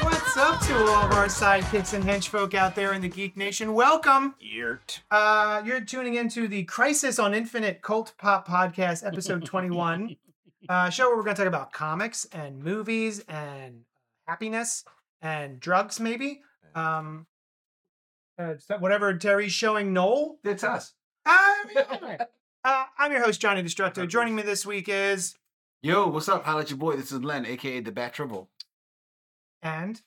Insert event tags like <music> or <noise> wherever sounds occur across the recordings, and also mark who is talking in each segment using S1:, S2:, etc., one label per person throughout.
S1: What's up to all of our sidekicks and henchfolk out there in the Geek Nation? Welcome. Uh, you're tuning into the Crisis on Infinite Cult Pop Podcast, episode 21, uh, show where we're going to talk about comics and movies and happiness and drugs, maybe. Um, uh, so- whatever Terry's showing Noel.
S2: That's us.
S1: I'm, uh, I'm your host, Johnny Destructo. Joining me this week is,
S2: Yo, what's up? Holla at your boy. This is Len, aka the Bat Trouble.
S1: and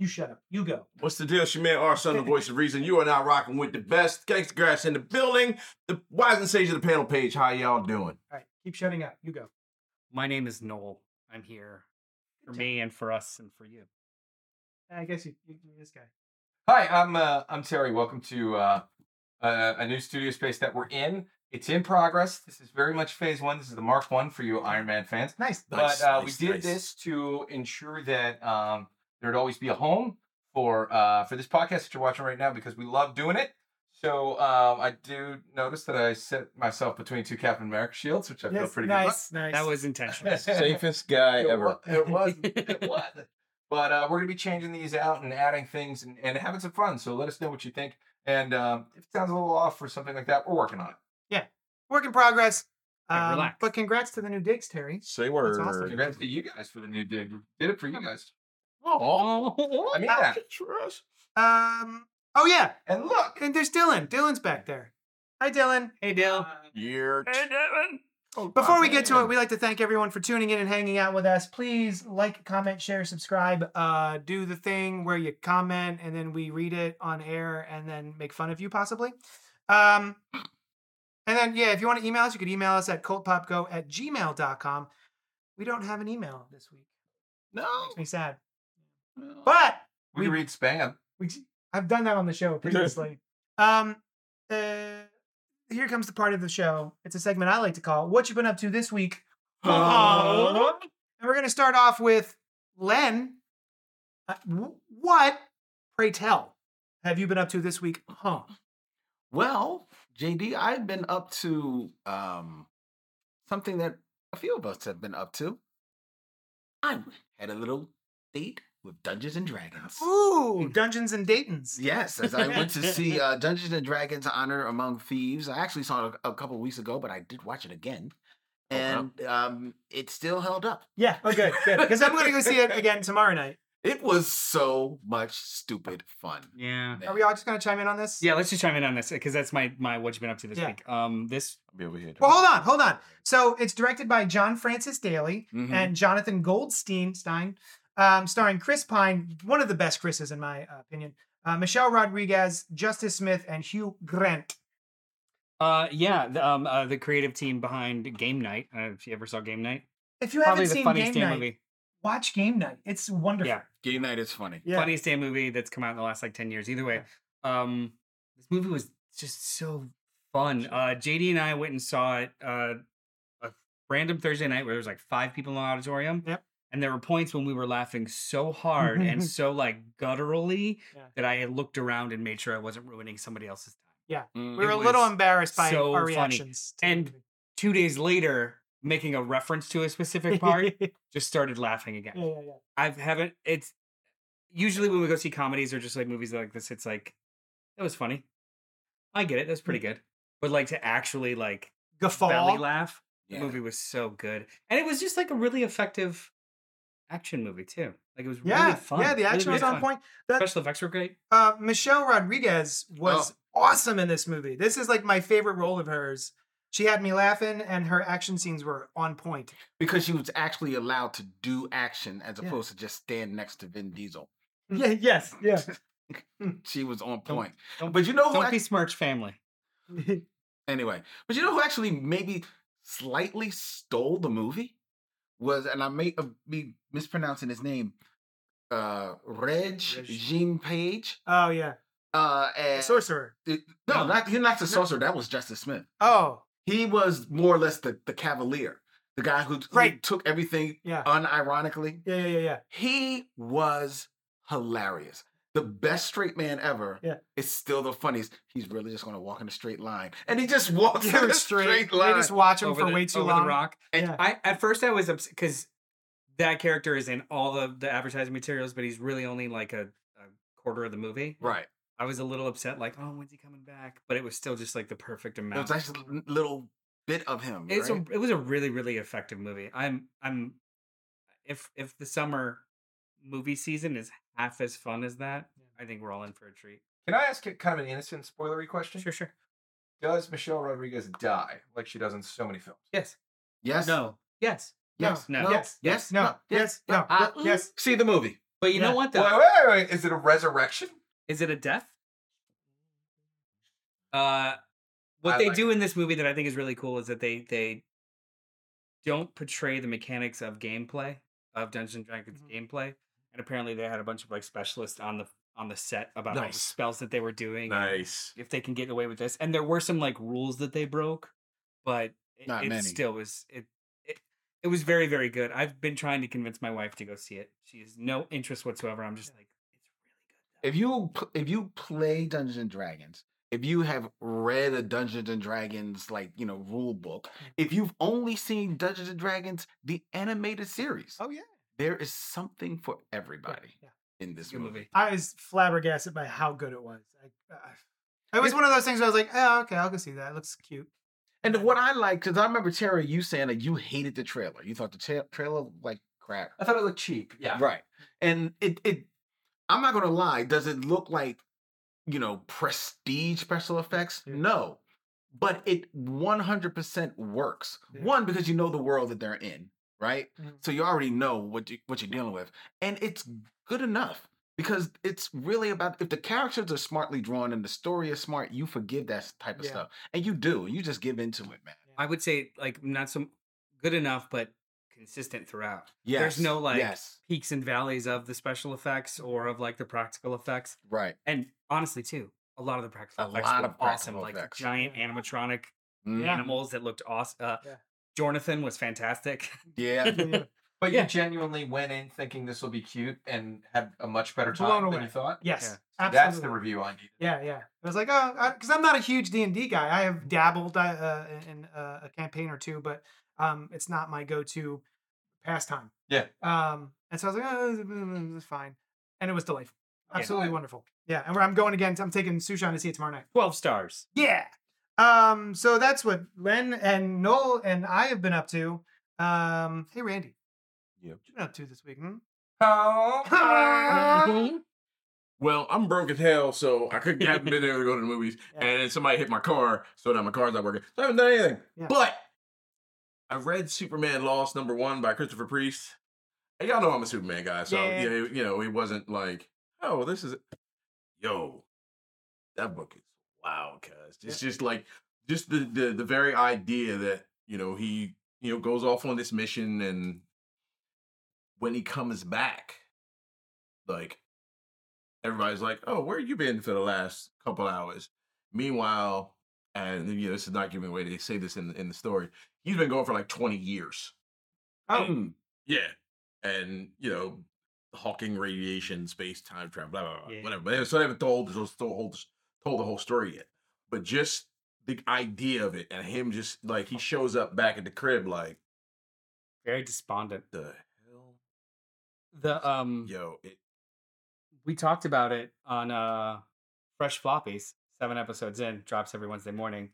S1: you shut up. You go.
S3: What's the deal? She man, our son, the voice of reason. You are now rocking with the best gangster grass in the building. The wise and sage of the panel page. How y'all doing?
S1: All right, keep shutting up. You go.
S4: My name is Noel. I'm here for me and for us and for you.
S1: I guess you, you this guy.
S5: Hi, I'm uh, I'm Terry. Welcome to uh, uh, a new studio space that we're in. It's in progress. This is very much phase one. This is the Mark One for you Iron Man fans.
S1: Nice.
S3: Nice,
S5: but uh,
S3: nice,
S5: we did
S3: nice.
S5: this to ensure that um, there'd always be a home for uh, for this podcast that you're watching right now because we love doing it. So um, I do notice that I set myself between two Captain America shields, which I feel
S1: Yes,
S5: pretty good. about.
S1: nice, nice.
S4: That was
S1: <laughs>
S4: intentional.
S6: Safest guy
S5: It
S6: ever.
S5: wa- It <laughs> was. It was. But uh, we're gonna be changing these out and adding things and, and having some fun. So let us know what you think. And um, if it sounds a little off or something like that, we're working on it.
S1: work in progress.
S4: Yeah,
S1: Um,
S4: relax.
S1: But congrats to the new digs, Terry.
S6: Say word.
S1: awesome.
S5: Congrats to you guys for the new dig. Did it for you guys.
S4: <laughs> Oh.
S5: I mean that.
S1: Um. Oh yeah,
S5: And look,
S1: and there's Dylan. Dylan's back there. Hi, Dylan. Uh,
S4: Hey, Dale.
S3: Year.
S1: Before we get to it, we'd like to thank everyone for tuning in and hanging out with us. Please like, comment, share, subscribe. Uh, do the thing where you comment and then we read it on air and then make fun of you, possibly. Um, and then, yeah, if you want to email us, you could email us at cultpopgo at gmail.com. We don't have an email this week.
S3: No.
S1: Makes me sad. But
S5: we can read spam.
S1: We, I've done that on the show previously. um, uh, here comes the part of the show. It's a segment I like to call "What You Been Up To This <laughs> Week," and we're going to start off with Len. Uh, wh- what, pray tell, have you been up to this week? Huh?
S2: Well, JD, I've been up to um, something that a few of us have been up to. I had a little date with Dungeons and Dragons.
S1: Ooh, Dungeons and Dayton's.
S2: Yes, as I went to see uh, Dungeons and Dragons: Honor Among Thieves. I actually saw it a, a couple weeks ago, but I did watch it again, and um, it still held up.
S1: Yeah. Oh, good. Good. <laughs> Because I'm going to go see it again tomorrow night.
S2: It was so much stupid fun.
S4: Yeah.
S1: Are we all just going to chime in on this?
S4: Yeah, let's just chime in on this because that's my my what you've been up to this
S1: Yeah.
S4: week. Um, this
S6: Be over here.
S1: Well, hold on, hold on. So it's directed by John Francis Daly.
S4: Mm-hmm.
S2: Mhm.
S1: and Jonathan Goldstein Stein, um, starring Chris Pine, one of the best Chris's in my uh, opinion. Uh, Michelle Rodriguez, Justice Smith, and Hugh Grant.
S4: uh, yeah, the, um, uh, the creative team behind Game Night. I don't know if you ever saw Game Night,
S1: If you
S4: probably
S1: haven't
S4: the
S1: seen
S4: funniest
S1: Game
S4: damn
S1: Night,
S4: movie,
S1: watch Game Night. It's wonderful.
S4: Yeah.
S2: Game night is funny.
S1: Yeah.
S4: funniest damn movie that's come out in the last like ten years. Either way, um, this movie was just so fun. Uh, JD and I went and saw it uh, a random Thursday night where there was like five people in the auditorium.
S1: Yep.
S4: And there were points when we were laughing so
S1: <laughs>
S4: hard and so like gutturally
S1: Yeah.
S4: that I had looked around and made sure I wasn't ruining somebody else's time.
S1: We were a
S4: It
S1: little
S4: was
S1: embarrassed by
S4: so
S1: our
S4: funny.
S1: reactions. to the
S4: And
S1: movie.
S4: Two days later, making a reference to a
S1: <laughs>
S4: specific part, just started laughing again.
S1: yeah, yeah, yeah.
S4: I haven't. It's usually when we go see comedies or just like movies like this. It's like that was funny. I get it. That's pretty
S1: Mm.
S4: good. But like to actually like belly
S1: Guffaw.
S4: laugh. The movie was so good, and it was just like a really effective action movie too. Like it was
S1: Yeah,
S4: really fun.
S1: yeah. The
S4: really,
S1: action was
S4: really
S1: on
S4: fun.
S1: point. That-
S4: Special effects were great.
S1: Uh, Michelle Rodriguez was
S2: Oh.
S1: awesome in this movie. This is like my favorite role of hers. She had me laughing, and her action scenes were on point.
S2: because she was actually allowed to do action as
S1: Yeah.
S2: opposed to just stand next to Vin Diesel.
S1: Yeah. Yes. Oh, Yeah.
S2: She was on
S4: Don't-
S2: point.
S4: don't-
S2: but you know who
S4: Don't be
S2: act-
S4: smirch family.
S1: <laughs> Oh,
S2: anyway. But you know who actually maybe slightly stole the movie was, and I may uh, be mispronouncing his name, uh, Reg Jean Page.
S1: Oh yeah,
S2: Uh, and
S1: sorcerer.
S2: no, not he's not the sorcerer. That was Justice Smith.
S1: Oh
S2: He was more or less the, the cavalier, the guy who, who
S1: Right.
S2: took everything
S1: yeah,
S2: unironically.
S1: yeah, yeah, yeah, yeah.
S2: He was hilarious. The best straight man ever.
S1: Yeah.
S2: It's still the funniest. He's really just gonna walk in a straight line. And he just <laughs> walks
S1: They
S2: in
S1: were
S2: a
S1: straight.
S2: straight,
S1: They
S2: line.
S1: just watch him
S4: over
S1: for
S4: the,
S1: way too
S4: over
S1: long.
S4: the rock. And
S1: Yeah.
S4: I at first I was upset because that character is in all the the advertising materials, but he's really only in, like a, a quarter of the movie.
S2: right.
S4: I was a little upset, like, oh, when's he coming back? But it was still just like the perfect
S2: It was
S4: amount.
S2: actually a l- little bit of him.
S4: It's
S2: right?
S4: a, it was a really really effective movie. I'm I'm if if the summer movie season is half as fun as that, I think we're all in for a treat.
S5: Can I ask a- kind of an innocent, spoilery question?
S4: Sure, sure.
S5: Does Michelle Rodriguez die like she does in so many films?
S4: Yes.
S2: yes.
S4: No. Yes.
S2: Yes.
S4: No.
S2: Yes. Yes.
S1: No. Yes. No.
S5: Uh,
S2: Ah,
S1: Yes.
S2: See the movie.
S4: But you
S1: Yeah.
S4: know what
S5: Wait,
S4: though?
S5: wait, wait, wait. Is it a resurrection?
S4: Is it a death? Uh, what
S5: I
S4: they
S5: like
S4: do in this movie that I think is really cool is that they they don't portray the mechanics of gameplay of Dungeons and Dragons
S1: Mhm.
S4: gameplay, and apparently they had a bunch of like specialists on the on the set about all the
S2: Nice.
S4: spells that they were doing, and
S3: Nice.
S4: if they can get away with this, and there were some like rules that they broke, but it,
S2: Not
S4: it
S2: many.
S4: still was it. it it was very, very good. I've been trying to convince my wife to go see it. She has no interest whatsoever. I'm just like, it's really good.
S2: If you pl- if you play Dungeons and Dragons, if you have read a Dungeons and Dragons like you know rule book, if you've only seen Dungeons and Dragons the animated series,
S1: Oh yeah.
S2: there is something for everybody
S1: Yeah.
S2: in
S4: It's
S2: this
S4: a good
S2: movie.
S4: movie.
S1: I was flabbergasted by how good it was. I, I, it was one of those things where I was like, oh, okay, I'll go see that. It looks cute.
S2: And what I like, because I remember Terry, you saying that you hated the trailer. You thought the tra- trailer looked like crap.
S5: I thought it looked cheap. Yeah.
S2: Right. And it it I'm not gonna lie, does it look like, you know, prestige special effects?
S1: Yeah.
S2: No. But it 100% works.
S1: Yeah.
S2: One because you know the world that they're in, right?
S1: Mhm.
S2: So you already know what you, what you're dealing with, and it's good enough because it's really about if the characters are smartly drawn and the story is smart, you forgive that type of
S1: Yeah.
S2: stuff, and you do. You just give into it, man.
S4: I would say like not some good enough, but consistent throughout.
S2: Yes.
S4: no, like-
S2: Yes.
S4: Peaks and valleys of the special effects or of like the practical effects,
S2: Right.
S4: and honestly too, a lot of the practical
S2: A
S4: effects
S2: lot
S4: were
S2: of
S4: awesome,
S2: practical
S4: like the
S2: effects.
S4: giant animatronic
S2: Mm,
S1: Yeah.
S4: animals that looked awesome. Uh,
S1: Yeah.
S4: Jonathan was fantastic. <laughs>
S2: Yeah.
S1: Yeah.
S5: But
S4: Yeah.
S5: you genuinely went in thinking this will be cute and had a much better time
S1: Blown
S5: than
S1: away.
S5: you thought.
S1: Yes.
S5: So
S1: Absolutely.
S5: That's the review I need.
S1: Yeah, yeah. I was like, oh, because I'm not a huge D and D guy. I have dabbled uh, uh, in uh, a campaign or two, but um, it's not my go-to pastime.
S5: Yeah.
S1: Um, and so I was like, oh, it's fine, and it was delightful.
S4: Yeah.
S1: Absolutely wonderful. Yeah, and where I'm going again, I'm taking Sushan to see it tomorrow night.
S4: Twelve stars.
S1: Yeah. Um, so that's what Len and Noel and I have been up to. Um, hey Randy.
S3: Yep.
S1: What you been up to this week? Hmm?
S5: <laughs>
S2: Mm-hmm.
S5: Oh,
S3: Well, I'm broke as hell, so I
S1: <laughs>
S3: couldn't haven't been able to go to the movies.
S1: Yeah.
S3: And then somebody hit my car, so now my car's not working. So I haven't done anything.
S1: Yeah.
S3: But I read Superman Lost number one by Christopher Priest. And y'all know I'm a Superman guy, so
S1: Yeah.
S3: yeah. it- you know, it wasn't like, oh, this is yo, that book is wild, cuz. It's just like just the, the the very idea that, you know, he, you know, goes off on this mission and when he comes back, like everybody's like, "Oh, where you been for the last couple hours?" Meanwhile, and you know, this is not giving away. They say this in in the story. He's been going for like twenty years.
S1: Oh,
S2: Mm.
S3: Yeah, and you know, Hawking radiation, space time travel, blah blah blah,
S4: Yeah.
S3: whatever. But they- so they haven't told those told told the whole story yet. But just the idea of it and him just like he shows up back at the crib like
S4: Very despondent.
S3: the hell,
S4: The um,
S3: yo, it,
S4: we talked about it on uh fresh floppies seven episodes in drops every wednesday morning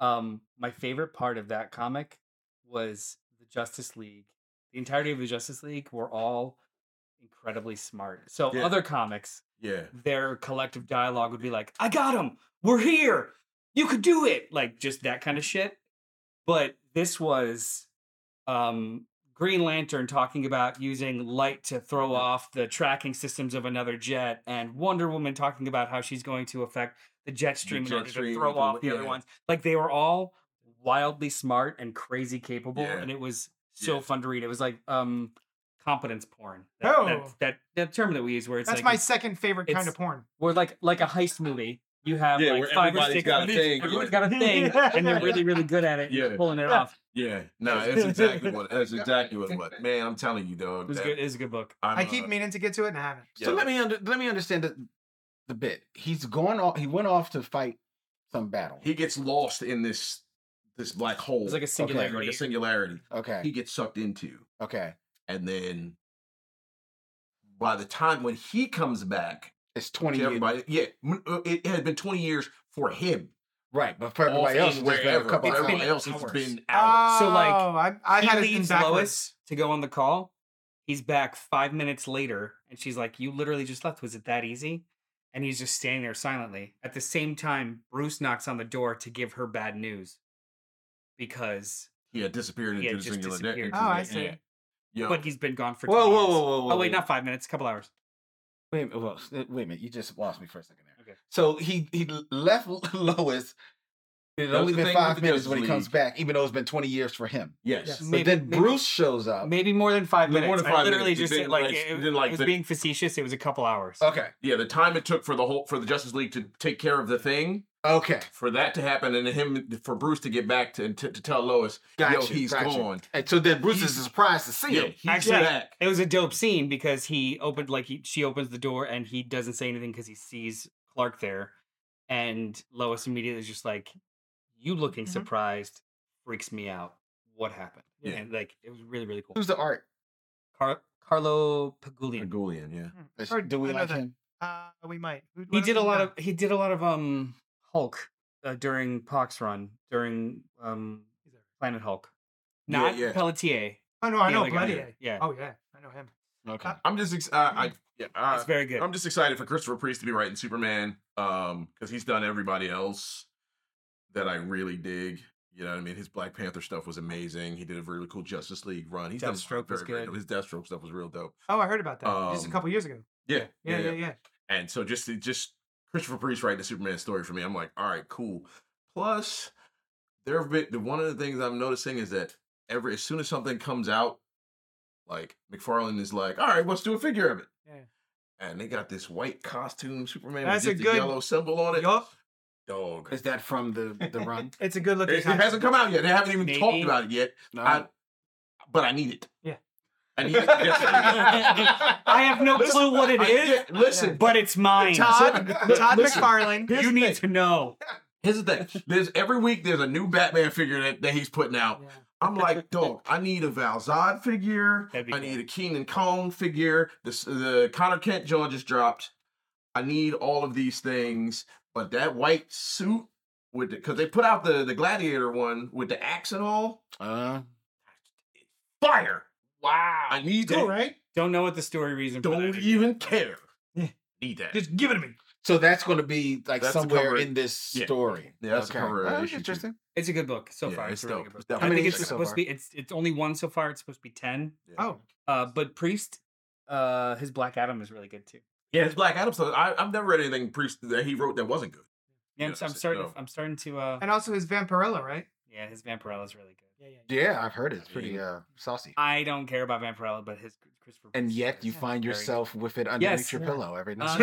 S4: um my favorite part of that comic was the justice league the entirety of the justice league were all incredibly smart so
S3: Yeah.
S4: other comics
S3: yeah,
S4: their collective dialogue would be like i got him we're here you could do it like just that kind of shit but this was um green lantern talking about using light to throw off the tracking systems of another jet and wonder woman talking about how she's going to affect the jet stream in
S3: jet
S4: order
S3: stream
S4: to throw
S3: with the
S4: off
S3: li-
S4: the other
S3: yeah.
S4: ones like they were all wildly smart and crazy capable
S3: Yeah.
S4: and it was so
S3: Yeah.
S4: fun to read. It was like um competence porn. That,
S1: Oh.
S4: that, that that term that we use where <clears throat> it's
S1: That's
S4: like
S1: my second favorite kind
S4: it's-
S1: of porn.
S4: where like like a heist movie. You have
S3: Yeah,
S4: like
S3: where
S4: five or
S3: everybody's
S4: six.
S3: got a
S4: of these,
S3: thing.
S4: Everyone's got a <laughs> thing, and they're really really good at it. and
S3: Yeah.
S4: just pulling it
S1: Yeah.
S4: <laughs> off.
S3: Yeah, no, that's exactly what. That's exactly what. it
S4: <laughs>
S3: was. Man, I'm telling you,
S4: It
S3: dog.
S4: was
S3: that-
S4: good. It was a good book.
S3: I'm, uh,
S1: I keep meaning to get to it and I haven't.
S2: So
S3: Yeah.
S2: let me under, let me understand the, the bit. He's gone off. He went off to fight some battle.
S3: He gets lost in this this black hole.
S4: It's like a
S3: like
S4: singularity.
S3: a singularity. He
S2: okay.
S3: gets sucked into,
S2: Okay.
S3: and then by the time when he comes back,
S2: It's
S3: to
S2: twenty years.
S3: everybody, yeah, m- uh, it had been 20 years for him.
S2: Right, but for everybody
S3: Off
S2: else,
S3: in
S2: it's just been a
S3: wherever.
S2: couple Ah.
S4: It's
S2: hours.
S4: been
S3: Everyone else has
S4: hours.
S3: been out.
S1: Oh,
S4: So, like,
S1: I, I
S4: he
S1: had it in
S4: leaves
S1: backwards.
S4: Lois to go on the call. He's back five minutes later, and she's like, "You literally just left. Was it that easy?" And he's just standing there silently. At the same time, Bruce knocks on the door to give her bad news because,
S3: he had disappeared into
S4: He had
S3: the
S4: just
S3: singular
S4: disappeared.
S1: Oh, I see.
S3: yeah. Yo,
S4: but he's been gone for. 20
S5: Whoa, whoa,
S4: minutes.
S5: whoa, whoa, whoa!
S4: Oh wait,
S5: whoa.
S4: not five minutes, a couple hours.
S2: Wait a minute, well, s- wait a minute. You just lost me for a second there.
S4: Okay.
S2: So he he left <laughs> Lois. It
S3: That was
S2: only
S3: the
S2: been
S3: thing with
S2: five
S3: the
S2: minutes
S3: Justice
S2: when he comes
S3: League.
S2: back, even though it's been twenty years for him.
S3: yes.
S2: But
S4: Maybe-
S2: then
S4: maybe-
S2: Bruce shows up.
S4: Maybe more than five
S3: More
S4: minutes.
S3: than
S4: I
S3: five
S4: literally
S3: minutes.
S4: just
S3: Then,
S4: said, like,
S3: like,
S4: it,
S3: then, like,
S4: it was
S3: the-
S4: being facetious. It was a couple hours.
S2: Okay.
S3: Yeah, the time it took for the whole for the Justice League to take care of the thing,
S2: Okay.
S3: for that to happen, and him for Bruce to get back to and to, to tell Lois,
S2: Gotcha.
S3: yo, he's
S2: gotcha.
S3: gone.
S2: And so then Bruce is surprised to see
S3: Yeah,
S2: him.
S3: he's
S4: Actually,
S3: back.
S4: It was a dope scene because he opened like he, she opens the door and he doesn't say anything because he sees Clark there, and Lois immediately is just like, "You looking
S1: Mhm.
S4: surprised freaks me out. What happened?"
S3: Yeah.
S4: And like it was really really cool.
S2: Who's the art?
S4: Car- Carlo Pagulian.
S3: Gullion, yeah.
S2: Is-
S1: Or
S2: Do we like
S1: another-
S2: him?
S1: Uh, we might. Who-
S4: He
S1: what
S4: did a
S1: else
S4: lot
S1: done?
S4: of he did a lot of um Hulk uh, during Pox Run during um Planet Hulk,
S3: Yeah,
S4: not
S3: yeah.
S4: Pelletier.
S1: Oh no, I
S4: the
S1: know
S4: other guy.
S1: Bloody. Eye.
S4: Yeah,
S1: Oh yeah, I know him.
S2: Okay.
S3: I'm just
S2: uh,
S3: ex- I, I,
S4: Mm-hmm.
S3: yeah, I,
S4: it's very good.
S3: I'm just excited for Christopher Priest to be writing Superman, um, because he's done everybody else that I really dig. You know what I mean? His Black Panther stuff was amazing. He did a really cool Justice League run. He's done a lot
S4: Deathstroke was
S3: very, very-
S4: good.
S3: His Deathstroke stuff was real dope.
S1: Oh, I heard about that just a
S3: Um,
S1: couple years ago.
S3: Yeah,
S1: Yeah, yeah, yeah.
S3: And so just it just Christopher Priest writing the Superman story for me, I'm like, all right, cool. Plus, there have been one of the things I'm noticing is that every as soon as something comes out, like McFarlane is like, all right, let's do a figure of it.
S1: Yeah.
S3: And they got this white costume Superman
S1: That's a
S3: with just a,
S1: good-
S3: yellow symbol on it.
S1: Yup,
S3: Dog.
S2: Is that from the the <laughs> run?
S1: <laughs> it's a good
S3: It,
S1: looking.
S3: it hasn't come out yet. They haven't even talked
S4: Maybe.
S3: about it yet.
S2: No.
S3: I, but I need it.
S1: Uh-huh. Yeah.
S3: I
S1: <laughs>
S3: need it. I
S4: I have no clue what it is,
S3: listen,
S4: but it's mine.
S1: Todd, Todd
S3: Listen.
S1: McFarlane.
S4: you need to know.
S3: Here's the thing. There's every week there's a new Batman figure that, that he's putting out.
S1: Yeah.
S3: I'm like, dog, I need a Val Zod figure.
S4: That'd be
S3: I
S4: cool.
S3: need a Keenan Cone figure. This the Connor Kent jaw just dropped. I need all of these things. But that white suit with the because they put out the, the gladiator one with the axe and all.
S2: Uh,
S3: Fire.
S5: Wow.
S3: I need
S1: Cool,
S3: that.
S1: right?
S4: Don't know what the story reason. for
S3: Don't
S4: that is yet.
S3: even care.
S1: Yeah.
S3: Need that.
S1: Just give it to me.
S2: so that's going to be like
S3: That's the
S2: somewhere
S3: cover-
S2: in this
S3: yeah.
S2: story.
S3: Yeah, that's the cover
S2: Oh,
S3: issue two.
S2: interesting.
S4: It's a good book so
S3: Yeah,
S4: far.
S3: it's
S4: It's, a really
S3: dope.
S4: good book.
S3: It's dope.
S2: How
S4: I
S2: many
S4: think it's
S2: issues so
S4: supposed
S2: far?
S4: to be. It's it's only one so far. It's supposed to be ten.
S3: Yeah.
S1: Oh,
S4: Uh, but Priest, uh, his Black Adam is really good too.
S3: Yeah, his Black Adam stuff. I, I've never read anything priest that he wrote that wasn't good.
S4: Yeah, I'm,
S3: Yeah,
S4: I'm
S3: so-
S4: starting.
S3: no.
S4: I'm starting to. Uh,
S1: and also his Vampirella, right?
S4: yeah, his Vampirella is really good.
S1: Yeah,
S2: Yeah, I've heard it's pretty
S3: mean-
S2: uh, saucy.
S4: I don't care about Vampirella, but his Christopher.
S2: And
S4: Priest
S2: yet
S4: is
S2: you
S1: Yeah.
S2: find
S4: very-
S2: yourself with it underneath
S4: Yes.
S2: your
S1: Yeah.
S2: pillow every night.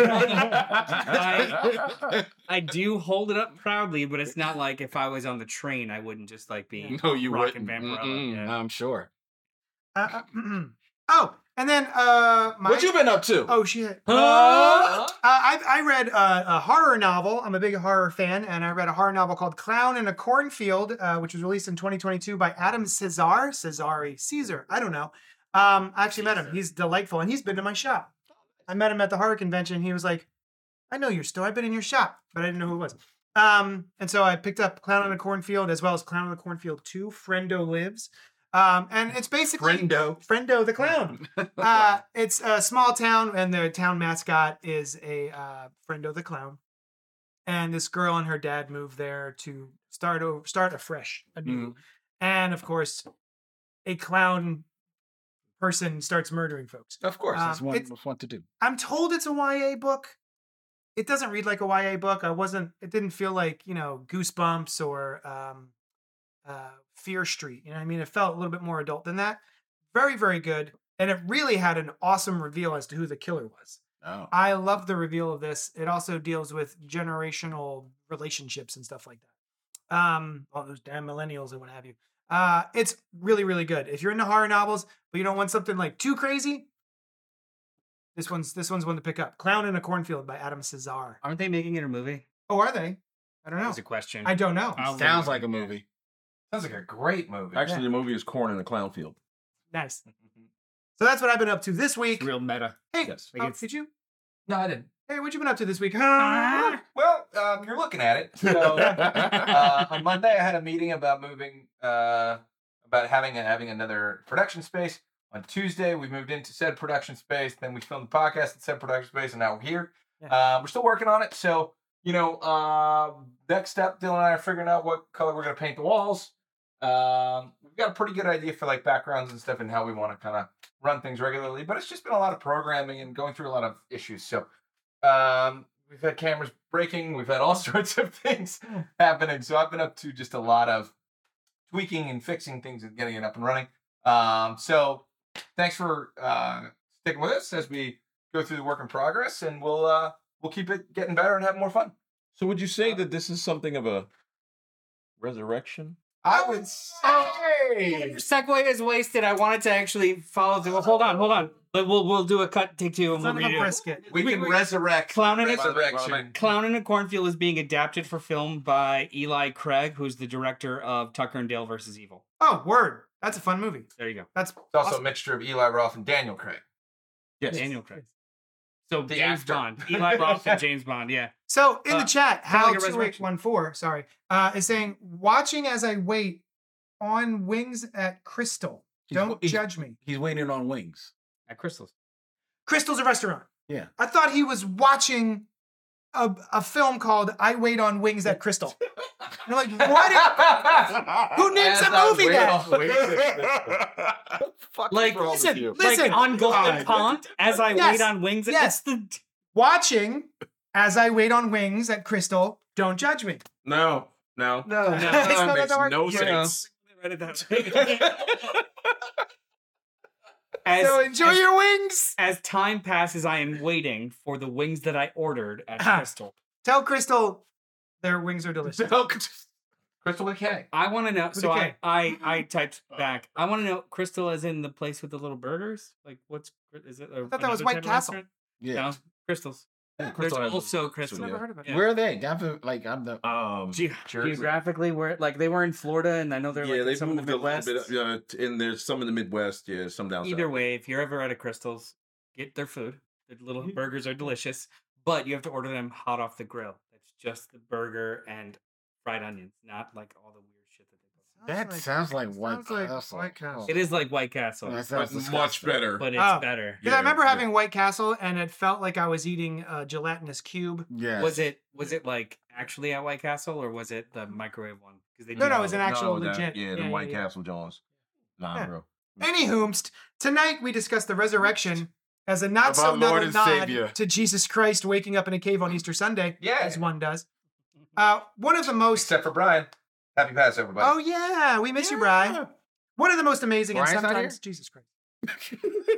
S4: I- I do hold it up proudly, but it's not like if I was on the train, I wouldn't just like be.
S2: <laughs> no, you
S4: Rockin'
S2: wouldn't.
S4: Vampirella,
S2: Mm-mm,
S4: yeah.
S2: I'm sure.
S1: Uh, uh, <clears throat> oh, and then uh, my,
S2: What you been up <laughs> to?
S1: Oh shit.
S2: Huh?
S1: Uh, I, I read uh, a horror novel. I'm a big horror fan, and I read a horror novel called Clown in a Cornfield, uh, which was released in 2022 by Adam Cesar, Cesari, Caesar. I don't know. Um, I actually met him. He's delightful, and he's been to my shop. I met him at the horror convention. He was like, "I know your store. I've been in your shop, but I didn't know who it was." Um, and so I picked up Clown in a Cornfield as well as Clown in a Cornfield 2, Friendo Lives. Um, and it's basically
S2: Friendo.
S1: Friendo the Clown
S2: <laughs>
S1: uh, it's a small town, and their town mascot is a uh, Friendo the clown. And this girl and her dad move there to start over, start afresh, anew. And of course, a clown person starts murdering folks.
S2: Of course,
S1: Uh,
S2: that's one,
S1: it's-
S2: that's one to do.
S1: I'm told it's a YA book. It doesn't read like a YA book. I wasn't. It didn't feel like you know Goosebumps or um, uh, Fear Street. You know what I mean? It felt a little bit more adult than that. Very, very good. And it really had an awesome reveal as to who the killer was.
S2: Oh,
S1: I love the reveal of this. It also deals with generational relationships and stuff like that. Um, all those damn millennials and what have you. Uh, it's really, really good. If you're into horror novels, but you don't want something like too crazy, this one's this one's one to pick up. Clown in a Cornfield by Adam Cesar.
S4: Aren't they making it a movie?
S1: Oh, are they? I don't
S4: That
S1: know.
S4: was a Oh. question.
S1: I don't know.
S4: I'll
S2: sounds
S4: look.
S2: like a movie.
S5: Sounds like a great movie.
S3: Actually, the movie is Corn in a Clown Field.
S1: Nice. So that's what I've been up to this week.
S4: Mm-hmm. It's real meta.
S1: Hey,
S3: Yes.
S4: Like
S1: oh,
S4: it's-
S1: did you?
S5: no, I didn't.
S1: Hey, what you been up to this week? <laughs>
S4: Ah.
S1: Huh?
S5: Well, um, you're looking at it. So uh, on Monday, I had a meeting about moving, uh, about having having another production space. On Tuesday, we moved into said production space. Then we filmed the podcast at said production space, and now we're here.
S1: Yeah.
S5: Uh, we're still working on it. So, you know, uh, next step, Dylan and I are figuring out what color we're going to paint the walls. Um, we've got a pretty good idea for like backgrounds and stuff and how we want to kind of run things regularly, but it's just been a lot of programming and going through a lot of issues. So, um, we've had cameras breaking, we've had all <laughs> sorts of things happening. So I've been up to just a lot of tweaking and fixing things and getting it up and running. Um, so thanks for uh, sticking with us as we go through the work in progress, and we'll uh, we'll keep it getting better and have more fun.
S3: So would you say that this is something of a <laughs> resurrection?
S5: I would say
S4: Your segue is wasted. I wanted to actually follow through. Hold on, hold on. But We'll we'll do a cut take two and we'll
S1: Son of a
S4: redo. it.
S1: brisket.
S5: we
S4: We-
S5: can
S4: we-
S5: resurrect
S4: Clown in a-
S5: resurrection.
S4: Clown in a Cornfield is being adapted for film by Eli Craig, who's the director of Tucker and Dale versus Evil.
S1: Oh, word. That's a fun movie.
S4: There you go.
S1: That's
S5: It's also a mixture of Eli Roth and Daniel Craig.
S3: Yes.
S4: Daniel Craig. So
S5: The
S4: James
S5: actor.
S4: Bond. Eli Roth and James Bond, yeah.
S1: So in the
S4: Uh,
S1: chat,
S4: kinda
S1: Hal
S4: like a
S1: two eight
S4: resurrection.
S1: one four, sorry, uh, is saying watching as I wait on wings at Crystal.
S2: He's-
S1: Don't
S2: he's-
S1: judge me.
S2: He's waiting on wings.
S4: At Crystal's.
S1: Crystal's a restaurant.
S2: Yeah.
S1: I thought he was watching a, a film called I Wait on Wings at Crystal. And I'm like, what?
S5: <laughs>
S1: Who names
S5: As
S1: a
S5: I
S1: movie
S5: wait
S1: that?
S5: on wings.
S2: Fuck
S4: Like,
S2: wrong with
S1: listen,
S2: you?
S1: Listen,
S4: like on Golden
S2: God.
S4: Pond as I
S1: Yes,
S4: wait on wings.
S1: yes.
S4: It's the
S1: watching as I wait on wings at Crystal. Don't judge me.
S3: No, no.
S1: <laughs>
S5: No,
S4: no,
S5: no,
S1: It's not
S3: That makes
S1: that
S3: no
S4: you know.
S3: sense.
S4: Read it <laughs> that way. as,
S1: so enjoy
S4: as,
S1: your wings.
S4: as time passes, I am waiting for the wings that I ordered at Crystal.
S1: Tell Crystal their wings are delicious.
S5: Crystal with a K.
S4: I want to know.
S1: With
S4: So
S1: a
S4: I,
S1: K.
S4: I, I <laughs> typed back. I want to know. Crystal is in the place with the little burgers. Like, what's is it? I
S1: thought that was White Castle.
S2: Yeah.
S4: No, crystals.
S2: Yeah,
S4: There's
S2: Crystal has-
S4: also crystals.
S1: Never heard of it.
S4: Yeah.
S2: Where are they? I'm the- like I'm the
S3: Um,
S4: Ge-
S5: Jersey.
S4: geographically, where like they were in Florida, and I know they're
S3: yeah,
S4: like in
S3: they've
S4: some of
S3: moved a
S4: the
S3: little
S4: Midwest.
S3: bit, uh, t- and there's some in the Midwest. Yeah, some down
S4: Either
S3: south.
S4: way, if you're ever out of crystals, get their food. Their little
S3: Mhm.
S4: burgers are delicious, but you have to order them hot off the grill. It's just the burger and fried onions, not like all the weird shit that they
S2: That sounds like White
S1: sounds like
S2: Castle.
S1: White Castle.
S4: put. It is like White Castle,
S2: That sounds
S3: But much
S2: disgusting.
S3: better.
S4: but it's
S1: Oh.
S4: better.
S1: Because I
S3: Yeah,
S1: remember
S3: yeah.
S1: having White Castle, and it felt like I was eating a gelatinous cube.
S2: Yeah.
S4: Was it was it like actually at White Castle or was it the microwave one? Because they
S1: No,
S4: do
S1: no, it
S4: that.
S1: was an actual
S3: that-
S1: legit.
S3: Yeah, the
S1: yeah,
S3: White
S1: yeah.
S3: Castle Jones. Nah,
S1: Yeah.
S3: bro.
S2: Mm.
S1: Anywhoomst, tonight we discuss the resurrection as a not
S2: Of
S1: so
S2: our Lord
S1: another
S2: and
S1: nod
S2: Savior. Mm.
S1: to Jesus Christ waking up in a cave on Easter Sunday,
S5: Yeah.
S1: as one
S2: <laughs>
S1: does. Uh, one of the most.
S5: Except for Brian. Happy Passover, buddy.
S1: oh yeah, we miss you, Brian. One of the most amazing
S2: Brian's
S1: and
S2: not
S1: sometimes Jesus Christ.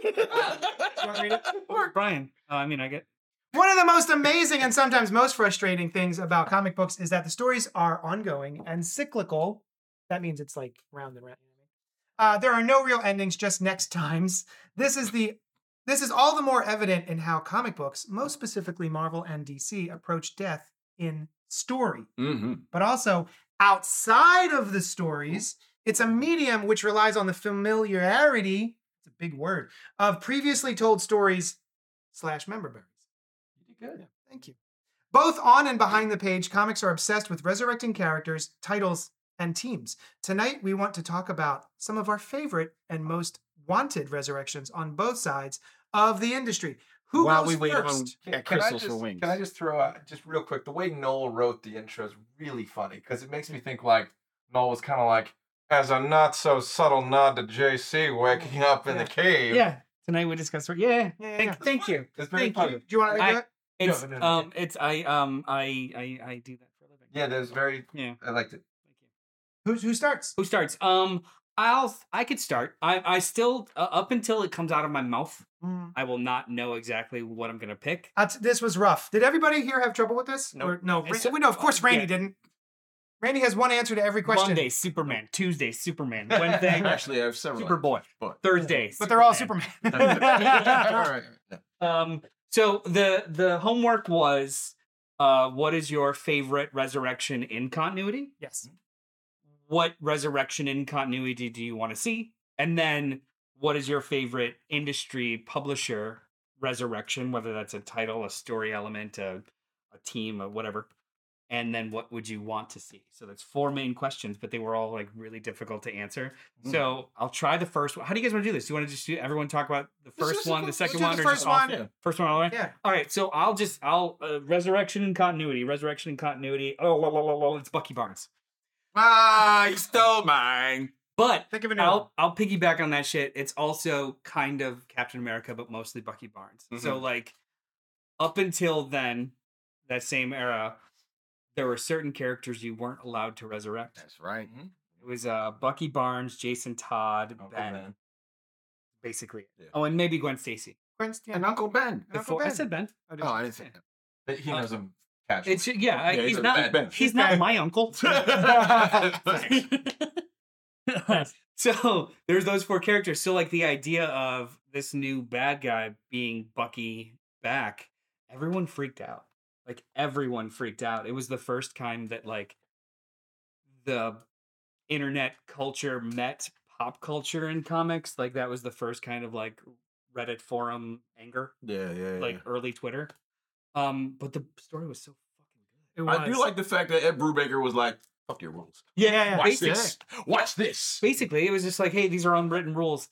S4: <laughs> Brian. Oh, I mean, I get
S1: One of the most amazing and sometimes most frustrating things about comic books is that the stories are ongoing and cyclical. That means it's like round and round. Uh, there are no real endings, just next times. This is the this is all the more evident in how comic books, most specifically Marvel and DC, approach death in story
S3: Mm-hmm.
S1: but also outside of the stories. It's a medium which relies on the familiarity, it's a big word, of previously told stories slash member berries. Good. Thank you. Both on and behind the page, comics are obsessed with resurrecting characters, titles, and teams. Tonight, we want to talk about some of our favorite and most wanted resurrections on both sides of the industry. Who
S2: While
S1: goes
S2: we wait
S1: first?
S2: on
S5: Can-
S2: at
S5: can I
S2: Crystals for
S5: just-
S2: wings.
S5: Can I just throw out just real quick the way Noel wrote the intro is really funny because it makes me think like Noel was kind of like as a not so subtle nod to JC waking up in the cave.
S4: yeah. Tonight we discuss. Yeah,
S1: Yeah, yeah,
S4: thank,
S1: yeah.
S4: thank you.
S5: it's very
S4: Thank
S5: funny.
S4: you.
S1: Do you want to
S4: I-
S1: do it?
S5: No,
S4: It's
S5: no, no, no.
S4: um, it's I um, I I I do that for a living.
S5: Yeah, that was very.
S4: Yeah.
S5: I liked it.
S4: Thank you.
S1: Who's who starts?
S4: Who starts? Um, I'll I could start. I I still uh, up until it comes out of my mouth,
S1: Mm.
S4: I will not know exactly what I'm gonna pick.
S1: Uh, t- this was rough. Did everybody here have trouble with this?
S4: Nope.
S1: Or- no. Ra-
S4: Except-
S1: we know, of course, Randy
S4: yeah.
S1: didn't. Randy has one answer to every question, <laughs>
S4: Monday Superman, Tuesday Superman, Wednesday <laughs>
S3: Actually, I have several.
S4: Superboy,
S3: but-
S4: Thursday.
S1: but they're all
S4: Superman.
S1: Superman.
S3: <laughs> All right.
S4: Um, so the the homework was, uh, what is your favorite resurrection in continuity?
S1: <laughs> yes.
S4: What resurrection in continuity do you want to see? And then what is your favorite industry publisher resurrection? Whether that's a title, a story element, a a team, or whatever. And then what would you want to see? So that's four main questions, but they were all like really difficult to answer.
S3: Mm-hmm.
S4: So I'll try the first one. How do you guys want to do this? Do you want to just do everyone talk about the
S3: Let's
S4: first
S3: just-
S4: one, the
S3: let's
S4: second
S3: do
S4: one,
S3: the
S4: or
S1: first
S4: just all
S1: one.
S3: Yeah.
S4: First one, all right.
S1: Yeah.
S4: All right. So I'll just I'll uh, resurrection and continuity. Resurrection and continuity. Oh, la, la, la, la, it's Bucky Barnes.
S2: Ah, you stole mine.
S4: But
S1: Think of an
S4: I'll I'll piggyback on that shit. It's also kind of Captain America, but mostly Bucky Barnes. So like, up until then, that same era, there were certain characters you weren't allowed to resurrect.
S2: That's right.
S4: It was uh, Bucky Barnes, Jason Todd,
S3: Uncle
S4: Ben,
S3: Ben.
S4: basically.
S3: Yeah.
S4: Oh, and maybe Gwen Stacy.
S2: And Uncle Ben.
S4: The
S1: Uncle
S4: four- I
S1: Ben.
S4: said Ben.
S1: Oh, did
S2: Oh,
S1: you?
S2: I didn't say that.
S5: But
S3: Uh,
S5: He knows him casually.
S4: It's yeah. I-
S3: Yeah,
S4: he's
S3: a
S4: not.
S3: bad man.
S4: He's not my uncle. <laughs> so there's those four characters. So like the idea of this new bad guy being Bucky back, everyone freaked out. Like everyone freaked out. It was the first time that like the internet culture met pop culture in comics. Like that was the first kind of like Reddit forum anger,
S3: Yeah, yeah,
S4: like early Twitter. Um, but the story was so fucking good. It
S3: yeah. I do like the fact that Ed Brubaker was like, "Fuck your rules.
S4: yeah, yeah, yeah.
S3: Watch
S4: Basic-
S3: this. Watch this."
S4: basically it was just like hey these are unwritten rules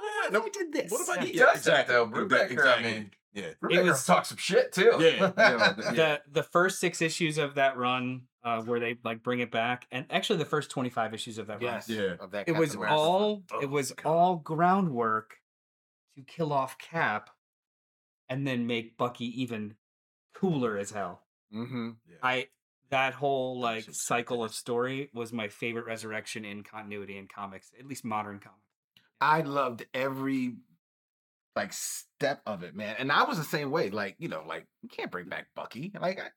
S3: Ah, no,
S4: did this
S3: What about
S1: Yeah.
S3: you?
S5: He does that, though. Brubaker, I mean,
S3: yeah.
S5: Rebecca
S4: was-
S5: talks some shit too.
S3: Yeah, yeah,
S5: <laughs>
S3: yeah.
S4: the the first six issues of that run uh where they like bring it back and actually the first 25 issues of that
S2: Yes.
S4: run
S3: Yeah.
S2: Of that
S4: it was
S2: Captain America.
S4: all it
S2: Oh,
S4: was
S2: God.
S4: all groundwork to kill off cap and then make bucky even cooler as hell
S2: Mm-hmm.
S3: yeah.
S4: i that whole like
S3: Actually,
S4: cycle of story was my favorite resurrection in continuity in comics at least modern comics
S2: I loved every like step of it, man. And I was the same way. Like, you know, like you can't bring back Bucky. Like I,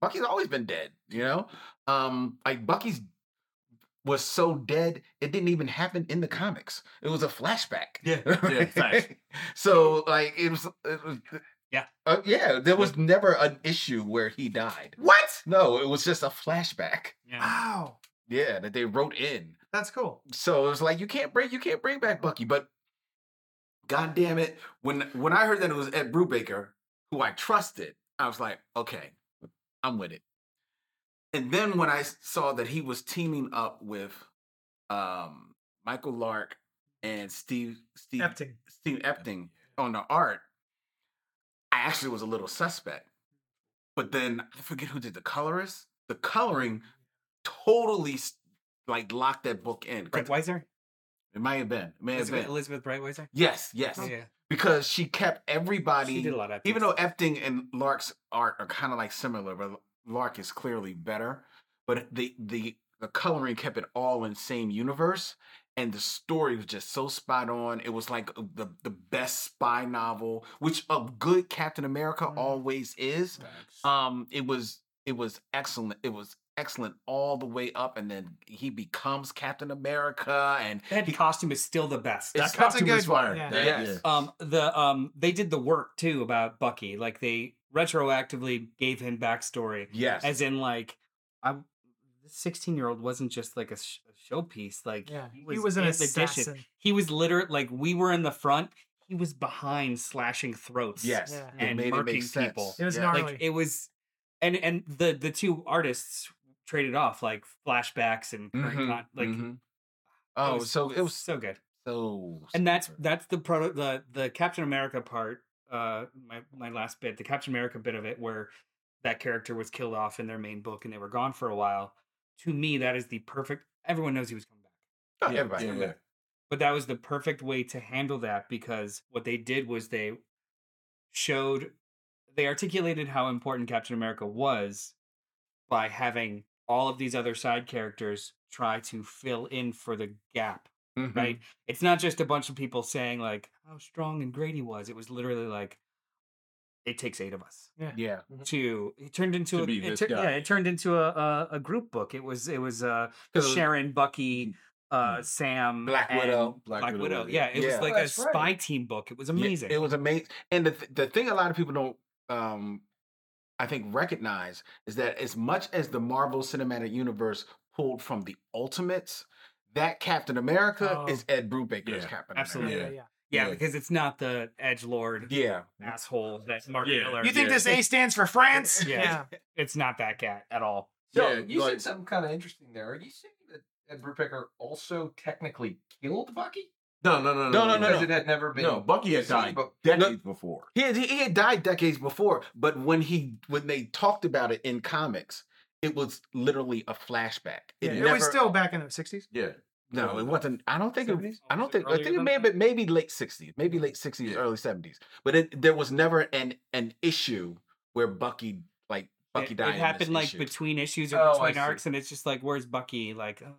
S2: Bucky's always been dead, you know? Um, like Bucky's was so dead it didn't even happen in the comics. It was a flashback. <laughs>
S4: yeah
S3: Yeah, facts.
S2: so like it was, it was
S4: Yeah.
S2: Uh, yeah, there was never an issue where he died.
S1: What?
S2: No, it was just a flashback.
S4: yeah
S1: Wow,
S2: Yeah, that they wrote in
S1: that's cool.
S2: so it was like you can't bring you can't bring back Bucky, but God damn it, when when I heard that it was Ed Brubaker, who I trusted, I was like, okay, I'm with it. And then when I s- saw that he was teaming up with um, Michael Lark and Steve Steve
S1: Epting.
S2: Steve Epting on the art, I actually was a little suspect. But then I forget who did the colorist. The coloring totally s- like locked that book in. 'Cause
S4: Brett Weiser?
S2: It might have been. It may have
S4: Elizabeth,
S2: been.
S4: Elizabeth Brett Weiser?
S2: Yes, yes.
S4: Yeah.
S2: Because she kept everybody
S4: She did a lot of
S2: even though Efting and Lark's art are kind of like similar, but Lark is clearly better. But the the the coloring kept it all in same universe, and the story was just so spot on. It was like uh, the the best spy novel, which a good Captain America
S1: Mhm.
S2: always is. Um, it was it was excellent. It was excellent all the way up, and then he becomes Captain America, and
S4: That costume is still the best.
S2: It's-
S3: that
S1: that's a
S3: costume
S1: good
S3: is fire.
S1: one, yeah.
S3: That-
S2: Yes.
S3: yeah.
S4: um, the um, they did the work too about Bucky. Like they retroactively gave him backstory,
S2: yes,
S4: as in like I, the sixteen-year-old wasn't just like a, sh- a showpiece. Like
S1: Yeah, he was
S4: in
S1: an
S4: the dishes.
S1: assassin.
S4: He was literate. Like we were in the front. He was behind, slashing throats.
S2: yes,
S1: Yeah.
S2: It
S4: And
S2: made it make
S4: murking
S2: sense.
S4: people.
S1: It was
S2: Yeah.
S1: gnarly.
S4: like it was, and and the the two artists traded off like flashbacks and current
S2: Mhm,
S4: con- like
S2: mhm. oh,
S4: was
S2: so it was
S4: so good.
S2: so
S4: and that's
S2: super.
S4: that's the proto the the Captain America part. Uh, my my last bit, the Captain America bit of it, where that character was killed off in their main book and they were gone for a while. To me, that is the perfect. Everyone knows he was coming back,
S2: Oh,
S3: Yeah,
S2: everybody.
S3: yeah,
S2: knew
S3: yeah.
S2: that.
S4: but that was the perfect way to handle that because what they did was they showed they articulated how important Captain America was by having all of these other side characters try to fill in for the gap
S5: Mhm.
S2: Mm-hmm.
S4: right? It's not just a bunch of people saying like how strong and great he was. It was literally like it takes eight of us
S2: Yeah.
S4: to. It turned into
S3: To
S4: a,
S3: be
S4: it
S3: this
S4: tur- yeah.
S3: guy.
S4: It turned into a, a a group book. It was it was uh
S2: So-
S4: Sharon, Bucky, uh Sam,
S2: Black
S4: and
S2: Widow.
S4: Black,
S3: Black
S4: Widow.
S3: Widow,
S4: Yeah,
S3: yeah.
S4: it
S2: Yeah.
S4: was
S2: Oh,
S4: like a
S5: that's
S4: spy
S5: right.
S4: team book. It was
S2: Yeah,
S4: amazing.
S2: it was amazing. And the th- the thing a lot of people don't um I think recognize is that as much as the Marvel Cinematic Universe pulled from the Ultimates, that Captain America
S1: Oh.
S2: is Ed Brubaker's
S3: Yeah,
S2: Captain
S4: absolutely.
S1: yeah,
S3: Yeah.
S1: yeah.
S4: yeah,
S3: yeah.
S4: because it's not the edge lord
S2: America. Yeah.
S4: asshole that's Mark
S3: Yeah.
S4: Miller.
S1: You think
S3: Yeah.
S1: this A stands for France?
S4: Yeah. it's not that cat at all?
S5: So
S3: Yeah,
S5: you
S3: like-
S5: said something kind of interesting there. Are you saying that Ed Brubaker also technically killed Bucky?
S3: No, no, no,
S2: No,
S3: no,
S2: no,
S5: Because
S2: no.
S5: it had never been.
S3: No, Bucky had
S5: seen,
S3: died
S5: but-
S3: decades before.
S2: He, had, he had died decades before, but when he when they talked about it in comics, it was literally a flashback.
S1: Yeah,
S2: It
S1: It
S2: never
S1: was still back in the 60s.
S3: Yeah,
S2: no, it wasn't. I don't think it,
S1: 70s?
S2: I
S4: Oh,
S2: don't
S4: was it
S2: think I think
S4: earlier
S2: it
S4: than
S2: may have been maybe late sixties, maybe late sixties,
S3: Yeah.
S2: early seventies. But it, there was never an an issue where Bucky like Bucky
S4: it,
S2: died. in
S4: It
S2: this
S4: happened like
S2: issue.
S4: between issues or
S5: Oh, I
S4: between
S5: see.
S4: arcs, and it's just like, where's Bucky? Like, oh,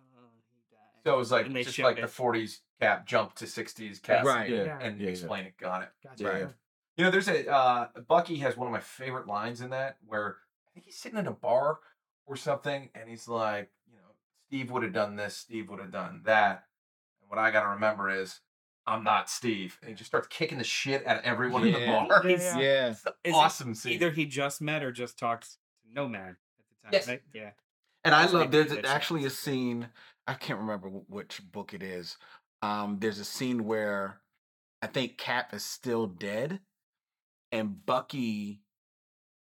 S4: he died.
S5: So it was like
S4: And they
S5: just
S4: showed
S5: like the
S4: it.
S5: 40s cap jump to 60s cap,
S2: Right.
S3: yeah,
S1: Yeah.
S5: And
S3: Yeah, yeah.
S5: explain it. Got it.
S1: Gotcha.
S3: Right.
S5: You know, there's a uh, Bucky has one of my favorite lines in that where I think he's sitting in a bar or something, and he's like, you know, Steve would have done this, Steve would have done that, and what I got to remember is I'm not Steve, and he just starts kicking the shit out of everyone in
S2: Yeah.
S5: the bar.
S1: Yeah,
S4: He's-
S1: yeah.
S5: <laughs>
S2: yeah.
S5: It's the
S4: <laughs> Is it
S5: awesome scene.
S4: Either he just met or just talked to Nomad at the time,
S5: Yes.
S4: right? Yeah.
S2: And I
S4: That's what
S2: love
S4: they do
S2: there's
S4: that shit.
S2: actually a scene I can't remember wh- which book it is. Um, there's a scene where I think Cap is still dead, and Bucky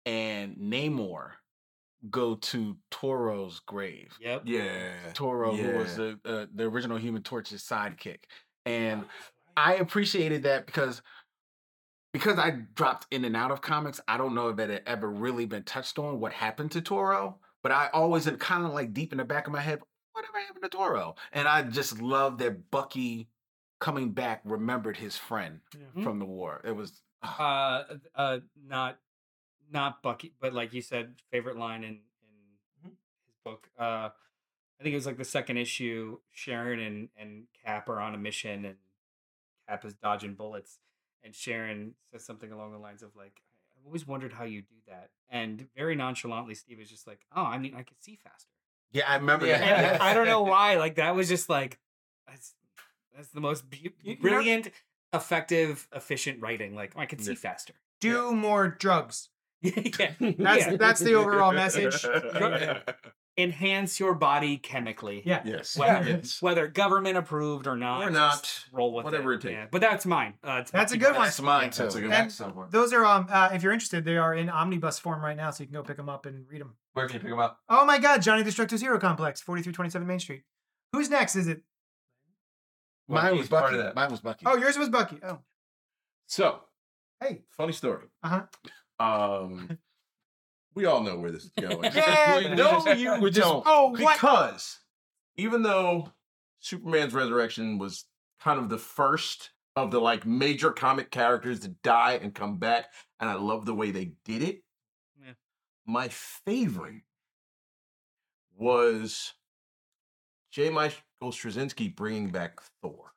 S2: and Namor go to Toro's grave.
S4: Yep.
S3: yeah.
S2: <laughs> Toro, who was
S3: Yeah.
S2: the uh, the original Human Torch's sidekick, and I appreciated that because because I dropped in and out of comics. I don't know if it had ever really been touched on what happened to Toro, but I always had kind of like deep in the back of my head, whatever happened to Toro? And I just love that Bucky coming back remembered his friend
S4: Mhm.
S2: from the war. It was ah,
S4: Uh, uh, not, not Bucky, but like you said, favorite line in
S1: Mm-hmm.
S4: in his book. Uh, I think it was like the second issue. Sharon and and Cap are on a mission, and Cap is dodging bullets, and Sharon says something along the lines of like, "I've always wondered how you do that," and very nonchalantly, Steve is just like, "Oh, I mean, I could see faster."
S1: <laughs>
S2: yeah, I remember
S5: Yeah.
S2: that.
S4: and I don't know
S2: <laughs>
S4: why. Like that was just like that's that's the most beau-
S1: you know-
S4: brilliant, effective, efficient writing. Like "Oh, I can see faster.
S1: Do more drugs.
S4: <laughs> yeah.
S1: That's
S4: Yeah.
S1: that's the overall
S3: <laughs>
S1: message.
S4: Enhance your body chemically.
S1: Yeah.
S3: Yes.
S4: Whether,
S3: Yes.
S4: whether government approved or not.
S3: Or
S4: just
S3: not,
S4: Roll with
S3: whatever it
S4: Yeah,
S3: takes.
S4: But that's mine. Uh, it's
S1: That's a
S4: people-
S1: good one.
S2: That's mine too.
S3: That's a good
S5: Back
S1: And-
S5: somewhere.
S1: Those are um uh, if you're interested, they are in omnibus form right now, so you can go pick them up and read them.
S5: Where can you pick him up?
S1: Oh my God, Johnny Destructo's Hero Complex, 4327 Main Street. Who's next? Is it?
S5: Well,
S2: Mine
S5: he's
S2: was
S5: part
S2: Bucky.
S5: of that.
S2: Mine was Bucky.
S1: Oh, yours was Bucky. Oh,
S3: So,
S1: hey,
S3: funny story.
S1: Uh-huh.
S3: Um, we all know where this is going.
S1: <laughs> Yeah.
S3: <laughs> We know you
S2: We just-
S3: don't.
S1: Oh, what?
S3: because even though Superman's resurrection was kind of the first of the like major comic characters to die and come back, and I love the way they did it.
S4: Yeah.
S3: My favorite was J. Michael Straczynski bringing back Thor.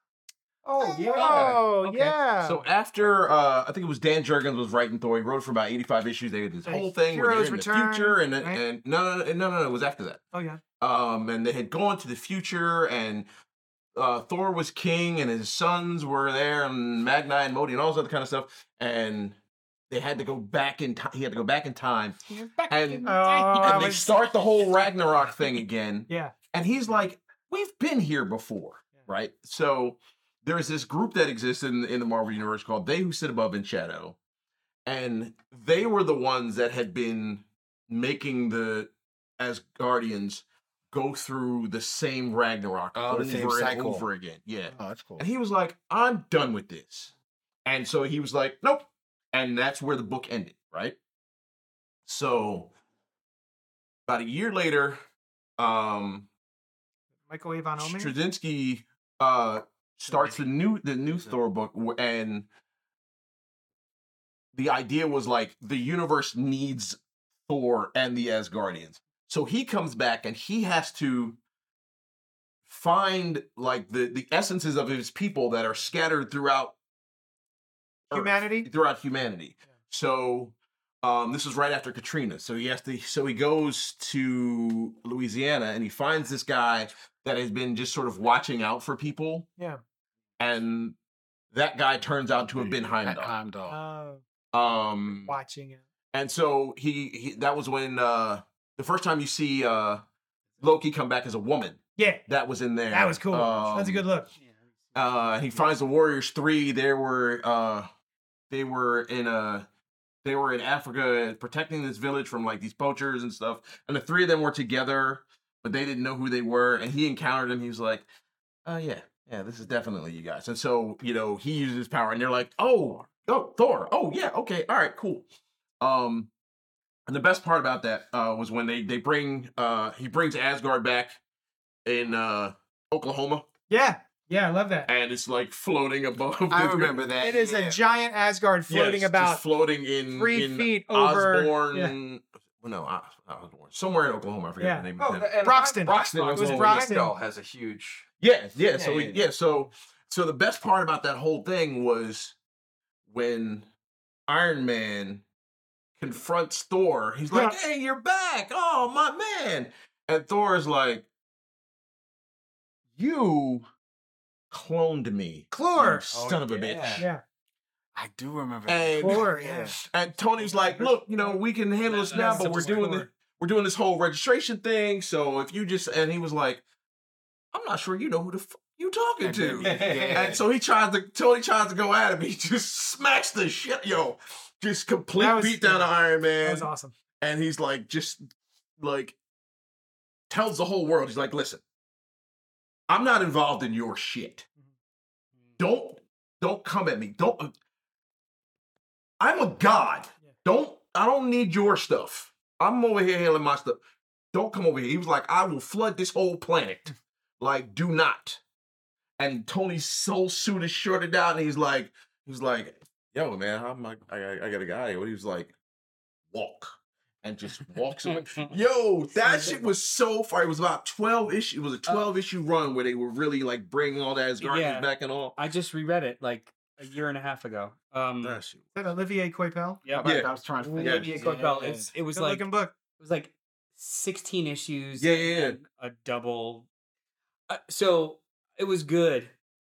S1: Oh,
S5: yeah.
S1: Oh,
S4: Okay.
S1: yeah.
S3: So after uh, I think it was Dan Jurgens was writing Thor. He wrote for about eighty-five issues. They did this
S1: The
S3: whole thing where
S1: Heroes
S3: they're in
S1: Return,
S3: the future, and
S1: right?
S3: and no, no, no, no, no, no, it was after that.
S1: oh, yeah.
S3: Um, and they had gone to the future, and uh, Thor was king, and his sons were there, and Magni and Modi, and all this other kind of stuff. And they had to go back in time. He had to go back in time, and,
S1: Oh, I
S3: and they
S1: was-
S3: start the whole Ragnarok thing again.
S1: Yeah.
S3: And he's like, we've been here before, right? So there's this group that exists in, in the Marvel Universe called They Who Sit Above in Shadow. And they were the ones that had been making the as Guardians go through the same Ragnarok
S2: Oh,
S3: over
S2: the same
S3: and
S2: cycle.
S3: over again. Yeah.
S2: Oh, that's cool.
S3: And he was like, I'm done with this. And so he was like, nope. And that's where the book ended, right? So about a year later, um,
S1: Michael Avon Omen.
S3: Straczynski uh, starts the new the new Thor book, wh- and the idea was like the universe needs Thor and the Asgardians. So he comes back and he has to find like the the essences of his people that are scattered throughout Earth,
S1: Humanity?
S3: throughout humanity. So um, this is right after Katrina. So he has to. So he goes to Louisiana and he finds this guy that has been just sort of watching out for people.
S1: Yeah.
S3: And that guy turns out to have been Heimdall.
S2: Heimdall.
S1: Oh,
S3: Um,
S1: watching it.
S3: and so he, he that was when uh, the first time you see uh, Loki come back as a woman.
S1: Yeah,
S3: That was in there.
S1: that was cool. That's a
S3: Um,
S1: good look.
S3: uh he finds the warriors three they were uh they were in a they were in africa protecting this village from like these poachers and stuff and the three of them were together but they didn't know who they were and he encountered them he was like oh yeah yeah this is definitely you guys and so you know he uses his power and they're like oh oh thor oh yeah okay all right cool um and the best part about that uh was when they they bring uh he brings asgard back in uh oklahoma
S1: Yeah, yeah, I love that.
S3: and it's like floating above.
S2: I
S3: the-
S2: remember that.
S1: It is
S2: yeah.
S1: a giant Asgard
S3: Yes,
S1: floating
S3: just
S1: about
S3: floating in
S1: three
S3: in
S1: feet over.
S3: Osborne.
S1: Yeah.
S3: Well, no, Os- Osborne. Somewhere in Oklahoma. I forget
S1: Yeah.
S3: the uh, name.
S5: Oh,
S3: of it.
S5: and
S1: Broxton.
S3: Broxton,
S5: Broxton.
S3: it was
S5: Broxton.
S1: Broxton.
S5: Heimdall has a huge.
S4: <laughs>
S3: Yeah, yeah. so
S5: Yeah,
S3: we,
S5: yeah,
S3: yeah,
S5: yeah.
S3: so so the best part about that whole thing was when Iron Man confronts Thor. He's like,
S1: Yeah.
S3: "Hey, you're back! Oh my man!" And Thor is like, "You cloned me,
S1: Clore.
S3: you son of a bitch."
S1: Yeah,
S2: I do remember
S3: And
S1: Clore. Yeah.
S3: And Tony's like, look, you know, we can handle this now, but we're doing this, we're doing this whole registration thing. So if you just and he was like, I'm not sure you know who the f- you talking
S2: that.
S3: to.
S5: <laughs>
S2: Yeah, yeah.
S3: And so he tries to Tony tries to go at him. He just smacks the shit, yo, just complete
S1: That was-
S3: beat down of Iron
S1: That
S3: Man.
S1: was awesome.
S3: And he's like, just like tells the whole world, he's like, listen, I'm not involved in your shit. Don't don't come at me. Don't uh, I'm a god.
S1: Yeah.
S3: Don't I don't need your stuff. I'm over here handling my stuff. Don't come over here. He was like, I will flood this whole planet. Like, do not. And Tony's soul suit is shorted out, and he's like, he's like, yo, man, I'm like, I, I, I got a guy. He was like, walk, and just walks away. Yo, that shit was so far. It was about twelve issue. It was a twelve issue run where they were really like bringing all that Asgardians
S4: Uh, Yeah.
S3: back and all.
S4: I just reread it like a year and a half ago. Um,
S3: That shit.
S1: Is that Olivier Coipel?
S4: yeah,
S2: Right,
S3: Yeah.
S2: I was trying to
S4: Olivia
S2: figure
S4: Coipel. It's, it was
S1: Good
S4: like
S1: looking book.
S4: it was like 16 issues
S3: Yeah, yeah, yeah.
S4: and a double uh, so it was good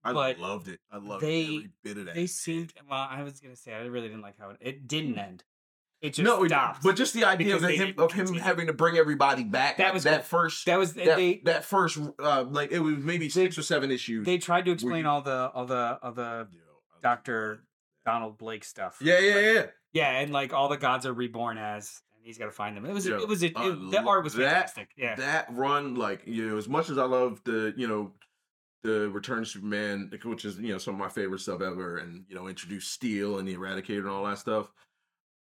S3: I
S4: But
S3: loved it. I loved
S4: they-
S3: every bit of that.
S4: they seemed well i was gonna say i really didn't like how it, it didn't end it just
S3: no, it-
S4: stopped
S3: but just the idea
S4: because
S3: of
S4: they
S3: him
S4: didn't
S3: of him
S4: continue.
S3: having to bring everybody back.
S4: That was
S3: that
S4: cool.
S3: first. That,
S4: that was they
S3: that first, uh, like it was maybe six or seven issues.
S4: they tried to explain
S3: you-
S4: all the all the all the dr donald blake stuff
S3: Yeah, yeah, yeah.
S4: yeah and like all the gods are reborn as and he's gotta find them it was
S3: Yo,
S4: it was a,
S3: I
S1: uh,
S4: it, that
S3: lo-
S4: art was
S3: that-
S4: fantastic yeah
S3: that run, like you know, as much as I love the you know the Return of Superman, which is you know some of my favorite stuff ever, and you know introduce Steel and the Eradicator and all that stuff.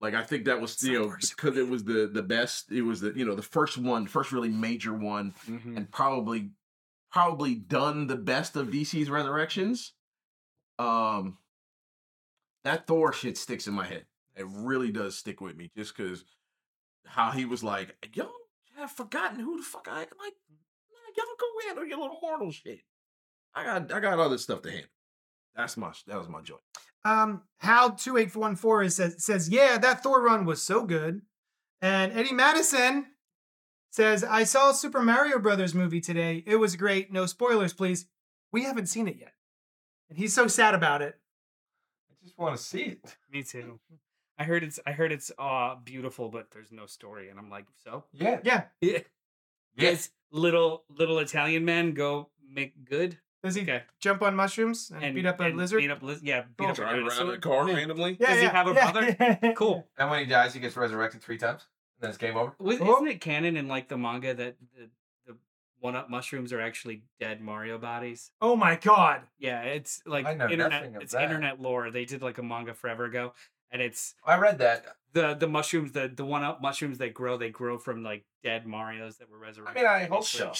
S3: Like I think that was you know because it was the the best. It was the you know the first one, first really major one, and probably probably done the best of DC's resurrections. Um, that Thor shit sticks in my head. It really does stick with me, just because how he was like, y'all have forgotten who the fuck I like. nah, Y'all go handle your little mortal shit. I got I got other stuff to handle. That's my that was my joy.
S1: Um, Hal two eight one four is says says yeah that Thor run was so good, and Eddie Madison says I saw Super Mario Brothers movie today. It was great. No spoilers, please. We haven't seen it yet, and he's so sad about it.
S5: I just want to see it.
S4: me too i heard it's i heard it's uh beautiful but there's no story and i'm like so <laughs>
S5: Yeah.
S1: Yeah,
S4: <laughs> yeah
S5: Yes.
S4: Yes, little little Italian men go make good
S1: does he
S4: Okay.
S1: jump on mushrooms and, beat up a
S4: and
S1: lizard?
S4: Beat up liz- yeah, beat up a
S3: Driving around in
S4: dinosaur.
S3: a car
S4: Yeah.
S3: randomly.
S1: yeah,
S4: does he
S1: yeah,
S4: have a
S1: <laughs> yeah.
S4: Cool.
S5: And when he dies, he gets resurrected three times, and then it's game over.
S4: Was,
S1: Cool.
S4: Isn't it canon in like the manga that the, the one up mushrooms are actually dead Mario bodies?
S1: oh my
S4: <laughs>
S1: god!
S4: Yeah, it's like
S5: I know nothing
S4: internet.
S5: of
S4: It's
S5: that.
S4: internet lore. They did like a manga forever ago, and it's
S5: I read that.
S4: the the mushrooms, the the one up mushrooms that grow, they grow from like dead Mario's that were resurrected.
S5: I hope so.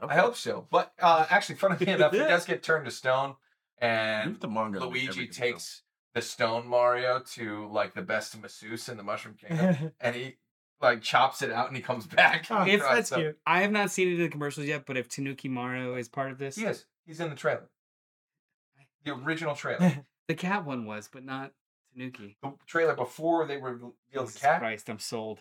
S5: I hope so. But uh, actually,
S4: <laughs>
S5: funnily enough, he does get turned to stone, and
S3: Leave the <laughs> manga. alone,
S5: Luigi
S3: everything
S1: <laughs>
S5: takes the stone Mario to like the best of masseuse in the Mushroom Kingdom, and he like chops it out and <laughs> he comes back.
S1: Oh,
S4: If-
S1: that's
S5: So-
S1: cute.
S4: I have not seen it in the commercials yet, but if Tanuki Mario is part of this,
S5: He is. He's in the trailer. The original trailer.
S4: the cat one was, but not Tanuki.
S5: the trailer before they revealed the
S4: Jesus
S5: cat.
S4: Christ, I'm sold.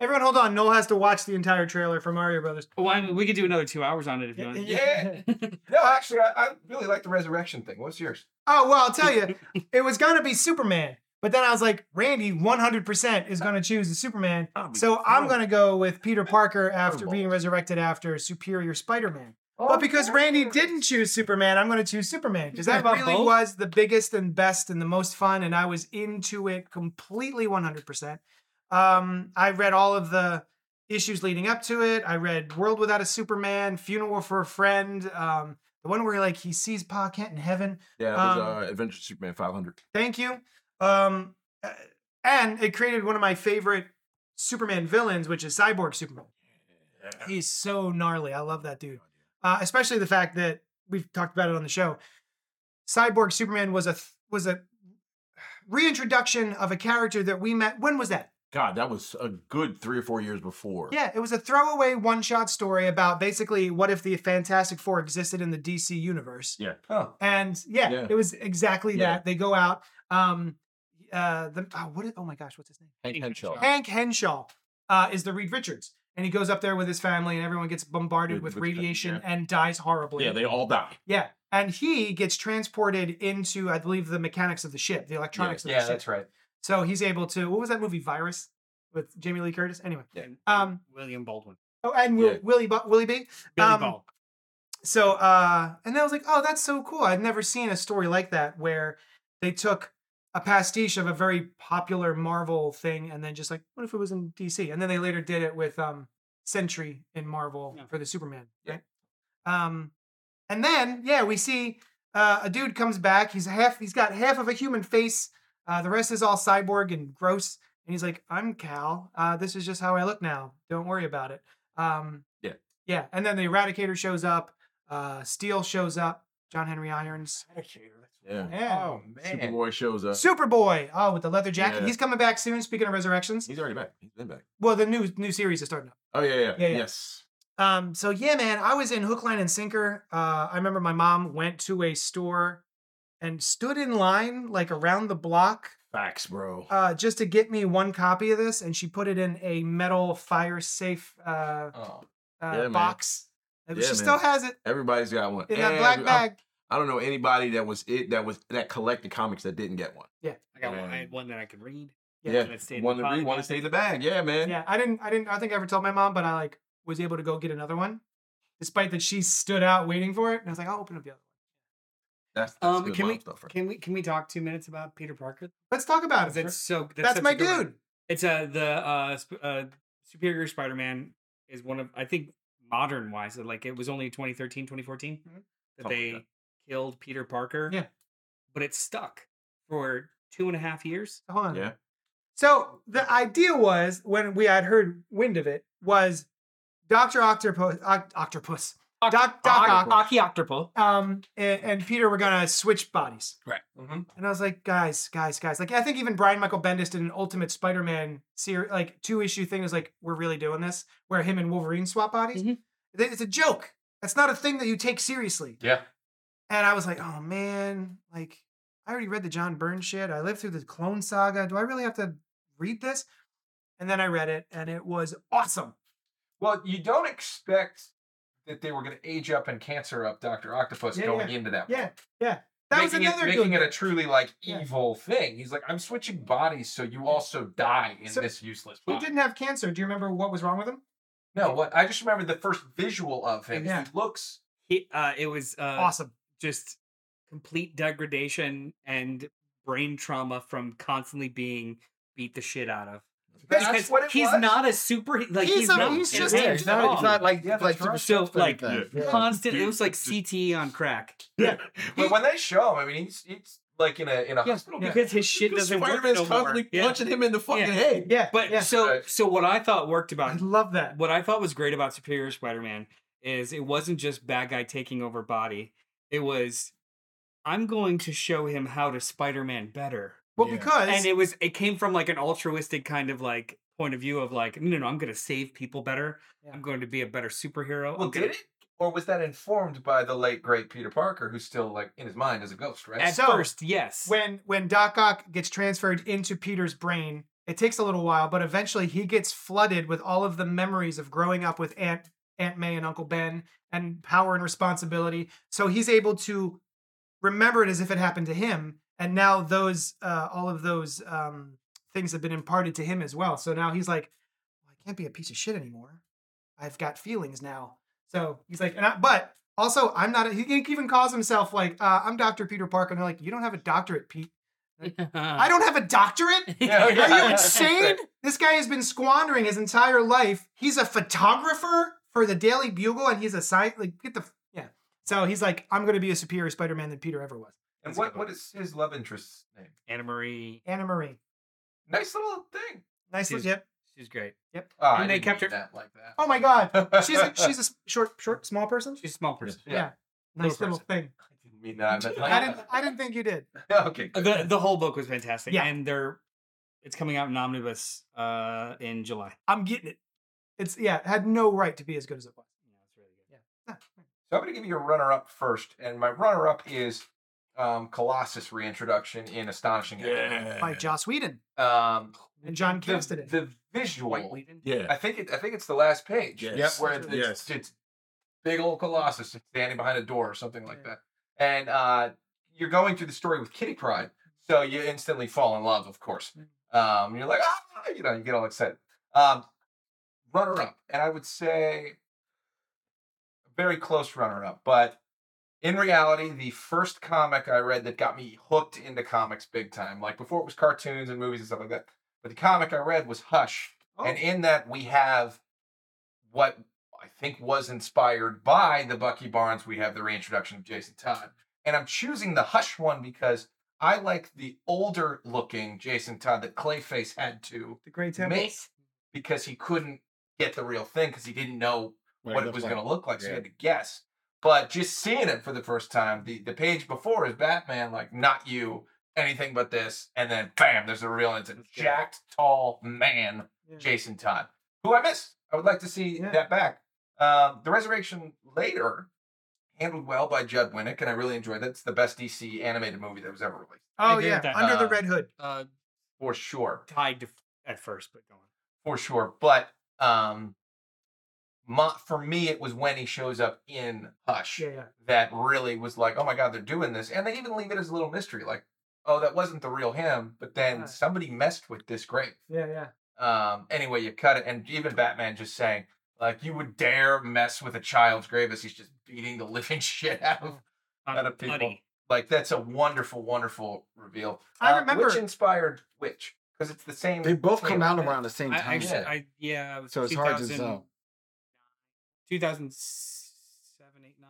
S1: Everyone, hold on. Noel has to watch the entire trailer for Mario Brothers.
S4: Well, Oh, I mean, we could do another two hours on it if you want.
S5: Yeah.
S4: <laughs>
S5: No, actually, I, I really like the resurrection thing. What's yours?
S1: Oh well, I'll tell you, it was gonna be Superman, but then I was like, Randy, one hundred percent is gonna choose the Superman,
S2: That'd be
S1: so I'm
S2: terrible.
S1: gonna go with Peter Parker after
S2: Terrible.
S1: being resurrected after Superior Spider-Man.
S5: Oh,
S1: But because Randy didn't choose Superman, I'm gonna choose Superman because that
S4: About
S1: really
S4: both?
S1: was the biggest and best and the most fun, and I was into it completely one hundred percent. Um, I read all of the issues leading up to it. I read World Without a Superman, Funeral for a Friend, um, the one where like he sees Pa Kent in heaven.
S3: Yeah, it
S1: Um,
S3: was uh, Adventure Superman 500.
S1: Thank you. Um, uh, and it created one of my favorite Superman villains, which is Cyborg Superman. He's so gnarly. I love that dude. Uh, especially the fact that we've talked about it on the show. Cyborg Superman was a th- was a reintroduction of a character that we met. When was that?
S3: God, that was a good three or four years before.
S1: Yeah, it was a throwaway one shot story about basically what if the Fantastic Four existed in the DC universe.
S5: Oh,
S1: And yeah,
S3: Yeah.
S1: it was exactly
S3: Yeah.
S1: that. They go out. Um, uh, the, oh, what is, oh my gosh, what's his name?
S2: Hank Henshaw.
S1: Hank Henshaw uh, is the Reed Richards, and he goes up there with his family, and everyone gets bombarded with
S3: With- with the-
S1: radiation
S3: yeah.
S1: and dies horribly.
S3: Yeah, they all die.
S1: Yeah, and he gets transported into, I believe, the mechanics of the ship, the electronics of
S5: yeah,
S1: the ship.
S5: that's right.
S1: So he's able to. What was that movie, Virus, with Jamie Lee Curtis? Anyway,
S3: Yeah.
S1: um,
S4: William Baldwin.
S1: oh, and Will,
S3: Yeah.
S1: Willie Bu- Willie B.
S4: Billy
S1: Um,
S4: Ball.
S1: So, uh, and I was like, oh, that's so cool. I've never seen a story like that where they took a pastiche of a very popular Marvel thing and then just like, what if it was in DC? And then they later did it with um, Sentry in Marvel
S4: Yeah.
S1: for the Superman,
S3: Yeah.
S1: right? Um, and then, yeah, we see uh, a dude comes back. He's half, he's got half of a human face. Uh, the rest is all cyborg and gross. And he's like, I'm Cal. Uh, this is just how I look now. Don't worry about it. Um,
S3: Yeah.
S1: Yeah. And then the Eradicator shows up. Uh, Steel shows up. John Henry Irons.
S3: Yeah.
S1: Yeah.
S5: Oh man.
S3: Superboy shows up.
S1: Superboy. Oh, with the leather jacket.
S3: Yeah.
S1: He's coming back soon. Speaking of resurrections,
S3: He's already back. He's been back.
S1: well, the new new series is starting up.
S3: Oh yeah, yeah,
S1: Yeah, yeah.
S3: yes.
S1: Um, so yeah, man, I was in hook, line, and sinker. Uh, I remember my mom went to a store and stood in line like around the block
S3: Facts, bro.
S1: uh, just to get me one copy of this, and she put it in a metal fire safe uh, uh,
S5: Oh.
S3: man.
S1: box. And
S3: Yeah,
S1: she
S3: man.
S1: still has it
S3: Everybody's got one.
S1: in that black
S3: Every-
S1: bag.
S3: I, I don't know anybody that was it that was that collected comics that didn't get one.
S4: I got one. I had
S3: um,
S4: one that I could read.
S1: Yeah,
S3: Yeah,
S4: and it stayed in
S3: one
S4: the
S3: to read,
S4: pocket.
S3: one to stay in the bag. Yeah, man.
S4: <laughs>
S1: Yeah, I didn't, I didn't, I think I ever told my mom, but I like was able to go get another one, despite that she stood out waiting for it. And I was like, I'll open up the other one.
S3: That's, that's
S4: Um,
S3: good
S4: can
S3: mom
S4: we
S3: stuff right
S4: can we can we talk two minutes about Peter Parker?
S1: Let's talk about it.
S4: Because it's so
S1: That's
S4: such a
S1: my
S4: good one.
S1: dude.
S4: It's uh the uh, sp- uh Superior Spider-Man is one of I think modern wise uh, like it was only 2013 2014
S1: Mhm.
S4: Mm-hmm. that
S3: Something
S4: they
S3: like
S4: killed Peter Parker.
S1: Yeah.
S4: but it stuck for two and a half years.
S1: Hold on.
S3: Yeah.
S1: So
S4: <laughs>
S1: the idea was when we had heard wind of it was Doctor Octopus, Oct- Octopus,
S4: Oct-
S1: Doc, Doc, Ock,
S4: uh, Aki Octopus.
S1: um, and, and Peter were gonna switch bodies.
S5: hmm
S1: And I was like, guys, guys, guys. Like, I think even Brian Michael Bendis did an Ultimate Spider-Man series, like two issue thing. Is like, we're really doing this, where him and Wolverine swap bodies.
S4: Mhm.
S1: Th- It's a joke. That's not a thing that you take seriously.
S5: Yeah.
S1: And I was like, oh man, like I already read the John Byrne shit. I lived through the Clone Saga. Do I really have to read this? And then I read it, and it was awesome.
S5: Well, you don't expect that they were going to age up and cancer up Doctor Octopus
S1: Yeah,
S5: going into that.
S1: Yeah,
S5: part.
S1: yeah. That was
S5: making
S1: another
S5: it,
S1: good
S5: making it a truly like
S1: Yeah.
S5: evil thing. He's like, I'm switching bodies, so you also die in
S1: So-
S5: this useless.
S1: He
S5: body."
S1: didn't have cancer. Do you remember what was wrong with him?
S5: No, what I just remember the first visual of him.
S1: Yeah.
S5: He looks
S4: He, uh, it was uh,
S1: awesome.
S4: just complete degradation and brain trauma from constantly being beat the shit out of.
S5: That's
S4: Because
S5: what it
S4: he's
S5: was.
S4: not a super. Like
S1: He's
S4: he's,
S1: a-
S4: not,
S1: he's
S4: it
S1: just
S4: is
S1: a-
S2: it's not, it's not like
S5: Yeah,
S2: like
S5: that's right.
S2: Super
S4: So, like,
S2: Shredded thing.
S3: Yeah.
S4: constant. It
S3: Dude,
S4: was like
S3: dude.
S4: CTE on crack.
S5: But when they show him, I mean, he's he's like in a in a hospital. bed.
S4: because his shit doesn't work
S3: Spider-Man's
S4: no more.
S3: constantly
S4: Yeah.
S3: punching him in the fucking
S4: Yeah.
S3: head.
S1: Yeah,
S4: But
S1: yeah.
S4: so
S5: Right.
S4: so what I thought worked
S1: I
S4: about
S1: love that.
S4: what I thought was great about Superior Spider-Man is it wasn't just bad guy taking over body. It was I'm going to show him how to Spider-Man better.
S1: Well,
S3: Yeah.
S1: because
S4: and it was it came from like an altruistic kind of like point of view of like no no I'm gonna save people better
S1: Yeah.
S4: I'm going to be a better superhero
S5: Well,
S4: I'm gonna-
S5: did it? Or was that informed by the late great Peter Parker, who's still like in his mind as a ghost, right?
S4: at
S1: So,
S4: first yes <laughs>
S1: when when Doc Ock gets transferred into Peter's brain, it takes a little while, but eventually he gets flooded with all of the memories of growing up with Aunt Aunt May and Uncle Ben and power and responsibility. So he's able to remember it as if it happened to him, and now those uh, all of those um, things have been imparted to him as well. So now he's like, well, I can't be a piece of shit anymore. I've got feelings now. So he's like, and I, but also, I'm not. A, he even calls himself like, uh, "I'm Doctor Peter Parker," and they're like, "You don't have a doctorate, Pete."
S4: Uh.
S1: I don't have a
S4: <laughs>
S1: doctorate.
S5: Yeah,
S1: Are you
S5: yeah.
S1: insane? This guy has been squandering his entire life. He's a photographer for the Daily Bugle, and he's a science. Like, get the yeah. So he's like, "I'm going to be a superior Spider-Man than Peter ever was."
S5: And what, what is his love interest's name?
S4: Anna Marie
S1: Anna Marie,
S5: Nice little thing.
S1: nice
S4: She's-
S1: little yep.
S4: she's great
S5: Oh, I
S4: And they
S5: didn't
S4: kept
S5: mean
S4: her-
S5: that like that.
S1: Oh my God, she's
S4: <laughs>
S1: a, she's
S5: <laughs> I
S1: a s- short, short, small person.
S4: she's a small person
S5: Yeah.
S1: Nice
S4: Little
S1: little thing.
S5: didn't mean
S1: <laughs>
S5: that. I meant like
S1: I didn't. I didn't think you did.
S5: Yeah, <laughs> okay.
S4: Uh,
S5: good.
S4: the the whole book was fantastic
S1: Yeah.
S4: and they're it's coming out in omnibus uh in July
S1: I'm getting it. It's yeah. it Had no right to be as good as it was.
S4: yeah, it's really good.
S5: So I'm going to give you a runner up first. And my runner up is um, Colossus reintroduction in Astonishing. X-Men.
S3: Yeah.
S1: by Joss Whedon
S5: Um,
S1: and John
S5: the,
S1: Castedan.
S5: the visual. I
S3: Yeah.
S5: think it, I think it's the last page.
S3: Yes.
S5: Yep. Where
S1: Yes.
S5: it's, it's, it's big old Colossus standing behind a door or something like that. And uh, you're going through the story with Kitty Pride, so you instantly fall in love, of course. Um, you're like, ah, you know, you get all excited. Um, runner up, and I would say a very close runner up, but in reality, the first comic I read that got me hooked into comics big time, like before it was cartoons and movies and stuff like that. But the comic I read was Hush,
S1: Oh,
S5: and in that we have what I think was inspired by the Bucky Barnes. We have the reintroduction of Jason Todd, and I'm choosing the Hush one because I like the older looking Jason Todd that Clayface had to
S1: the Great Temple.
S5: make because he couldn't get the real thing because he didn't know what it was going to look like. So you
S3: Yeah.
S5: had to guess. But just seeing it for the first time, the, the page before is Batman, like, not you, anything but this. And then bam, there's a real, it's a
S4: That's good.
S5: jacked, tall man, Jason Todd, who I missed. I would like to see
S1: Yeah.
S5: that back. Um, the Resurrection Later, handled well by Judd Winnick, and I really enjoyed that. It's the best DC animated movie that was ever released,
S4: I
S1: Oh
S4: agree
S1: yeah,
S4: with that.
S1: Under the
S5: Uh,
S1: Red Hood.
S4: uh
S5: for sure.
S4: tied to f- at first but going
S5: for sure. But um, my, for me, it was when he shows up in Hush
S1: Yeah, yeah.
S5: that really was like, oh my god, they're doing this, and they even leave it as a little mystery, like, oh, that wasn't the real him, but then
S1: Right.
S5: somebody messed with this grave.
S1: Yeah, yeah.
S5: Um, anyway, you cut it, and even Batman just saying, like, you would dare mess with a child's grave as he's just beating the <laughs> living shit out of. Out of people.
S4: Buddy.
S5: Like, that's a wonderful, wonderful reveal.
S1: I
S5: Uh,
S1: remember-
S5: which inspired which because it's the same.
S2: They both come
S5: tale.
S2: out around the same
S4: I,
S2: time.
S4: actually,
S5: Yeah.
S4: I, yeah. it was
S2: So it's hard to
S4: 2000
S2: tell.
S4: 2007, 8, 9.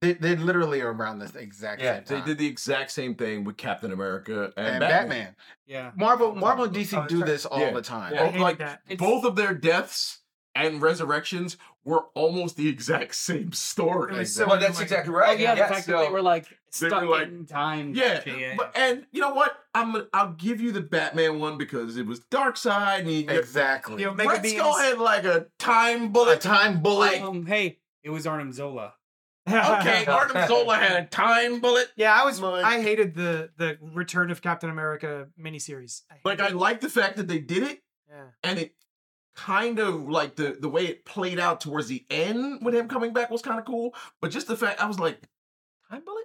S2: They, they literally are around the exact
S5: Yeah,
S2: same
S3: They
S2: time.
S3: did the exact same thing with Captain America and,
S2: and
S3: Batman.
S2: Batman.
S4: Yeah.
S2: Marvel, Marvel, and
S5: Oh,
S2: DC
S5: that's
S2: do
S5: right.
S2: this all
S3: Yeah.
S2: the time.
S5: Yeah.
S1: I
S3: Both-
S1: hated
S3: like
S1: that. <laughs>
S4: It's-
S3: both of their deaths and resurrections were almost the exact same
S1: It
S3: story.
S1: was so
S5: Well, that's
S1: annoying.
S5: exactly
S4: Oh,
S5: right.
S4: yeah, the fact that
S5: so-
S4: they were like
S3: they were,
S4: stuck
S3: like-
S4: in time.
S3: Yeah,
S4: shit,
S3: but and you know what? I'm gonna- I'll give you the Batman one because it was Dark Side and you,
S2: Exactly.
S1: You know, Omega
S3: Let's go
S1: Beans.
S3: ahead like a time
S2: a
S3: bullet.
S2: time bullet.
S4: um, hey, it was Arnim Zola.
S3: <laughs> okay, Artem Zola had a time bullet.
S1: yeah, I was.
S3: Like-
S1: I hated the the Return of Captain America miniseries. I
S3: Like I
S1: hated it.
S3: like the fact that they did it
S1: Yeah.
S3: and it kind of like the the way it played out towards the end with him coming back was kind of cool. But just the fact I was like, time bullet.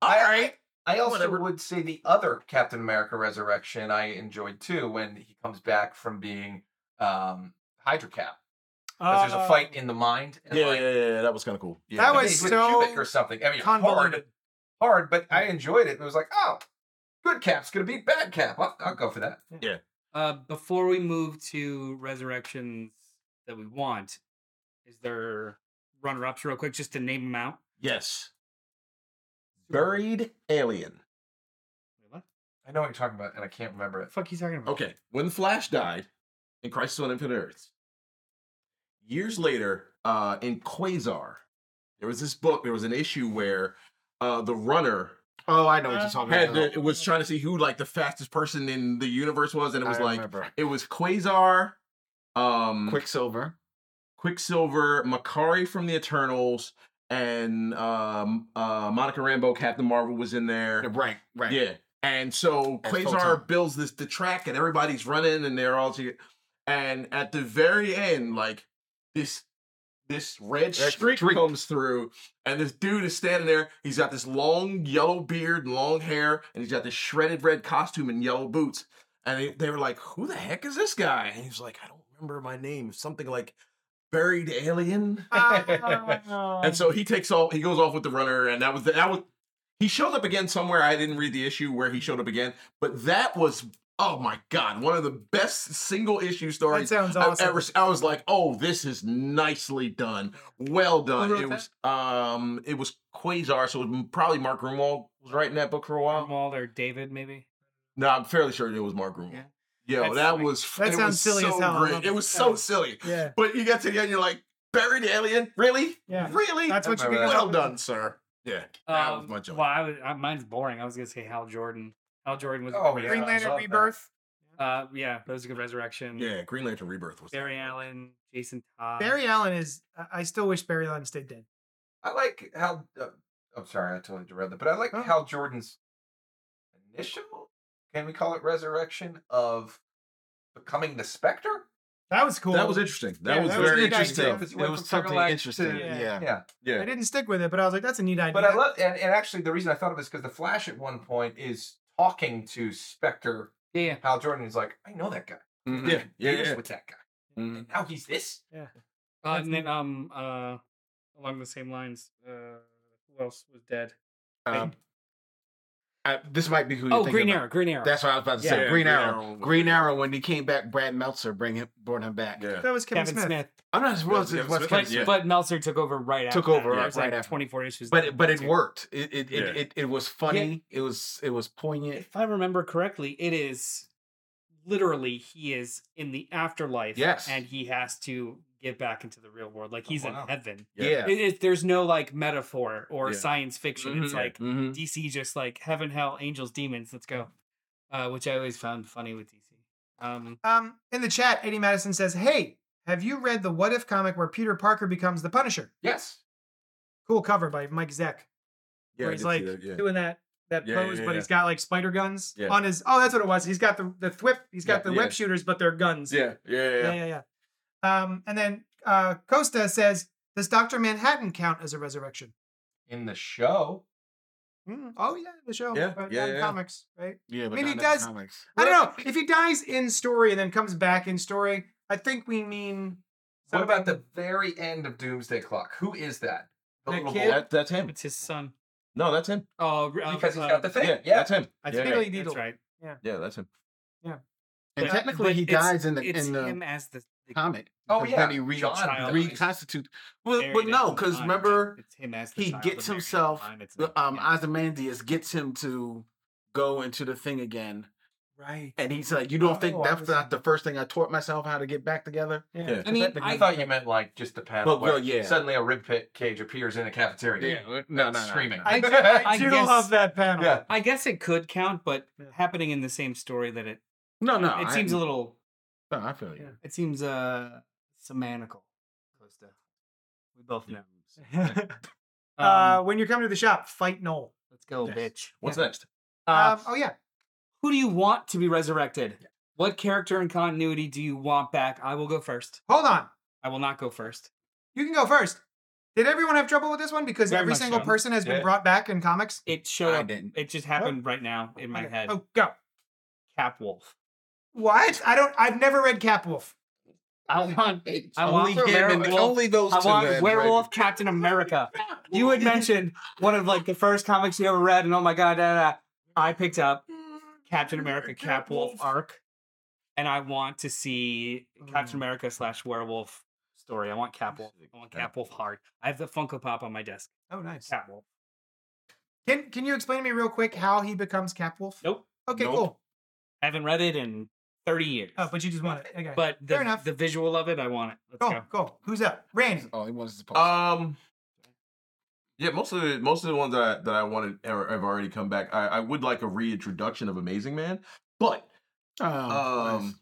S3: All
S5: I-
S3: right.
S5: I also
S3: Whatever.
S5: would say the other Captain America Resurrection I enjoyed too when he comes back from being um Hydra Cap. 'Cause there's a
S1: Uh,
S5: fight in the mind. And
S3: yeah,
S5: like,
S3: yeah, yeah, yeah, that was kind of cool. Yeah.
S1: That
S5: I think
S1: was
S5: he's with
S1: so
S5: Kubik or something. I mean, hard,
S1: Convoluted.
S5: hard, but I enjoyed it. It was like, oh, good Cap's gonna beat bad Cap. I'll, I'll go for that.
S4: Uh, before we move to resurrections that we want, is there runner ups real quick just to name them out?
S3: Yes. Buried alien.
S4: Wait, What
S5: I know what you're talking about, and I can't remember
S4: the
S5: it.
S4: fuck you talking about?
S3: Okay, when the Flash died in Crisis on Infinite Earths, years later, uh, in Quasar, there was this book. There was an issue where uh, the runner
S2: Oh, I know what you're talking
S3: had
S2: about.
S3: the, it was trying to see who like the fastest person in the universe was, and it was
S2: I
S3: like
S2: remember.
S3: it was Quasar, um,
S2: Quicksilver.
S3: Quicksilver, Makari from the Eternals, and um, uh, Monica Rambeau, Captain Marvel was in there.
S2: Right, right.
S3: Yeah. And so
S2: As Photon.
S3: Quasar builds this the track and everybody's running and they're all together. And at the very end, like this this red
S2: Red
S3: streak
S2: streak.
S3: comes through, and this dude is standing there. He's got this long yellow beard and long hair, and he's got this shredded red costume and yellow boots. And they, they were like, Who the heck is this guy? And he's like, I don't remember my name. Something like buried alien.
S1: Oh.
S3: <laughs> And so he takes off. He goes off with the runner, and that was the, that was. He showed up again somewhere. I didn't read the issue where he showed up again, but that was oh my god, one of the best single issue
S1: that
S3: stories
S1: sounds
S3: I've
S1: awesome.
S3: ever. s- I was like, oh, this is nicely done, well done.
S1: wrote
S3: It was um, it was Quasar, so it was probably Mark Grunwald was writing that book for a while.
S4: Grunwald or David, maybe.
S3: No, I'm fairly sure it was Mark Grunwald.
S4: Yeah.
S3: Yo,
S4: That's
S3: that
S4: like-
S3: was
S1: That
S3: it
S1: sounds
S3: was
S1: silly as
S3: so
S1: hell. I
S3: great.
S1: love
S3: It
S1: it.
S3: was
S1: Yeah.
S3: so silly,
S1: yeah,
S3: but you get to the end, you're like, buried alien, really,
S1: yeah.
S3: really.
S1: That's what you
S5: Remember
S1: can
S5: that.
S3: well done, sir. Yeah. That was
S4: Um,
S3: my joke.
S4: Well, I was, uh, mine's boring. I was gonna say Hal Jordan. Hal Jordan was.
S5: Oh,
S4: great.
S5: yeah.
S1: Green
S5: I
S1: Lantern
S5: love that.
S1: Rebirth.
S4: Uh, yeah, that was a good resurrection.
S3: Yeah, Green Lantern Rebirth was
S4: Barry Allen, Jason Todd.
S1: Barry Allen is. I- I still wish Barry Allen stayed dead.
S5: I like how. Uh, I'm sorry, I totally derailed that, but I like
S1: Huh?
S5: Hal Jordan's initial. Can we call it resurrection of becoming the Spectre?
S1: That was cool.
S3: That was interesting. That
S1: Yeah,
S3: was
S1: that was
S3: very
S1: a good idea.
S3: interesting.
S5: Because you
S2: It
S5: went
S2: was
S5: from
S2: something
S5: Parallax
S2: interesting.
S5: to-
S2: yeah.
S1: yeah.
S5: Yeah,
S1: I
S3: Yeah.
S1: didn't stick with it, but I was like, that's a neat idea.
S5: but I love and, and actually the reason I thought of this because the Flash at one point is talking to Spectre.
S4: Yeah, yeah.
S5: Hal Jordan is like, I know that guy.
S2: Mhm.
S3: Yeah, Mm-hmm. yeah,
S5: Years
S3: yeah.
S5: with that guy.
S2: Mhm.
S5: And now he's this.
S4: Uh, and then um uh, along the same lines, uh, who else was dead?
S2: Um, I, this might be who. You're
S4: Oh,
S2: thinking
S4: Green
S2: about.
S4: Arrow. Green Arrow.
S2: That's what I was about to say.
S3: Yeah,
S2: Green
S3: Green
S2: Arrow.
S3: Arrow.
S2: Green Arrow. When he came back, Brad Meltzer bring him, brought him back.
S3: Yeah.
S1: that was Kevin, Smith.
S2: I'm not as well as
S3: Yeah,
S2: what's
S3: Smith.
S2: Kevin
S4: But
S2: Smith,
S3: Yeah.
S4: but Meltzer took over right after.
S2: Took over,
S4: That.
S2: right-
S4: It was like
S2: right after.
S4: Twenty four issues.
S2: but it, but it
S4: Meltzer.
S2: worked. It it, it,
S3: Yeah.
S2: it it was funny. It was it was poignant.
S4: If I remember correctly, it is literally he is in the afterlife.
S2: Yes. Oh,
S4: and he has to get back into the real world. Like he's
S5: wow.
S4: in heaven.
S2: Yeah.
S4: It, it, there's no like metaphor or
S3: Yeah.
S4: science fiction. It's
S2: Mhm.
S4: like
S2: Mhm.
S4: DC just like heaven, hell, angels, demons. Let's go. Uh, which I always found funny with DC. Um,
S1: Um, in the chat, Eddie Madison says, "Hey, have you read the What If comic where Peter Parker becomes the Punisher?
S5: Yes.
S1: Cool cover by Mike Zeck.
S3: Yeah,
S1: where
S3: I
S1: he's
S3: did see
S1: like
S3: that, yeah.
S1: doing that that
S3: Yeah, yeah,
S1: pose,
S3: yeah,
S1: but
S3: yeah.
S1: he's got like spider guns
S3: Yeah.
S1: on his. Oh, that's what it was. He's got the the whip. He's got
S3: Yeah,
S1: the
S3: yeah.
S1: whip shooters, but they're guns.
S3: yeah, yeah, yeah,
S1: yeah,
S3: yeah.
S1: yeah. yeah. Um, and then uh, Costa says, "Does Doctor Manhattan count as a resurrection?"
S5: In the show.
S1: Hmm, Oh yeah, the show.
S3: Yeah,
S1: but
S3: yeah,
S1: not in
S3: yeah.
S1: Comics, right?
S2: Yeah, but
S1: mean,
S2: not
S1: he
S2: in the
S1: does-
S2: comics.
S1: I don't know if he dies in story and then comes back in story. I think we mean.
S5: What about
S1: something-
S5: the very end of Doomsday Clock? Who is that? The
S1: That
S5: little
S1: kid?
S5: boy?
S3: That, that's him.
S4: it's his son.
S3: No, that's him.
S4: Oh, r- uh,
S5: Because he's
S4: uh,
S5: got the thing.
S3: um, Yeah,
S5: Yeah.
S3: that's him.
S1: I
S3: yeah,
S1: think
S3: yeah.
S1: he did
S4: That's right.
S3: yeah, that's him.
S2: And
S4: But-
S2: technically,
S4: but
S2: he
S4: it's-
S2: dies in the
S4: It's
S2: in the
S4: him as the, the
S2: comic.
S5: Oh,
S2: because
S5: yeah,
S2: then he re-
S5: John
S4: dies.
S2: reconstitutes. Well,
S4: buried
S2: but
S4: in
S2: no,
S4: the
S2: because
S4: mine.
S2: remember
S4: it's him as the
S2: he
S4: child
S2: gets
S4: of Mary
S2: himself
S4: Mine. It's
S2: the
S4: not-
S2: um
S4: yeah.
S2: Ozymandias gets him to go into the thing again,
S1: Right.
S2: and he's like, "You don't think
S5: Oh, I
S2: that's
S5: was-
S2: not the first thing I taught myself how to get back together?"
S1: Yeah.
S3: Yeah.
S4: I mean,
S5: I
S4: I,
S5: thought you meant like just the panel.
S2: Well,
S5: where
S2: well, yeah.
S5: Suddenly a rib pit cage appears in a cafeteria.
S2: no, no, no.
S5: Screaming.
S1: <laughs>
S5: <laughs>
S1: I do, I
S4: I
S1: do
S4: guess-
S1: love that panel.
S5: yeah.
S4: I guess it could count, but
S1: Yeah.
S4: happening in the same story that it
S2: no, no.
S4: it
S2: I-
S4: seems a little
S2: No, I feel you.
S4: it seems uh semantical. Costa, we both know.
S1: <laughs>
S4: Um,
S1: uh, when you're coming to the shop, fight Noel.
S4: let's go,
S2: yes.
S4: bitch.
S3: What's next?
S4: Uh,
S1: um, oh yeah,
S4: who do you want to be resurrected? What character and continuity do you want back? I will go first.
S1: hold on.
S4: I will not go first.
S1: You can go first. Did everyone have trouble with this one? Because
S4: Very
S1: every
S4: much
S1: single
S4: so.
S1: person has been
S5: Yeah.
S1: brought back in comics.
S4: It showed
S2: I
S4: up.
S2: didn't.
S4: It just happened right now in my
S1: Okay.
S4: head.
S1: Oh, go.
S4: Cap Wolf.
S1: What? I don't. I've never read Capwolf.
S4: I want.
S2: It's
S4: I want
S2: only him and
S4: werewolf.
S2: only those
S4: I
S2: two.
S4: want
S2: men,
S4: Werewolf Captain America. You had mentioned one of like the first comics you ever read, and oh my god, da, da, da. I picked up Captain America Cap Wolf arc, and I want to see Captain
S1: Mm.
S4: America slash Werewolf story. I want Cap Wolf. I want Cap Wolf hard. I have the Funko Pop on my desk.
S1: Oh, nice.
S4: Cap Wolf.
S1: Can Can you explain to me real quick how he becomes Capwolf?
S4: Nope.
S1: Okay,
S3: Nope.
S1: cool.
S4: I haven't read it in thirty years.
S1: Oh, but you just want it. Okay.
S4: but the,
S1: fair enough. Oh,
S4: the visual of it, I want it. Let's
S1: cool.
S4: go.
S1: Cool. Who's up? Randy.
S2: Oh, he wants to
S3: Um, Yeah, most of the most of the ones that I, that I wanted are, have already come back. I, I would like a reintroduction of Amazing Man, but um,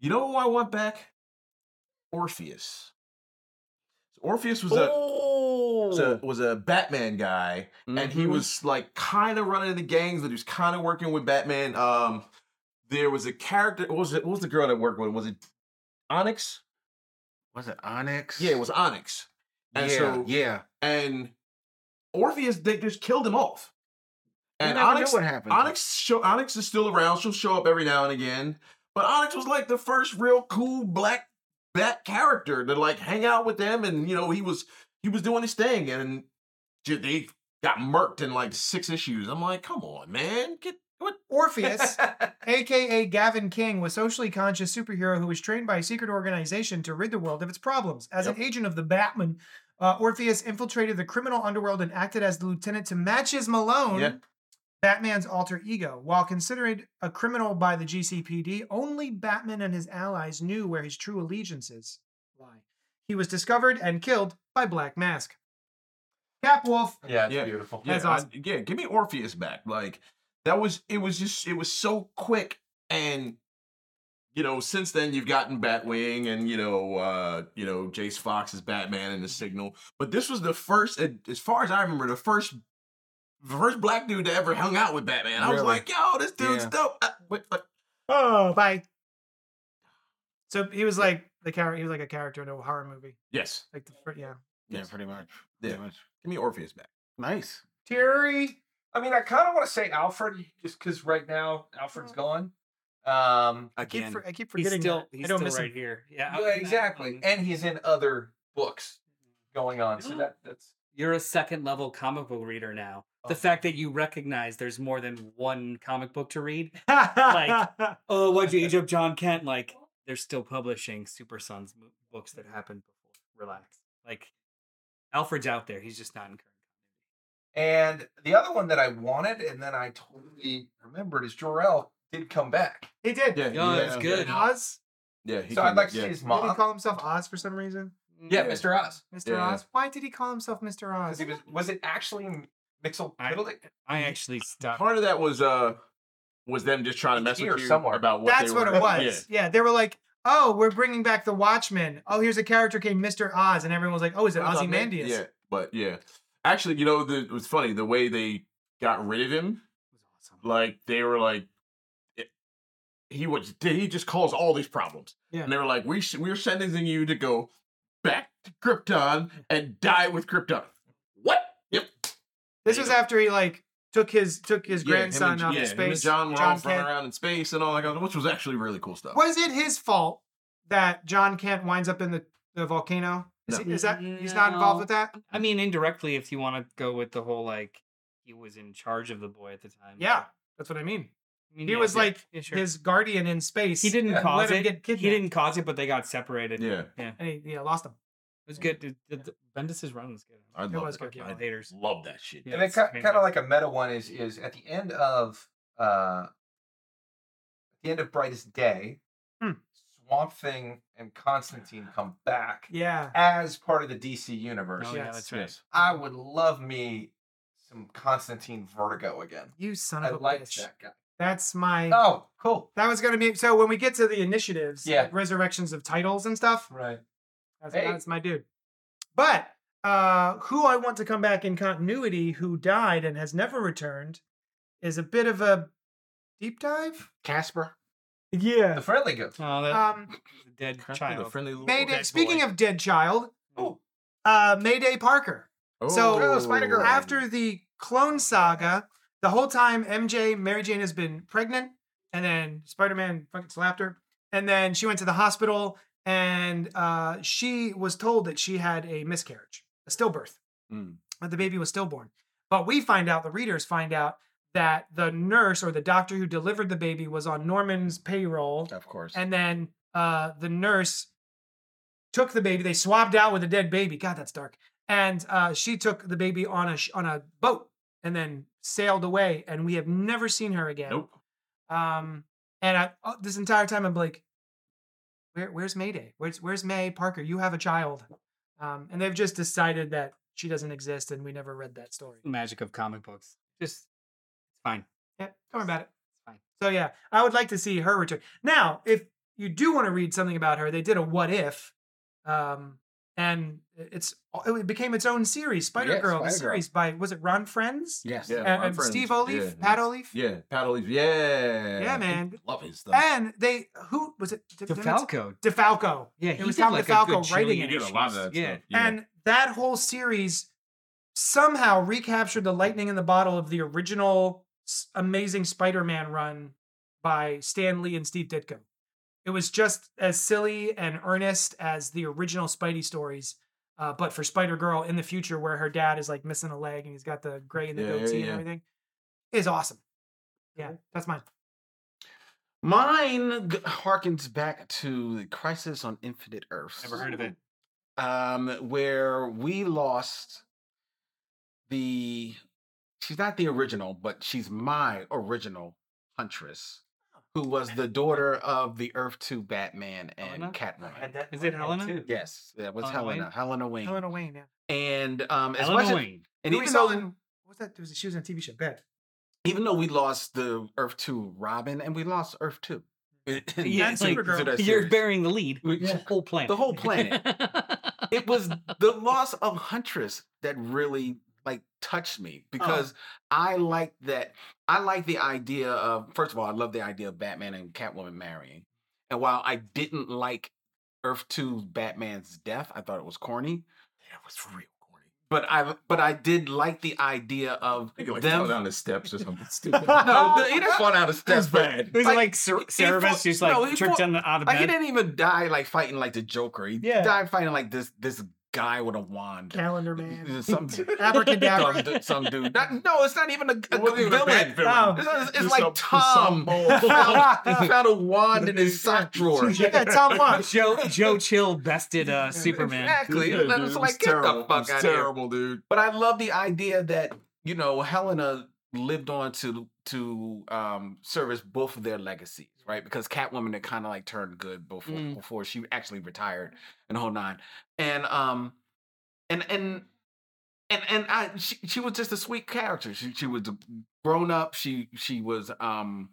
S3: you know who I want back? Orpheus. So Orpheus was a,
S2: Oh!
S3: was a was a Batman guy, and
S2: Mm-hmm.
S3: he was like kind of running the gangs, but he was kind of working with Batman. Um, there was a character. What was it? What was the girl that worked with? him? Was it Onyx?
S2: was it Onyx?
S3: Yeah, it was Onyx. And
S2: yeah,
S3: so-
S2: yeah.
S3: and Orpheus they just killed him off.
S2: You
S3: And
S2: never
S3: Onyx,
S2: knew what happened.
S3: Onyx, show, Onyx is still around. She'll show up every now and again. But Onyx was like the first real cool black bat character to like hang out with them, and you know he was he was doing his thing, and ju- they got murked in like six issues. I'm like, come on, man, get what?
S5: <laughs>
S1: Orpheus, aka Gavin King, was socially conscious superhero who was trained by a secret organization to rid the world of its problems. As an agent of the Batman, uh, Orpheus infiltrated the criminal underworld and acted as the lieutenant to Matches Malone,
S3: Yeah.
S1: Batman's alter ego. While considered a criminal by the GCPD, only Batman and his allies knew where his true allegiances lie. He was discovered and killed by Black Mask. Capwolf,
S5: Yeah, it's
S3: Yeah.
S5: beautiful.
S3: Yeah,
S1: That's
S3: I-
S1: awesome.
S3: yeah, give me Orpheus back. Like that was it was just it was so quick and you know, since then you've gotten Batwing and you know, uh, you know, Jace Fox is Batman and the signal. But this was the first and as far as I remember, the first the first black dude that ever hung out with Batman. I was
S2: Really?
S3: like, yo, this dude's
S2: Yeah.
S3: dope. Uh, but, but
S1: Oh, bye. So he was like the character. He was like a character in a horror movie.
S3: yes,
S1: Like the fir- yeah.
S2: yeah,
S3: yes.
S2: pretty much.
S3: Yeah.
S2: Pretty much.
S3: give me Orpheus back.
S2: Nice.
S1: Terry.
S5: I mean, I kind of want to say Alfred just because right now
S1: Mm.
S5: Alfred's gone. Um,
S1: I keep
S4: Again,
S1: for, I keep
S4: he's
S1: forgetting.
S4: still
S1: that.
S4: he's
S1: I don't
S4: still
S1: miss
S4: right
S1: him.
S4: here. Yeah,
S5: yeah, exactly,
S4: And
S5: and he's in other books
S1: Mm-hmm.
S5: going on. So that that's
S4: you're a second level comic book reader now. The fact that you recognize there's more than one comic book to read.
S1: <laughs>
S4: Like- Oh, why'd <laughs> you age up John Kent? Like they're still publishing Super Sons mo- books that happened before. Relax. Like Alfred's out there. He's just not in current.
S5: and the other one that I wanted, and then I totally remembered is Jor-El did come back.
S1: he did.
S3: Yeah,
S4: Yeah,
S3: yeah,
S4: that's
S3: yeah,
S4: good.
S1: Oz.
S3: Yeah, he
S5: so I'd
S3: came-
S5: like to
S3: yeah.
S5: see his
S1: Did he
S5: mom.
S1: call himself Oz for some reason?
S5: yeah, Mr. Oz.
S1: Mr.
S3: Yeah.
S1: Oz. Why did he call himself Mr. Oz?
S5: Was, he was, was it actually Mixel
S4: I-
S5: Piddledick?
S4: I actually stopped.
S3: Part of that was uh was them just trying to mess
S5: Here
S3: with you
S5: somewhere.
S3: about what
S1: That's
S3: they were
S1: what it
S3: <laughs> doing.
S1: was. Yeah. they were like, "Oh, we're bringing back the Watchmen. Oh, here's a character named Mr. Oz," and everyone was like, "Oh, is it
S3: I was like, man,
S1: Ozymandias?"
S3: Yeah, but yeah, actually, you know, the, it was funny the way they got rid of him. Like they were like, it- he was he just caused all these problems.
S1: Yeah.
S3: and they were like, we sh- we're sentencing you to go back to Krypton and die with Krypton. What? Yep.
S1: This
S3: There
S1: was
S3: you go.
S1: after he like took his took his
S3: Yeah, him and
S1: grandson
S3: J-
S1: out
S3: yeah,
S1: to
S3: him and
S1: space.
S3: John were all running
S1: Kent.
S3: around in space and all that, kind of- which was actually really cool stuff.
S1: Was it his fault that John Kent winds up in the, the volcano? Is,
S3: No.
S1: he- is that he's not involved with that?
S4: I mean, indirectly, if you want to go with the whole like he was in charge of the boy at the time.
S1: Yeah, that's what I mean.
S4: I mean,
S1: He
S4: yeah,
S1: was
S4: yeah,
S1: like
S4: yeah, sure.
S1: his guardian in space.
S4: He didn't
S5: Yeah,
S4: cause
S1: let him
S4: it.
S1: get
S4: he
S1: kidnapped.
S4: didn't cause it, but they got separated. It
S3: Yeah,
S1: and he yeah, lost him.
S4: was good. The, the, the, Bendis's run was good.
S3: I
S1: It
S3: love
S1: was
S3: that.
S1: good, yeah.
S4: Fuck y'all haters.
S3: Love that shit.
S4: Yeah.
S5: and then
S4: it's
S5: kind
S4: amazing.
S5: of like a meta one is is at the end of uh at the end of brightest day
S1: Hmm.
S5: swamp thing and constantine come back
S1: Yeah.
S5: as part of the dc universe
S4: Oh, yeah,
S1: Yes.
S4: that's right.
S5: i would love me some constantine vertigo again
S1: You son
S5: i
S1: of a
S5: like
S1: bitch.
S5: that guy
S1: That's my
S5: oh cool
S1: that was gonna be so when we get to the initiatives,
S5: Yeah.
S1: like resurrections of titles and stuff.
S5: right
S1: That's,
S5: Hey.
S1: that's my dude. But uh, who I want to come back in continuity, who died and has never returned, is a bit of a deep dive.
S2: Casper.
S5: the
S1: Yeah.
S5: friendly ghost
S4: Oh, that
S1: Um,
S4: the
S3: Kind
S4: dead
S3: of The
S4: child.
S3: friendly little
S1: Mayday.
S3: dead
S1: Speaking
S3: boy.
S1: of dead child, uh, Mayday Parker. so-
S3: Oh.
S1: Oh,
S2: uh, Spider-Girl.
S1: After the Clone Saga, the whole time MJ Mary Jane has been pregnant, and then Spider Man fucking slapped her, and then she went to the hospital, and uh, she was told that she had a miscarriage, a stillbirth.
S3: Mm.
S1: that the baby was stillborn. But we find out, the readers find out, that the nurse or the doctor who delivered the baby was on Norman's payroll.
S2: Of course.
S1: And then uh, the nurse took the baby. They swabbed out with a dead baby. God, that's dark. And uh, she took the baby on a sh- on a boat and then sailed away. And we have never seen her again.
S3: nope.
S1: Um, and I, oh, this entire time I'm like, Where, where's Mayday? Where's where's May Parker? You have a child. Um, and they've just decided that she doesn't exist and we never read that story.
S4: The magic of comic books. Just it's fine.
S1: Yeah, don't worry about it.
S4: It's fine.
S1: So yeah, I would like to see her return. Now, if you do want to read something about her, they did a what if, um, and it's it became its own series, Spider Girl, the
S5: Spider-Girl.
S1: series by was it Ron Friends
S2: Yes.
S3: Yeah.
S1: and,
S3: Ron
S1: and
S3: Friends.
S1: Steve O'Leaf,
S3: Yeah.
S1: Pat O'Leaf,
S3: Yeah, paddle leaves. Yeah.
S1: Yeah, man.
S3: Love his stuff.
S1: and they who was it? Did- did I mention-
S4: DeFalco.
S1: DeFalco.
S4: Yeah,
S1: was Tom DeFalco writing
S4: trillion
S1: it.
S3: He did a lot of
S4: issues.
S3: that
S4: Yeah.
S3: stuff. Yeah.
S1: And that whole series somehow recaptured the lightning in the bottle of the original s- Amazing Spider Man run by Stan Lee and Steve Ditko. It was just as silly and earnest as the original Spidey stories, uh, but for Spider Girl in the future, where her dad is like missing a leg and he's got the gray and the
S3: Yeah, yeah,
S1: goatee and
S3: yeah.
S1: everything, is awesome. Yeah, that's mine.
S2: Mine g- harkens back to the Crisis on Infinite Earths.
S4: Never heard of it.
S2: um, where we lost the she's not the original, but she's my original huntress, who was the daughter of the Earth Two Batman and
S4: Helena?
S2: Catwoman.
S4: Is it Helena?
S2: Yes, that was
S4: Helena Wayne?
S2: Helena. Helena Wayne.
S1: Helena Wayne. Yeah,
S2: And um, as much
S4: Eleanor
S2: as-
S4: Wayne.
S2: and
S1: Who we
S2: even
S1: saw
S2: though,
S1: in- what was that? Was it- She was in a TV show. Bad.
S2: even though we lost the Earth Two Robin, and we lost Earth Two. <laughs> Yeah,
S4: it's like-
S1: Supergirl.
S4: You're burying the lead.
S2: We-
S4: The whole planet.
S2: The whole planet. it was the loss of Huntress that really like touched me
S3: Oh.
S2: because I like that. I like the idea of first of all, I love the idea of Batman and Catwoman marrying. And while I didn't like Earth 2 Batman's death, I thought it was corny.
S3: yeah, it was real corny.
S2: But I but I did like the idea of
S3: I think he like fell
S2: them.
S3: down the steps or something stupid.
S2: <laughs> No, the- he didn't fall down the
S3: It was
S2: steps. but-
S3: bad.
S4: It was
S2: Like,
S4: like Cer-
S2: he fought-
S4: Cerebus just like
S2: no, he
S4: tripped
S2: fought-
S4: on the, out of
S2: Like he
S4: bed.
S2: didn't even die like fighting like the Joker. He
S1: Yeah.
S2: died fighting like this this guy with a wand.
S1: Calendar Man. <laughs>
S2: Some
S1: Abracadabra.
S2: <laughs> some, du- some dude. Not- no, it's not even a, a
S3: It wasn't even a
S2: villain.
S3: bad villain.
S1: Oh.
S2: It's, not- it's
S3: Just
S2: like
S3: some- just some
S2: <laughs> Tom
S3: old-
S2: found, found a wand in his sock
S1: <laughs>
S2: drawer.
S1: Yeah, Tom
S3: <laughs>
S1: Watts.
S4: Joe Joe Chill bested uh, Superman.
S2: Exactly.
S3: Yeah,
S2: It's
S3: dude, it was
S2: like, get
S3: terrible.
S2: the
S3: It
S2: fuck
S3: was
S2: out of here.
S3: terrible, dude.
S2: Mm, But I love the idea that, you know, Helena lived on to to um service both of their legacies, right? Because Catwoman had kind of like turned good before
S4: Mm.
S2: before she actually retired and whole nine. And um and and and and I she, she was just a sweet character. She she was grown up. She she was um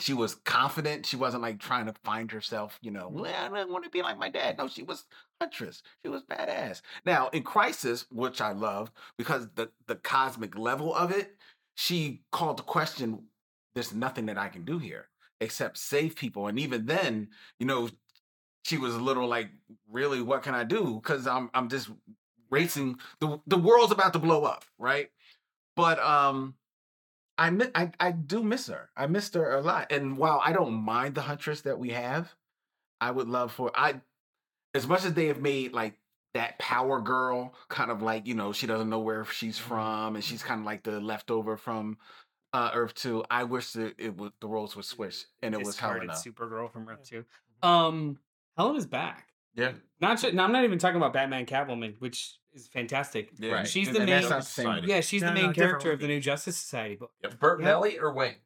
S2: she was confident. She wasn't like trying to find herself, you know, well, I don't want to be like my dad. No, she was huntress. She was badass. Now in Crisis, which I loved because the the cosmic level of it, she called to question there's nothing that I can do here except save people. And even then, you know, she was a little like, really, what can I do? Because I'm I'm just racing. the The world's about to blow up, right? But um, I mi- I I do miss her. I missed her a lot. And while I don't mind the huntress that we have, I would love for I as much as they have made like that power girl kind of like you know she doesn't know where she's from and she's kind of like the leftover from uh earth 2 i wish that it would the roles were switched and it was
S4: Discarded
S2: helena
S4: Supergirl from Earth Two. Um, Helena's back.
S3: Yeah.
S4: Not ju- now I'm not even talking about Batman Catwoman, which is fantastic.
S3: Yeah.
S4: She's
S2: And-
S4: the
S2: and
S4: main.
S2: that's not the same.
S4: Yeah, she's
S1: No,
S4: the
S1: no,
S4: main
S1: different
S4: character
S1: one.
S4: of the New Justice Society book.
S5: Burt
S1: Yeah.
S5: Melly or Wayne?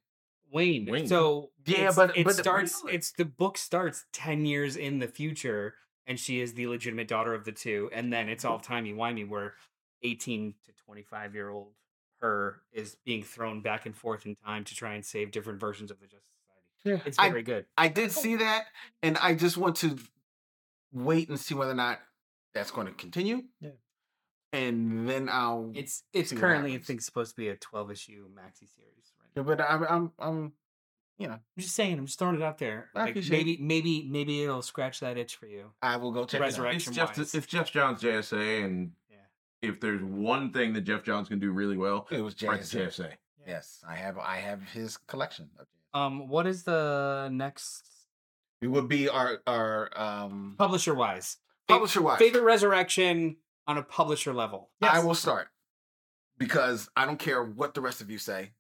S4: Wayne.
S3: Wayne.
S4: So
S2: Yeah,
S4: it's-
S2: but-
S4: it
S2: but-
S4: starts.
S2: really?
S4: It's the book starts ten years in the future, and she is the legitimate daughter of the two. And then it's all timey wimey, where eighteen to twenty five year old her is being thrown back and forth in time to try and save different versions of the Justice Society. It's
S2: I-
S4: very good.
S2: i did see that and i just want to wait and see whether or not that's going to continue
S1: Yeah.
S2: and then i'll
S4: It's it's
S2: see what
S4: currently I
S2: happens.
S4: think supposed to be a twelve issue maxi series. Right
S2: Yeah, but i'm i'm, I'm
S4: I'm just saying. I'm just throwing it out there.
S2: I
S4: Like,
S2: appreciate it.
S4: maybe maybe maybe it'll scratch that itch for you.
S2: i will go check it out.
S4: Resurrect.
S3: It's Jeff,
S4: Direction-wise.
S3: it's Jeff Johns JSA, and
S4: Yeah.
S3: if there's one thing that Jeff Johns can do really well,
S2: it was
S3: write
S2: jazz
S3: the JSA.
S2: yes i have i have his collection of
S4: Um. What is the next
S2: it would be our our um
S4: publisher wise?
S2: publisher wise
S4: favorite resurrection on a publisher level.
S2: I
S1: Yes.
S2: will start because I don't care what the rest of you say.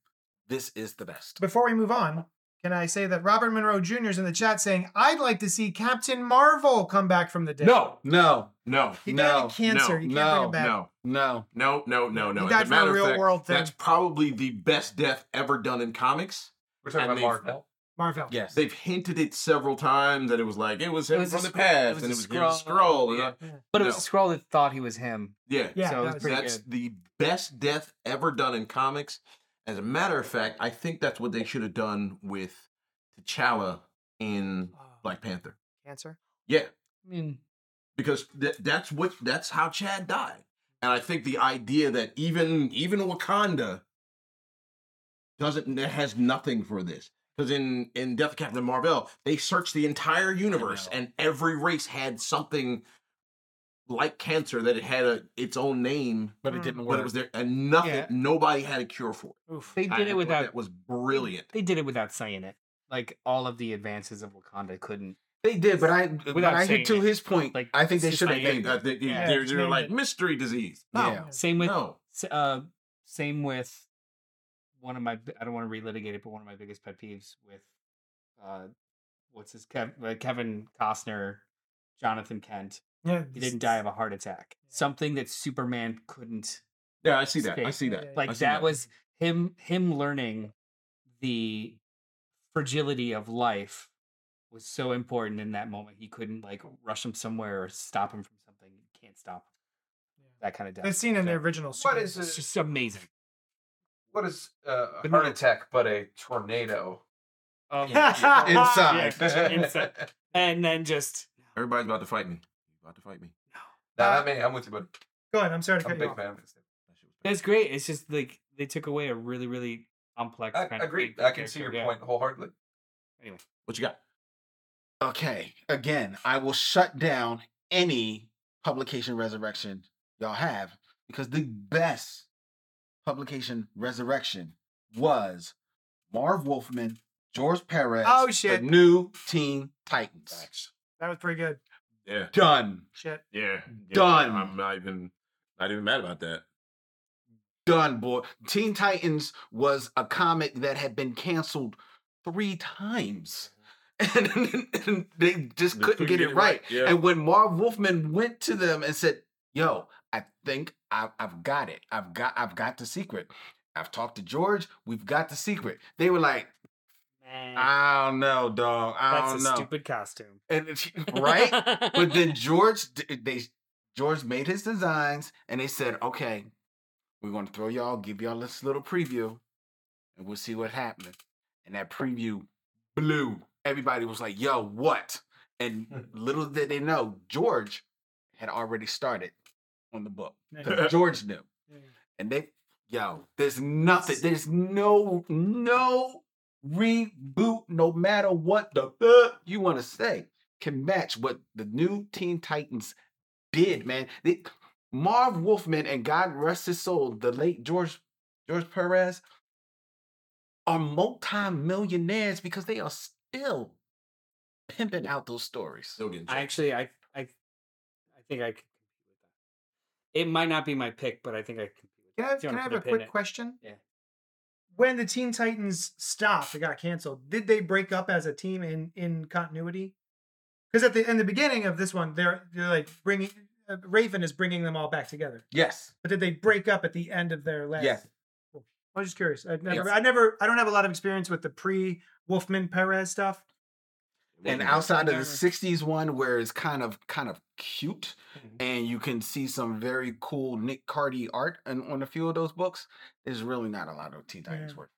S2: This is the best.
S1: Before we move on, can I say that Robert Monroe Jr. is in the chat saying, I'd like to see Captain Marvel come back from the dead.
S3: No,
S2: No,
S3: no,
S1: He died
S2: No,
S1: of cancer.
S3: no,
S1: you can't bring
S2: no,
S1: him back.
S3: no,
S2: no.
S3: no, no, no, no.
S1: He
S3: As
S1: died from
S3: matter
S1: a
S3: of
S1: real
S3: fact,
S1: world thing.
S3: That's probably the best death ever done in comics.
S5: We're talking
S3: And
S5: about
S3: they've-
S5: Marvel.
S1: Marvel.
S2: Yes.
S3: They've hinted it several times that it was like it was him
S4: It was a
S3: from the
S4: scroll- it
S3: past,
S4: was
S3: and
S4: a
S3: it was scroll.
S4: scroll,
S3: scroll and I-
S4: But it was
S3: No.
S4: a scroll that thought he was him.
S3: yeah,
S1: Yeah,
S4: So
S1: that
S4: it's
S1: was
S4: pretty
S3: that's
S4: good.
S3: the best death ever done in comics. As a matter of fact, I think that's what they should have done with T'Challa in
S1: Oh,
S3: Black Panther.
S1: Cancer.
S3: Yeah,
S4: I mean,
S3: because th- that's what that's how Chad died. And I think the idea that even even Wakanda doesn't has nothing for this. Because in in Death of Captain Marvel, they searched the entire universe,
S2: know.
S3: and every race had something like cancer that it had a its own name,
S2: but
S1: Mm.
S2: it didn't
S3: but
S2: work.
S3: it was there, and nothing.
S4: Yeah.
S3: Nobody had a cure for it.
S1: Oof.
S4: they
S3: I
S4: did
S3: thought
S4: it without
S3: that was brilliant.
S4: they did it without saying it. Like all of the advances of Wakanda couldn't.
S2: they did, but I but
S4: Without
S2: I
S4: saying
S2: hit to
S4: it.
S2: his point.
S4: Like,
S2: Like I think they
S4: it's
S2: should have
S4: just
S2: named
S3: That
S2: it.
S3: they, they,
S4: Yeah.
S3: they're, they're
S1: Yeah.
S3: like mystery disease.
S2: No.
S1: Yeah.
S4: Same with
S3: No,
S4: s- uh, same with one of my. bi- I don't want to relitigate it, but one of my biggest pet peeves with uh, what's his Kev, uh, Kevin Costner, Jonathan Kent.
S1: Yeah,
S4: He didn't die of a heart attack. Something that Superman couldn't.
S3: yeah, I see that. I
S4: Space.
S3: see that.
S4: Like
S3: I
S4: that,
S3: see that.
S4: was him. Him learning the fragility of life was so important in that moment. He couldn't like rush him somewhere or stop him from something. You can't stop him. that kind of death.
S1: That scene in the
S4: So-
S1: original.
S5: What
S1: Superman.
S5: is
S4: It's just amazing.
S5: What is uh, a
S4: But
S5: heart
S4: no.
S5: attack but a tornado?
S4: Um,
S5: Inside.
S4: Yeah, inside. and then just
S3: Everybody's about to fight me. About to fight me.
S5: <laughs> Nah, I mean, I'm with you, but
S1: Go ahead. I'm sorry to
S5: I'm a
S1: cut you
S5: big
S1: off.
S5: fan.
S4: that's great. It's just like they took away a really, really complex.
S5: I
S4: kind of
S5: agree.
S4: thing for
S5: I can see your
S4: character, yeah.
S5: point wholeheartedly.
S3: What you got?
S2: Okay. Again, I will shut down any publication resurrection y'all have because the best publication resurrection was Marv Wolfman, George Perez,
S1: Oh,
S2: the
S1: shit.
S2: new Teen Titans.
S1: That was pretty good.
S3: Yeah,
S2: Done.
S1: Shit.
S3: yeah. yeah.
S2: Done.
S3: I'm not even not even mad about that.
S2: Done, boy. Teen Titans was a comic that had been canceled three times. <laughs> And, Mm-hmm. they just
S3: They
S2: couldn't get it right.
S3: Yeah.
S2: And when Marv Wolfman went to them and said, "Yo, I think I, I've got it. I've got I've got the secret. I've talked to George. We've got the secret." They were like,
S4: Man,
S2: "I don't know, dog. I
S4: Mm. that's a
S2: don't know."
S4: stupid
S2: <laughs>
S4: costume,
S2: And it's,
S4: <laughs>
S2: right? but then George d- eh, they George made his designs and they said, okay, we're gonna throw y'all, give y'all this little preview, and we'll see what happens. And that preview blew. Everybody was like, yo, what? And little did they know, George had already started on the book.
S3: <laughs>
S2: 'Cause George knew.
S3: Mm.
S2: And they yo, there's nothing, there's no no reboot, no matter what the fuck you want to say, can match what the new Teen Titans
S3: Mm.
S2: did, man. They, Marv Wolfman and God rest his soul, the late George George Perez are multi-millionaires because they are still pimping out those stories.
S3: Still getting
S4: I
S3: choked.
S4: actually, I, I, I think I could compete with that. It might not be my pick, but I think I could compete with
S1: Can I,
S4: that.
S1: can I have a quick question?
S4: Yeah.
S1: When the Teen Titans
S4: <sighs>
S1: stopped, it got canceled. Did they break up as a team in in continuity? Because at the in the beginning of this one, they're they're like bringing uh, Raven is bringing them all back together.
S2: Yes.
S1: But did they break up at the end of their last?
S2: Yes.
S1: Cool. I was just curious. I've never,
S2: Yes.
S1: I never, I don't have a lot of experience with the pre Wolfman Perez stuff.
S2: and
S3: Wasn't
S2: outside of
S4: Never.
S2: the 60s one where it's kind of kind of cute
S4: Mhm.
S2: and you can see some very cool nick cardi art and on a few of those books there's really not a lot of teen titans
S1: Yeah.
S2: work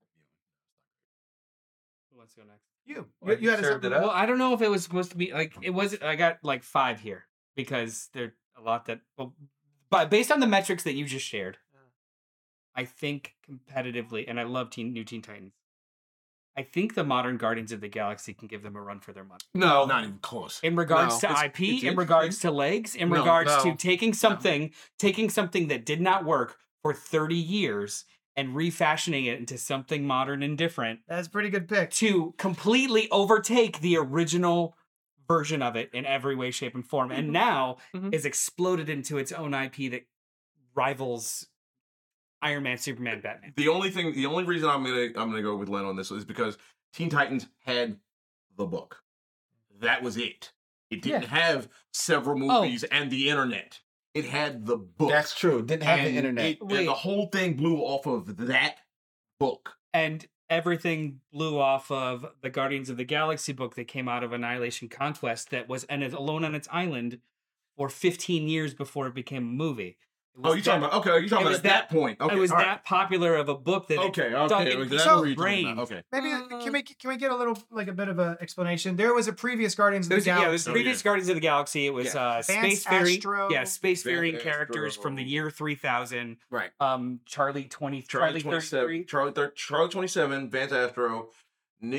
S4: Who wants to go next?
S1: You,
S5: Well,
S1: you, you had a
S5: served it
S1: separate-
S5: up.
S4: Well, I don't know if it was supposed to be like it was. I got like five here because there a lot that, well, but based on the metrics that you just shared,
S1: Uh-huh.
S4: I think competitively, and I love Teen New Teen Titans. I think the modern Guardians of the Galaxy can give them a run for their money
S2: no
S3: not even close.
S4: in regards
S2: No,
S4: to
S2: it's-
S4: IP,
S3: it's
S4: in regards to legs, in
S2: No,
S4: regards to
S2: no,
S4: taking something, taking something that did not work for thirty years and refashioning it into something modern and different
S1: That's a pretty good pick.
S4: to completely overtake the original version of it in every way, shape, and form, and now
S2: Mhm.
S4: is exploded into its own IP that rivals Iron Man, Superman, Batman.
S3: The only thing, the only reason I'm gonna I'm gonna go with Len on this is because Teen Titans had the book. That was it. It didn't have several movies and the internet. It had the book.
S2: Oh. that's true didn't have
S3: And
S2: the internet
S3: it- and
S4: Wait.
S3: the whole thing blew off of that book.
S4: And everything blew off of the Guardians of the Galaxy book that came out of Annihilation Conquest that was and is alone on its island for 15 years before it became a movie. It
S3: Oh,
S4: was
S3: you talking
S4: that-
S3: about? Okay, you talking about
S4: was
S3: at that, point? Okay,
S4: it was
S3: all right.
S4: that popular of a book that it-
S3: Okay,
S4: dug
S3: okay,
S4: in
S3: okay,
S4: people's
S3: that's what you're talking
S4: brains.
S3: about. Okay,
S1: Maybe uh,
S4: Mm.
S1: can we can we get a little like a bit of an explanation? There was a previous Guardians of
S4: There
S1: the
S4: was, yeah, it was
S1: Galaxy.
S3: Oh,
S4: previous Guardians of the Galaxy. It was
S2: Yeah.
S4: uh,
S1: Advanced Astro.
S4: spacefaring, yeah, spacefaring
S3: Advanced
S4: characters from the
S3: Astro.
S4: year three thousand.
S2: Right.
S4: Um, Charlie twenty,
S3: Charlie
S4: Charlie,
S3: twenty seven,
S4: thirty-three.
S3: Charlie thir- Charlie twenty seven, Vance Astro,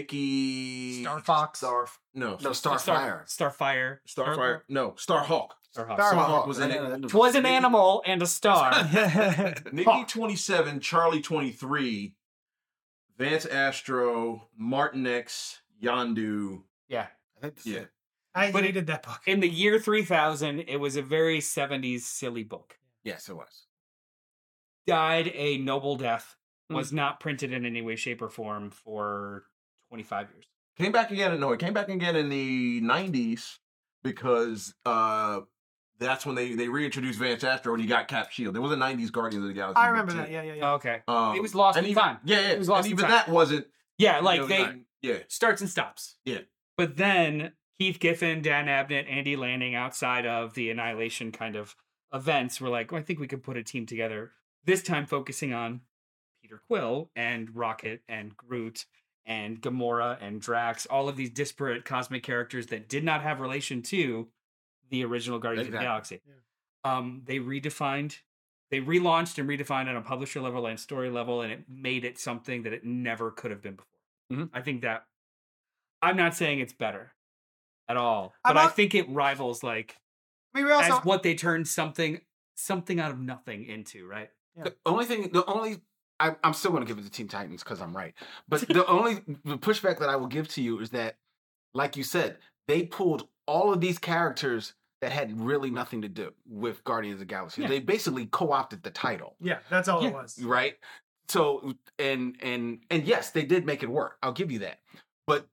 S3: Nikki
S1: Star Fox.
S3: Star no,
S2: No, Starfire.
S4: Starfire,
S3: Starfire, no, Starhawk.
S4: Starhawk.
S1: Star-
S3: Starhawk was in it.
S4: It was an animal and a star.
S3: <laughs> Nikki twenty seven, Charlie twenty three, Vance Astro, Martin X, Yandu.
S4: yeah.
S2: I think that's it.
S3: Yeah.
S1: <laughs> I
S4: <laughs> But it-
S1: hated that book.
S4: In the year three thousand, it was a very seventies silly book.
S2: Yes, it was.
S4: Died a noble death. Was not printed in any way, shape, or form for twenty five years.
S3: Came back again. No, it came back again in the nineties because uh, that's when they they reintroduced Vance Astro and he got Cap Shield. There was a nineties Guardians of the Galaxy.
S1: I
S3: book,
S1: remember
S3: too.
S1: that. Yeah, yeah, yeah.
S4: Okay.
S3: Um,
S4: It was lost
S3: and
S4: in
S3: even-
S4: time.
S3: Yeah, yeah.
S4: It was
S3: and
S4: lost in
S3: even
S4: time.
S3: that wasn't
S4: Yeah,
S3: you
S4: like
S3: know,
S4: they
S3: not- yeah.
S4: starts and stops.
S3: Yeah.
S4: But then Keith Giffen, Dan Abnett, Andy Lanning, outside of the Annihilation kind of events, were like, well, I think we could put a team together. This time focusing on Peter Quill and Rocket and Groot and Gamora and Drax, all of these disparate cosmic characters that did not have relation to the original Guardians of the
S2: Exactly.
S4: Galaxy. Um, they redefined, they relaunched and redefined on a publisher level and story level, and it made it something that it never could have been before. I think that I'm not saying it's better at all, but
S1: I'm
S4: I
S1: not-
S4: think it rivals like
S1: I mean, we also
S4: as what they turned something something out of nothing into, right?
S2: The only thing, the only, I, I'm still going to give it to Team Titans because I'm right. But the only the pushback that I will give to you is that, like you said, they pulled all of these characters that had really nothing to do with Guardians of the Galaxy.
S4: Yeah.
S2: They basically co-opted the title,
S1: yeah, that's all
S4: Yeah.
S1: it was.
S2: right? So and and and yes, they did make it work. I'll give you that. But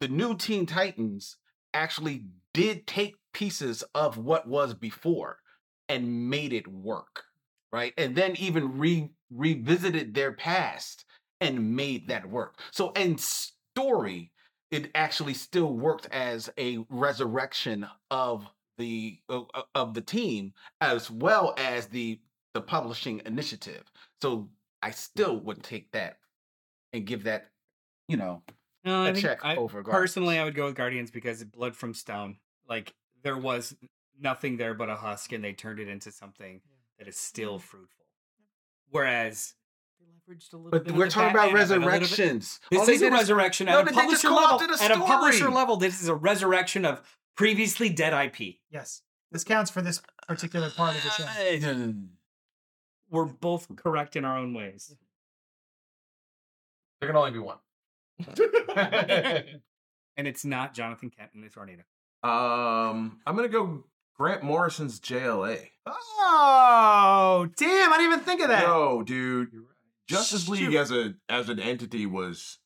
S2: the new Teen Titans actually did take pieces of what was before and made it work right? And then even re revisited their past and made that work. So in story, it actually still worked as a resurrection of the o- o- of the team as well as the the publishing initiative. So I still would take that and give that, you know,
S4: No,
S2: a
S4: I
S2: check
S4: I-
S2: over.
S4: personally I
S2: Guardians.
S4: would go with Guardians because it blood from stone. Like there was nothing there but a husk and they turned it into something that is still fruitful. Whereas they leveraged a little bit
S2: but
S4: of
S2: we're
S4: the
S2: talking about
S4: Batman, but a little bit-
S2: resurrections.
S4: This
S2: All they
S4: is a
S2: did
S4: resurrection
S2: No,
S4: at
S2: they
S4: a
S2: just
S4: publisher level.
S2: co-opted a
S4: At a publisher
S2: story.
S4: level, this is a resurrection of previously dead IP.
S1: Yes, this counts for this particular part of the show.
S4: We're both
S3: Mm-hmm.
S4: correct in our own ways.
S5: There can only be one.
S4: <laughs> And it's not Jonathan Kent in the tornado.
S3: Um, I'm gonna go Grant Morrison's JLA.
S1: Oh damn! I didn't even think of that.
S3: No, dude, Justice League
S1: Shoot.
S3: as a as an entity was,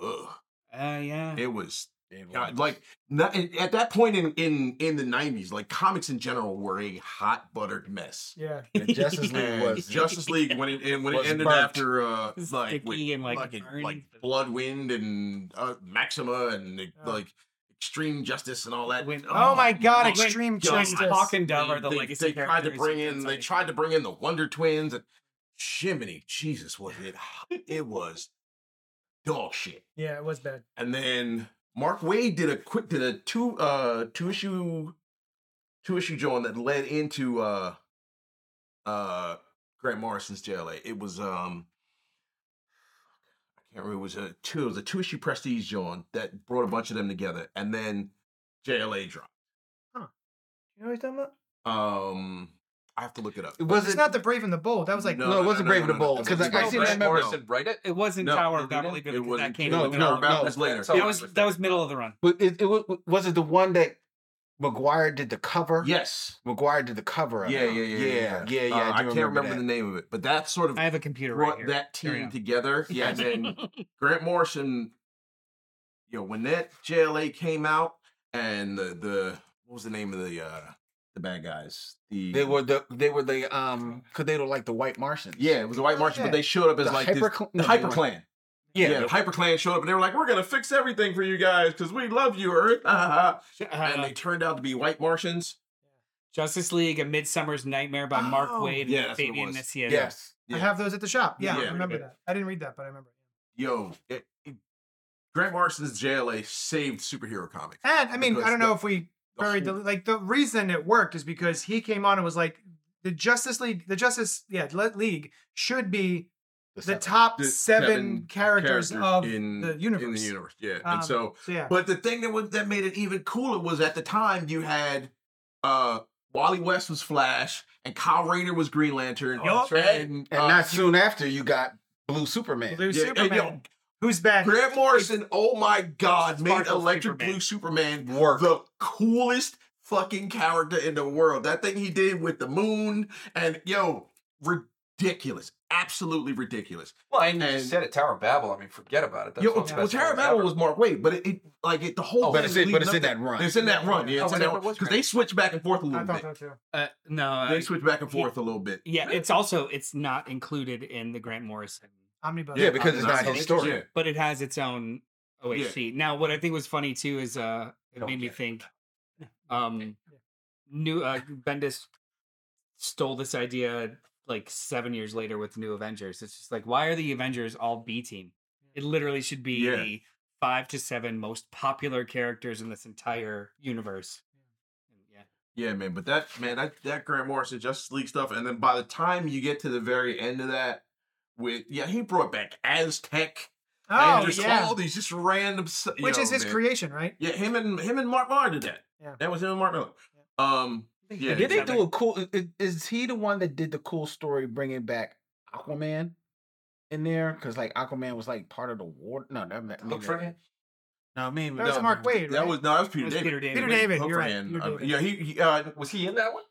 S3: ugh,
S4: Uh, yeah.
S3: it was
S2: It
S3: God,
S2: was-
S3: like not, at that point in in in the 90s, like comics in general were a hot buttered mess.
S1: Yeah,
S4: <laughs>
S2: the Justice League
S3: And
S2: was
S3: Justice League when it and when it
S2: Was
S3: ended
S2: burnt.
S3: after uh like with
S4: Sticky and like,
S3: fucking,
S4: burning.
S3: like Bloodwind and uh, Maxima and
S1: Yeah.
S3: like Extreme Justice and all that.
S4: When-
S1: Oh my God, Extreme
S3: God.
S1: Justice.
S4: Hawk and Dove
S3: They-
S4: are the
S3: they,
S4: legacy
S3: they tried to
S4: characters
S3: bring
S4: of
S3: in. They
S4: Inside.
S3: tried to bring in the Wonder Twins and Shiminy, Jesus, was it? It was dog shit.
S1: yeah, it was bad.
S3: And then Mark Wade did a quick did a two uh two issue two issue joint that led into uh uh Grant Morrison's JLA. It was um I can't remember it was a two it was a two issue prestige joint that brought a bunch of them together and then JLA dropped.
S1: You know what he's talking about?
S3: Um I have to look it up.
S2: was
S1: It's
S2: it
S1: not the Brave and the Bold. That was like
S2: No, it wasn't Brave and the Bold,
S3: It
S2: 'cause
S3: wasn't
S2: I- I
S3: Brave
S2: seen
S3: and the
S5: Grant
S2: that memo.
S3: Bold.
S5: Morrison write it.
S4: It wasn't
S3: No,
S4: Tower
S3: no,
S4: of
S3: they
S4: Babel
S3: didn't.
S4: even
S3: It
S4: because that
S3: wasn't
S4: came
S2: No,
S4: with the-
S2: no,
S3: Tower of Babel
S2: no.
S3: was later.
S4: That was that was middle of the run.
S2: But it, it was, was it the one that McGuire did the cover?
S3: Yes.
S2: McGuire did the cover. of
S3: Yeah,
S2: it.
S3: yeah, yeah, yeah,
S2: yeah, yeah,
S3: Uh, I,
S2: I, do
S3: can't remember the
S2: that.
S3: name of it, but that sort of
S4: I have a computer right
S3: brought
S4: here.
S3: that
S4: There we
S3: team
S4: go.
S3: together. Yeah, and then Grant Morrison, you know, when that JLA came out and the the what was the name of the uh the bad guys? The
S2: They were the they were the um because they don't like the White Martians.
S3: Uh-huh. yeah, it was the White
S1: Oh,
S3: Martian,
S1: yeah.
S3: but they showed up as
S2: the
S3: like
S2: hyper
S3: this, the Hyper Clan.
S4: Yeah.
S3: the Hyper Clan showed up and they were like, "We're gonna fix everything for you guys because we love you, Earth." <laughs> and
S4: Uh,
S3: they turned out to be white Martians.
S4: Justice League: A Midsummer's Nightmare by Mark
S1: Oh,
S3: yeah,
S4: Waid and
S3: that's what it
S4: Fabian
S3: was.
S4: Nicieza.
S3: Yes.
S1: I
S3: Yeah.
S1: have those at the shop. Yeah,
S3: Yeah.
S1: I remember that. I didn't read that, but I remember.
S3: Yo, it- it- Grant Morrison's JLA saved superhero comics.
S1: And I mean, I
S3: Because
S1: don't know if we
S3: The
S1: buried the
S3: whole-
S1: like the reason it worked is because he came on and was like, the Justice League, the Justice yeah Le- League should be the
S2: seven.
S1: top
S3: the
S1: seven, characters, of
S3: in
S1: the universe.
S3: In the universe, yeah.
S1: Um,
S3: and so,
S1: so yeah,
S3: but the thing that was, that made it even cooler was at the time you had uh Wally West was Flash and Kyle Rayner was Green Lantern.
S1: Yup.
S3: and and uh,
S2: And not
S4: <laughs>
S2: soon after, you got Blue Superman.
S1: Blue
S3: yeah, and, you
S1: Superman,
S3: know,
S1: who's back?
S3: Grant Morrison, oh my God, made
S4: Sparkle
S3: Electric
S4: Superman.
S3: Blue Superman
S2: Work.
S3: the coolest fucking character in the world. That thing he did with the moon and yo, ridiculous. Absolutely ridiculous.
S5: Well, and you
S3: And-
S5: just said it, Tower of Babel. I mean, forget about it. That's
S3: Yo,
S5: one of the
S3: well,
S5: best
S3: Tara
S5: ones
S3: Battle
S5: ever.
S3: was Mark Wade, but it, it like it the whole
S2: Oh, but
S3: thing
S2: it's in- but
S3: leading
S2: it's
S3: up
S2: in
S3: to-
S2: that run.
S3: It's in that run, yeah.
S5: Oh,
S3: It's
S5: but
S3: in
S5: that
S3: that
S5: one was
S3: because
S5: great.
S3: they switch back and forth a
S1: I
S3: little
S1: thought
S3: bit.
S1: so too.
S4: Uh, no,
S3: They
S4: I,
S3: switch back and
S4: he-
S3: forth a little bit.
S4: yeah,
S3: <laughs>
S4: it's also it's not included in the Grant Morrison,
S1: Omnibus.
S2: Yeah, because it's not
S3: so-
S2: his story.
S3: yeah.
S4: but it has its own OHC. Now, what I think was funny too is uh, it
S5: Don't
S4: made me
S5: care.
S4: think, um, new uh, Bendis stole this idea like seven years later with New Avengers. It's just like, why are the Avengers all B team? It literally should be
S3: Yeah.
S4: the five to seven most popular characters in this entire universe. Yeah.
S3: Yeah, man, but that man, that that Grant Morrison Justice League stuff, and then by the time you get to the very end of that, with yeah, he brought back Aztec
S1: Oh
S3: and just
S1: yeah,
S3: all these just random, s- you
S1: which is
S3: know,
S1: his
S3: man.
S1: creation, right?
S3: Yeah, him and him and Mark Miller did that.
S1: Yeah.
S3: that was him and Mark Miller. Um, yeah,
S2: Did they
S4: Exactly.
S2: do a cool? i- i- Is he the one that did the cool story bringing back Aquaman in there? Because like Aquaman was like part of the war. No, that, that
S5: Look
S2: maybe-
S5: for it.
S2: No, I mean
S1: That was
S2: no,
S1: Mark Wade,
S3: that
S1: right?
S3: was no, that was Peter
S4: It was
S3: David.
S4: Peter David.
S1: Peter David,
S3: Hook
S1: you're
S3: for
S1: right,
S3: Hand.
S1: Peter
S3: uh,
S1: David.
S3: yeah, he, he uh,
S5: Was he in that one?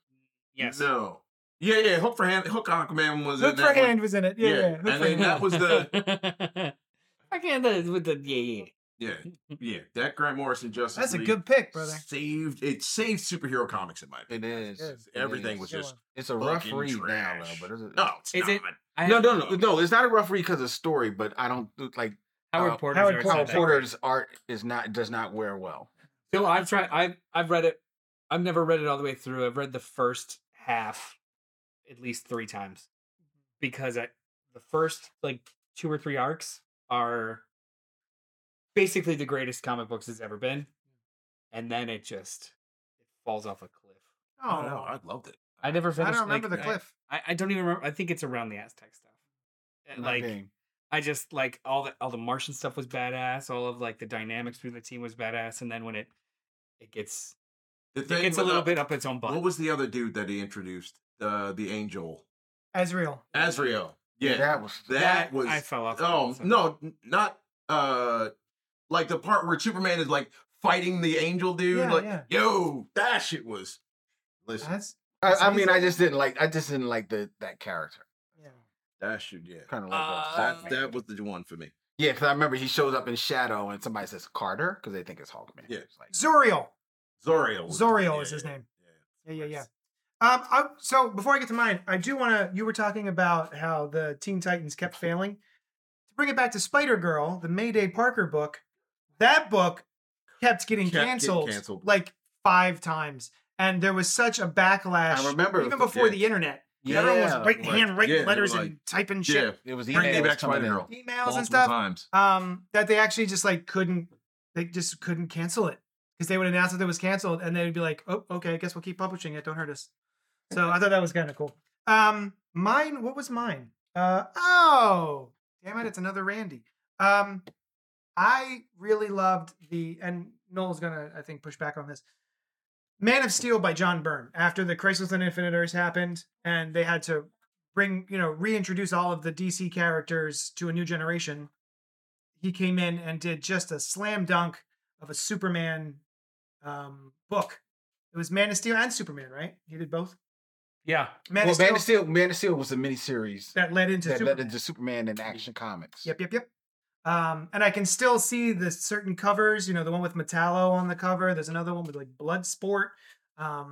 S4: Yes.
S3: no, yeah, yeah, Hook for Hand, Hook Aquaman was in
S1: Hook
S3: that
S1: for
S3: one.
S1: Hand was in it. Yeah,
S3: Yeah,
S1: yeah. Hook
S3: and
S1: for
S3: then
S1: Hand.
S3: that was the-
S4: <laughs> I can't do it with the yeah yeah.
S3: Yeah, yeah, that Grant Morrison Justice
S1: That's a
S3: League
S1: good pick, brother.
S3: Saved it saved superhero comics in my opinion.
S2: It is.
S1: Yes.
S2: it
S3: Everything
S2: is.
S3: was
S1: Good
S3: just
S1: one.
S2: It's a rough
S3: fucking
S2: read now, though.
S3: trash.
S2: But it's, a-
S3: no, it's
S4: Is
S3: not.
S4: it- I
S2: no,
S4: have-
S2: no, no, no. It's not a rough read because of story, but I don't like
S4: Howard
S2: uh,
S4: Porter's
S1: Howard
S4: art
S1: Porter-
S4: style.
S2: Paul
S1: that
S2: Porter's art is not does not wear well.
S4: No, I've tried. I've I've read it. I've never read it all the way through. I've read the first half at least three times because I the first like two or three arcs are basically the greatest comic books has ever been, and then it just it falls off a cliff.
S3: Oh,
S1: Oh,
S3: no, I loved it.
S4: I never
S1: I
S4: finished.
S1: don't remember
S4: like,
S1: the
S4: I-
S1: cliff.
S4: I, I don't even remember. I think it's around the Aztec stuff. And,
S2: in my
S4: Like
S2: opinion.
S4: I just like all the all the Martian stuff was badass. All of like the dynamics through the team was badass, and then when it it gets
S3: The
S4: it
S3: thing
S4: gets a
S3: with,
S4: little
S3: uh,
S4: bit up its own butt.
S3: What was the other dude that he introduced? Uh, the angel
S1: Azrael.
S3: Azrael. Yeah, that,
S2: that was
S3: was.
S4: I fell off.
S3: oh
S4: so-
S3: no, n- not uh, like the part where Superman is like fighting the angel dude.
S1: Yeah,
S3: like,
S1: yeah.
S3: yo, that shit was. Listen,
S1: That's
S2: I, I
S1: He's-
S2: mean, I just didn't like. I just didn't like the that character.
S1: yeah.
S3: that shit, yeah.
S2: Kind of like
S4: Uh,
S2: that.
S3: That, that was the one for me.
S2: Yeah, because I remember he shows up in Shadow, and somebody says Carter because they think it's Hawkman.
S3: Yeah.
S2: It's like,
S1: Zoriel.
S3: Zoriel. was the one,
S1: Zoriel
S3: yeah,
S1: is his
S3: yeah,
S1: name.
S3: Yeah,
S1: Yeah, yeah, yeah. Um, I, so before I get to mine, I do want to. You were talking about how the Teen Titans kept failing. To bring it back to Spider Girl, the Mayday Parker book, that book kept getting
S3: Kept getting
S1: canceled,
S3: canceled.
S1: like five times, and there was such a backlash.
S2: I remember it
S1: even
S2: was-
S1: before
S3: yeah.
S1: the internet,
S2: yeah,
S1: everyone was writing
S3: like,
S1: handwriting
S3: yeah, they were
S1: letters
S3: like-
S1: and typing
S3: Yeah,
S1: shit,
S2: it was
S1: Bring me
S2: emails
S3: back
S2: coming in.
S3: Spider-Girl.
S1: emails
S3: multiple
S1: and stuff.
S3: times.
S1: <laughs> um, that they actually just like couldn't they just couldn't cancel it because they would announce that it was canceled and they'd be like oh okay i guess we'll keep publishing it don't hurt us so i thought that was kind of cool um mine what was mine uh oh damn it it's another randy um i really loved the and noel's gonna i think push back on this man of steel by john byrne after the crisis on infinite earths happened and they had to bring you know reintroduce all of the dc characters to a new generation he came in and did just a slam dunk of a Superman um, book. It was Man of Steel and Superman, right? He did both.
S4: Yeah. <laughs>
S1: Man,
S2: well,
S1: of, Steel,
S2: Man of Steel, Man of Steel was a miniseries
S1: that led into
S2: that
S1: Superman.
S2: led into Superman and Action Comics.
S1: Yep, yep, yep. Um, and I can still see the certain covers. You know, the one with Metallo on the cover. There's another one with like Bloodsport.
S2: <laughs>
S1: Um,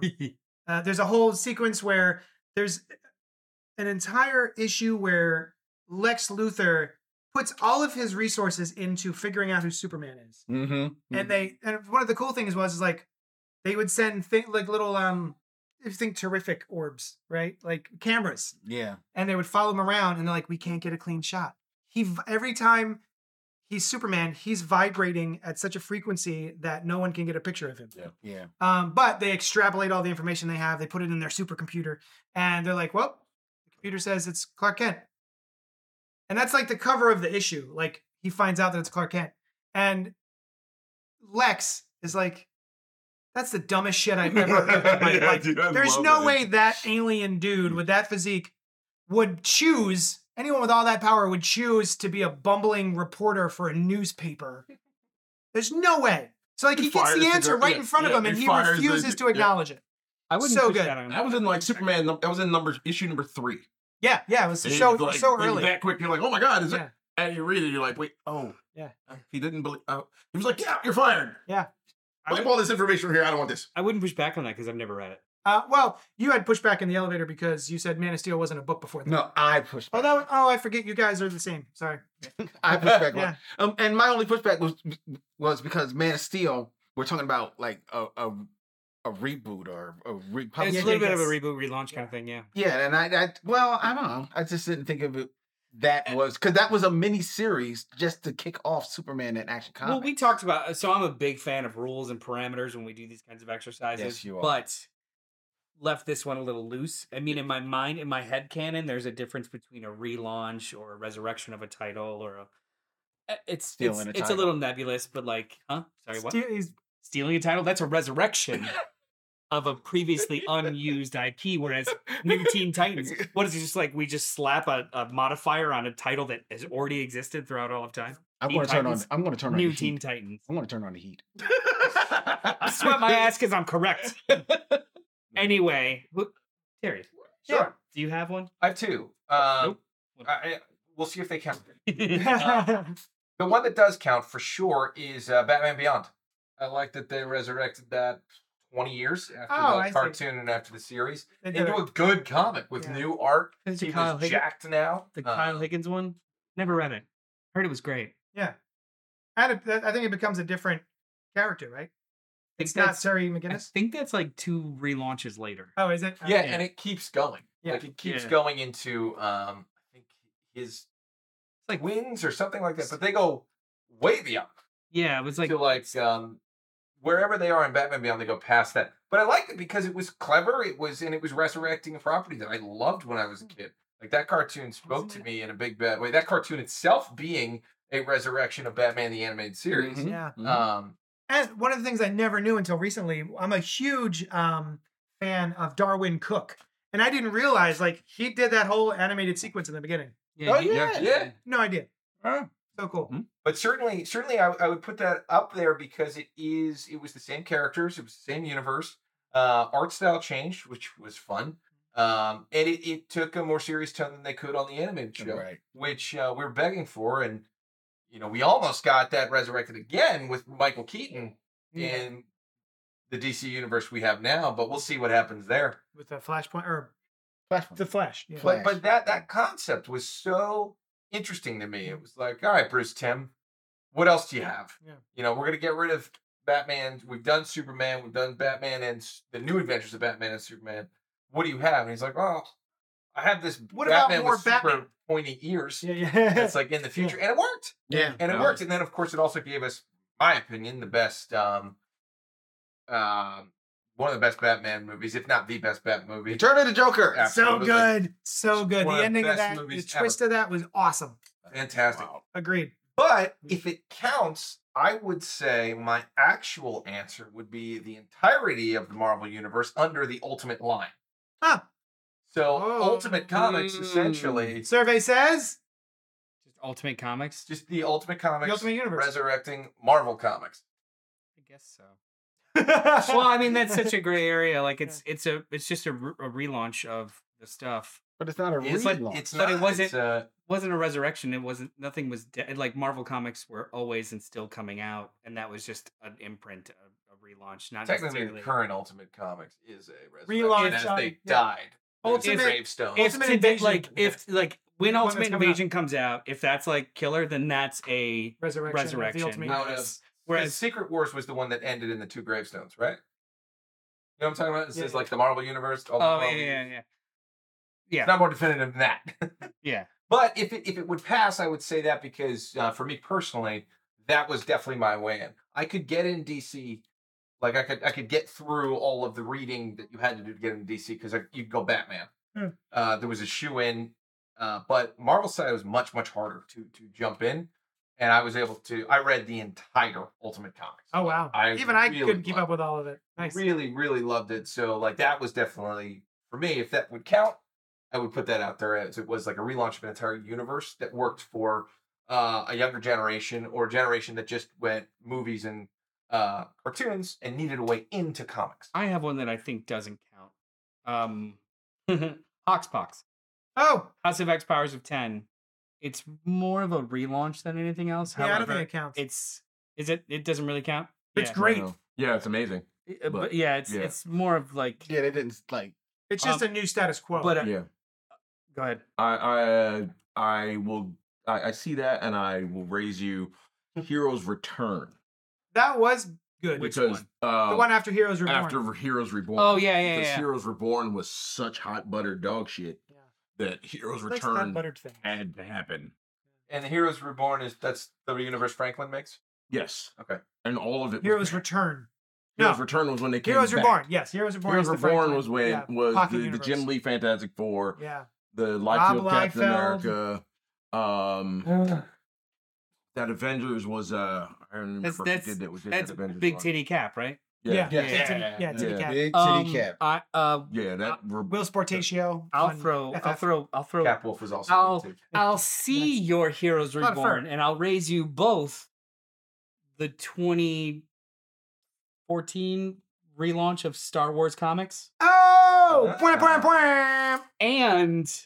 S1: uh, there's a whole sequence where there's an entire issue where Lex Luthor puts all of his resources into figuring out who Superman is.
S2: Mm-hmm.
S1: and they and one of the cool things was is like they would send thing like little um if you think terrific orbs right like cameras
S2: yeah.
S1: and they would follow him around and they're like we can't get a clean shot he v- every time he's superman he's vibrating at such a frequency that no one can get a picture of him
S3: Yeah.
S2: Yeah.
S1: um, but they extrapolate all the information they have they put it in their supercomputer and they're like well the computer says it's clark kent and that's like the cover of the issue like he finds out that it's clark kent and lex is like that's the dumbest shit i've ever heard in my
S3: <laughs> Yeah,
S1: life
S3: dude, I
S1: there's
S3: love
S1: no
S3: it.
S1: way that alien dude with that physique would choose anyone with all that power would choose to be a bumbling reporter for a newspaper. There's no way. So like he,
S3: He
S1: gets
S3: fires
S1: the
S3: the
S1: answer
S3: gu-
S1: right
S3: yeah,
S1: in front
S3: yeah,
S1: of him, and
S3: he
S1: he
S3: fires the-
S1: refuses to
S3: yeah.
S1: acknowledge it.
S4: I wouldn't
S1: So
S4: push
S1: good.
S4: that on
S3: That was in like Superman. num- That was in numbers issue number three.
S1: Yeah, yeah, it was
S3: And
S1: so
S3: it's like,
S1: so
S3: it's
S1: early.
S3: That quick, you're like, oh my god, is
S1: Yeah.
S3: it? And you read it, you're like, wait, oh
S1: Yeah.
S3: He didn't believe. Oh. He was like, yeah, you're fired.
S1: Yeah.
S3: I have all this information here. I don't want this.
S4: I wouldn't push back on that because I've never read it.
S1: Uh, well, you had pushback in the elevator because you said Man of Steel wasn't a book before that.
S2: No, I pushed.
S1: Oh,
S2: Back.
S1: that was, oh, I forget. You guys are the same. Sorry.
S2: I pushed back.
S1: Yeah.
S2: Um, and my only pushback was was because Man of Steel, we're talking about like a a, a reboot or a
S4: It's
S2: republic.
S4: a little bit of a
S1: yes.
S4: reboot, relaunch kind of thing. Yeah.
S2: Yeah, and I, I well, I don't know. I just didn't think of it. That was because that was a mini series just to kick off Superman and Action Comics.
S4: Well, we talked about. uh, So I'm a big fan of rules and parameters when we do these kinds of exercises.
S2: Yes, you are.
S4: But left this one a little loose. I mean, in my mind, in my head canon, there's a difference between a relaunch or a resurrection of a title or a. eh, It's it's,
S2: Stealing a
S4: it's a
S2: title.
S4: little nebulous, but like, huh? Sorry, what?
S1: Steel- he's-
S4: Stealing a title? That's a resurrection <laughs> of a previously unused IP. Whereas new Teen Titans, what is it? Just like we just slap a, a modifier on a title that has already existed throughout all of time.
S2: I'm
S4: Teen
S2: going to turn on.
S4: Titans.
S2: I'm going to turn on
S4: New
S2: the heat. <laughs>
S4: Teen Titans.
S2: I'm going to turn on the heat.
S4: I <laughs> sweat
S5: <laughs>
S4: my ass because I'm correct. anyway, look, Terry.
S5: Sure.
S4: Do you have
S5: <laughs>
S4: one?
S5: I have two. Um,
S4: Nope.
S5: I, I- we'll see if they count.
S1: yeah,
S5: The one that does count for sure is uh, Batman Beyond. I like that they resurrected that 20 years after
S1: Oh,
S5: the
S1: I see.
S5: cartoon and after the series
S1: they did
S5: into
S1: it.
S5: a good comic with
S1: Yeah.
S5: new art.
S4: Is
S5: He
S4: it Kyle
S5: was
S4: Higgins?
S5: jacked now.
S4: The
S5: Uh,
S4: Kyle Higgins one? Never read it. Heard it was great.
S1: yeah. And it- I think it becomes a different character, right? It's not
S4: that's-
S1: Surrey
S3: <laughs>
S4: I
S1: McGinnis.
S4: think that's like two relaunches later.
S1: Oh, is it?
S5: yeah,
S4: Yeah.
S5: and it keeps going.
S1: Yeah.
S5: Like it keeps
S4: Yeah.
S5: going into um I think his like wins or something like that. But they go way beyond
S4: Yeah, it was like
S5: to like um wherever they are in Batman Beyond, they go past that. But I liked it because it was clever. It was and it was resurrecting a property that I loved when I was a
S4: Mm.
S5: kid. Like that cartoon spoke to
S1: Wasn't
S5: me in a big bad way. That cartoon itself being a resurrection of Batman the animated series.
S2: Mhm.
S1: Yeah.
S4: Mm-hmm.
S2: Mhm.
S5: Um
S1: and one of the things I never knew until recently, I'm a huge um, fan of Darwin Cook, and I didn't realize like he did that whole animated sequence in the beginning.
S2: Oh,
S4: you-
S2: yeah,
S5: yeah.
S1: No idea.
S2: Oh.
S1: So cool.
S4: Mm-hmm.
S2: Hmm.
S5: but certainly certainly I, I would put that up there because it is it was the same characters it was the same universe uh art style changed which was fun um and it, it took a more serious tone than they could on the animated show
S2: Right.
S5: which uh, we are begging for and you know we almost got that resurrected again with michael keaton
S1: Yeah.
S5: in the dc universe we have now but we'll see what happens there
S1: With the flashpoint or
S2: Platform.
S1: the flash. Yeah.
S2: Flash.
S5: but but that that concept was so interesting to me. It was like, all right, Bruce Tim, what else do you have?
S1: Yeah.
S5: You know, we're gonna get rid of Batman. We've done Superman. We've done Batman and s- the New Adventures of Batman and Superman. What do you have? And he's like, oh, I have this
S1: What about
S5: Batman
S1: more
S5: with super
S1: Batman?
S5: pointy ears.
S1: <laughs> Yeah, yeah.
S5: That's like in the future, and it worked.
S2: yeah.
S5: And it
S2: Yeah.
S5: worked. And then of course it also gave us, my opinion, the best um um one of the best Batman movies, if not the best Batman movie.
S2: Return of the Joker.
S5: Yeah.
S1: so
S5: absolutely.
S1: good. So good.
S5: One
S1: The
S5: of the
S1: ending of
S5: best
S1: that, the
S5: movies
S1: twist of that was awesome.
S5: Fantastic.
S1: Agreed.
S5: But if it counts, I would say my actual answer would be the entirety of the Marvel Universe under the Ultimate line.
S1: Huh.
S5: So
S1: Oh.
S5: Ultimate Comics
S4: Mm.
S5: essentially is
S1: Survey says
S4: Just Ultimate Comics.
S5: just the Ultimate Comics
S1: the Ultimate Universe. <laughs>
S5: resurrecting Marvel Comics.
S4: I guess so. well, I mean that's <laughs> such a gray area. Like
S1: Yeah.
S4: it's it's a it's just a, re- a relaunch of the stuff.
S2: But it's not a
S5: It's,
S2: relaunch.
S5: it's
S4: But
S5: not.
S4: it wasn't-
S5: It's, uh,
S4: wasn't a resurrection. It wasn't nothing was de- like Marvel comics were always and still coming out, and that was just an imprint, a, a relaunch, not
S5: technically,
S4: necessarily.
S5: the current Ultimate Comics is a resurrection
S1: Relaunch
S5: as
S1: on-
S5: they
S1: yeah.
S5: died.
S4: Ultimate-
S5: gravestone.
S4: if
S1: Ultimate
S4: today-
S1: Invasion.
S4: like if like when
S1: One that's
S4: Ultimate
S1: coming up.
S4: Invasion comes out, if that's like killer, then that's a
S1: <laughs> Resurrection. of the
S4: Resurrection.
S1: Ultimate
S5: Out of-
S1: Universe.
S5: Whereas
S4: whereas
S5: Secret Wars was the one that ended in the two gravestones, right? You know what I'm talking about? This
S1: Yeah,
S5: is
S1: yeah.
S5: like the Marvel Universe. All the
S4: oh yeah
S5: Marvel-
S4: yeah yeah
S5: It's not more definitive than that. <laughs>
S4: yeah.
S5: but if it, if it would pass, I would say that because uh, for me personally, that was definitely my way in. I could get in DC, like I could I could get through all of the reading that you had to do to get into DC because you'd go Batman.
S1: Hmm.
S5: Uh, there was a shoe in, uh, but Marvel side was much much harder to to jump in, and I was able to. I read the entire Ultimate Comics.
S1: Oh wow!
S5: I
S1: Even I
S5: really
S1: couldn't keep
S5: love
S1: up with all of it. Nice.
S5: really really loved it so like that was definitely for me if that would count i would put that out there as it was like a relaunch of an entire universe that worked for uh, a younger generation or a generation that just went movies and uh, cartoons and needed a way into comics
S4: I have one that I think doesn't count. Um, <laughs> Hoxpox,
S1: Oh
S4: House of X Powers of Ten. It's more of a relaunch than anything else.
S1: yeah, I don't
S4: However,
S1: think it counts.
S4: it's is it it doesn't really count.
S1: It's
S4: yeah.
S1: great.
S2: No.
S3: Yeah, it's amazing.
S4: It- uh,
S3: but-
S4: but, yeah, it's
S3: yeah.
S4: it's more of like.
S2: Yeah, they didn't like.
S1: It's just a new status quo.
S4: But uh,
S3: Yeah,
S4: go ahead.
S3: I I uh, I will I, I see that and I will raise you. Heroes Return
S1: that was good.
S4: Which
S3: because
S4: one?
S3: uh,
S1: Hmm. the one after Heroes Reborn.
S3: after Heroes Reborn.
S4: Oh yeah yeah
S3: because
S4: yeah.
S3: Heroes Reborn was such hot butter dog shit
S1: Yeah.
S3: that Heroes
S1: That's not
S3: Return
S1: buttered thing.
S3: had to happen.
S5: and the heroes reborn is that's the universe franklin
S3: <sighs>
S5: makes
S3: Yes.
S5: Okay.
S3: And all of it.
S1: Heroes
S3: was bad.
S1: Return.
S3: Heroes
S1: no.
S3: Return was when they came.
S1: Heroes
S3: back.
S1: Reborn. Yes, Heroes Reborn.
S3: Heroes
S1: is the
S3: Reborn
S1: Franklin-
S3: was when
S1: yeah,
S3: was
S1: Pocket
S3: the, the
S1: Universe.
S3: Jim Lee Fantastic Four,
S1: Yeah.
S3: the Life
S1: Rob
S3: of Captain
S1: Liefeld.
S3: America. Um,
S5: yeah
S3: that Avengers was uh, I don't remember
S4: That's-
S3: who
S4: that's-
S3: did that was
S4: That's
S3: Avengers
S4: big
S3: one.
S4: titty cap, right?
S1: Yeah. Yeah.
S2: Yeah.
S1: Yeah. Titty,
S5: Yeah.
S1: yeah, titty
S3: Yeah.
S1: cat.
S2: Big titty
S4: Um,
S2: cat.
S4: I uh,
S3: Yeah, that re-
S1: Will Sportatio.
S4: I'll
S1: on
S4: throw, I'll
S1: FF.
S4: throw, I'll throw,
S5: cap wolf was also
S3: Oh.
S4: I'll-
S5: big, too.
S4: I'll see
S1: Nice.
S4: your heroes
S1: lot of fun.
S4: reborn, and I'll raise you both the 2014 relaunch of Star Wars comics
S1: Oh,
S5: Ah.
S1: point, point, point.
S4: and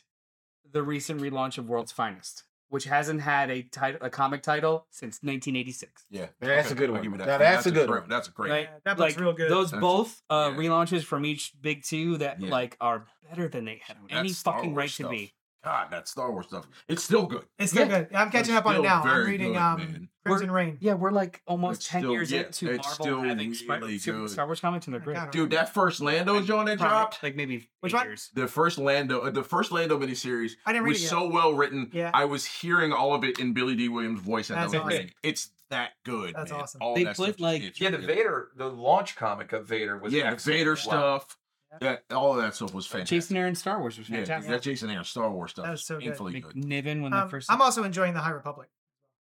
S4: the recent relaunch of World's Finest, which hasn't had a title, a comic title since 1986.
S3: yeah,
S2: That's a good
S3: I'll
S2: one.
S3: give you that.
S2: Now, that's a good
S3: great-
S2: one.
S3: That's a great.
S4: Right.
S1: Yeah, that looks
S4: Like,
S1: real good.
S4: Those
S3: That's-
S4: both uh,
S3: yeah.
S4: relaunches from each big two that
S3: Yeah.
S4: like are better than they had
S3: That's
S4: any
S3: Star
S4: fucking
S3: Wars
S4: right to
S3: stuff.
S4: be.
S3: God, that Star Wars stuff. It's still good.
S1: it's still good. I'm catching up on it
S3: still
S1: now. I'm
S3: very
S1: reading
S3: good,
S1: um,
S3: man.
S1: Crimson Rain.
S4: Yeah, we're like almost
S3: It's
S4: 10
S3: still-
S4: years
S3: yeah,
S4: into
S3: it's
S4: Marvel
S3: still
S4: having Spi-
S3: really
S4: Super-
S3: good.
S4: Star Wars comics, and they're
S1: I
S4: great.
S1: gotta
S3: Dude, that first Lando joint that
S4: Probably,
S3: dropped,
S4: like maybe
S1: Which
S4: eight
S1: one?
S4: years.
S3: the first Lando, uh, the first Lando miniseries
S1: I didn't read it
S3: was
S1: yet.
S3: so well written.
S1: Yeah.
S3: I was hearing all of it in Billy D. Williams' voice at
S1: That's
S3: the
S1: awesome.
S3: beginning. It's that good.
S1: That's
S3: man.
S1: awesome.
S3: All
S4: They
S3: that
S4: put,
S3: stuff is-
S4: like-
S3: it's
S5: yeah the
S3: really-
S5: vader the launch comic of vader was
S3: yeah,
S5: excellent
S3: Vader
S5: as well.
S3: stuff.
S1: Yeah.
S3: That all of that stuff was fantastic.
S4: Jason Aaron Star Wars was
S3: yeah,
S4: fantastic.
S3: that Jason Aaron Star Wars stuff
S1: That
S3: that
S1: was so good.
S3: painfully good.
S4: McNiven when
S1: Um,
S4: they first.
S1: I'm also enjoying the High Republic.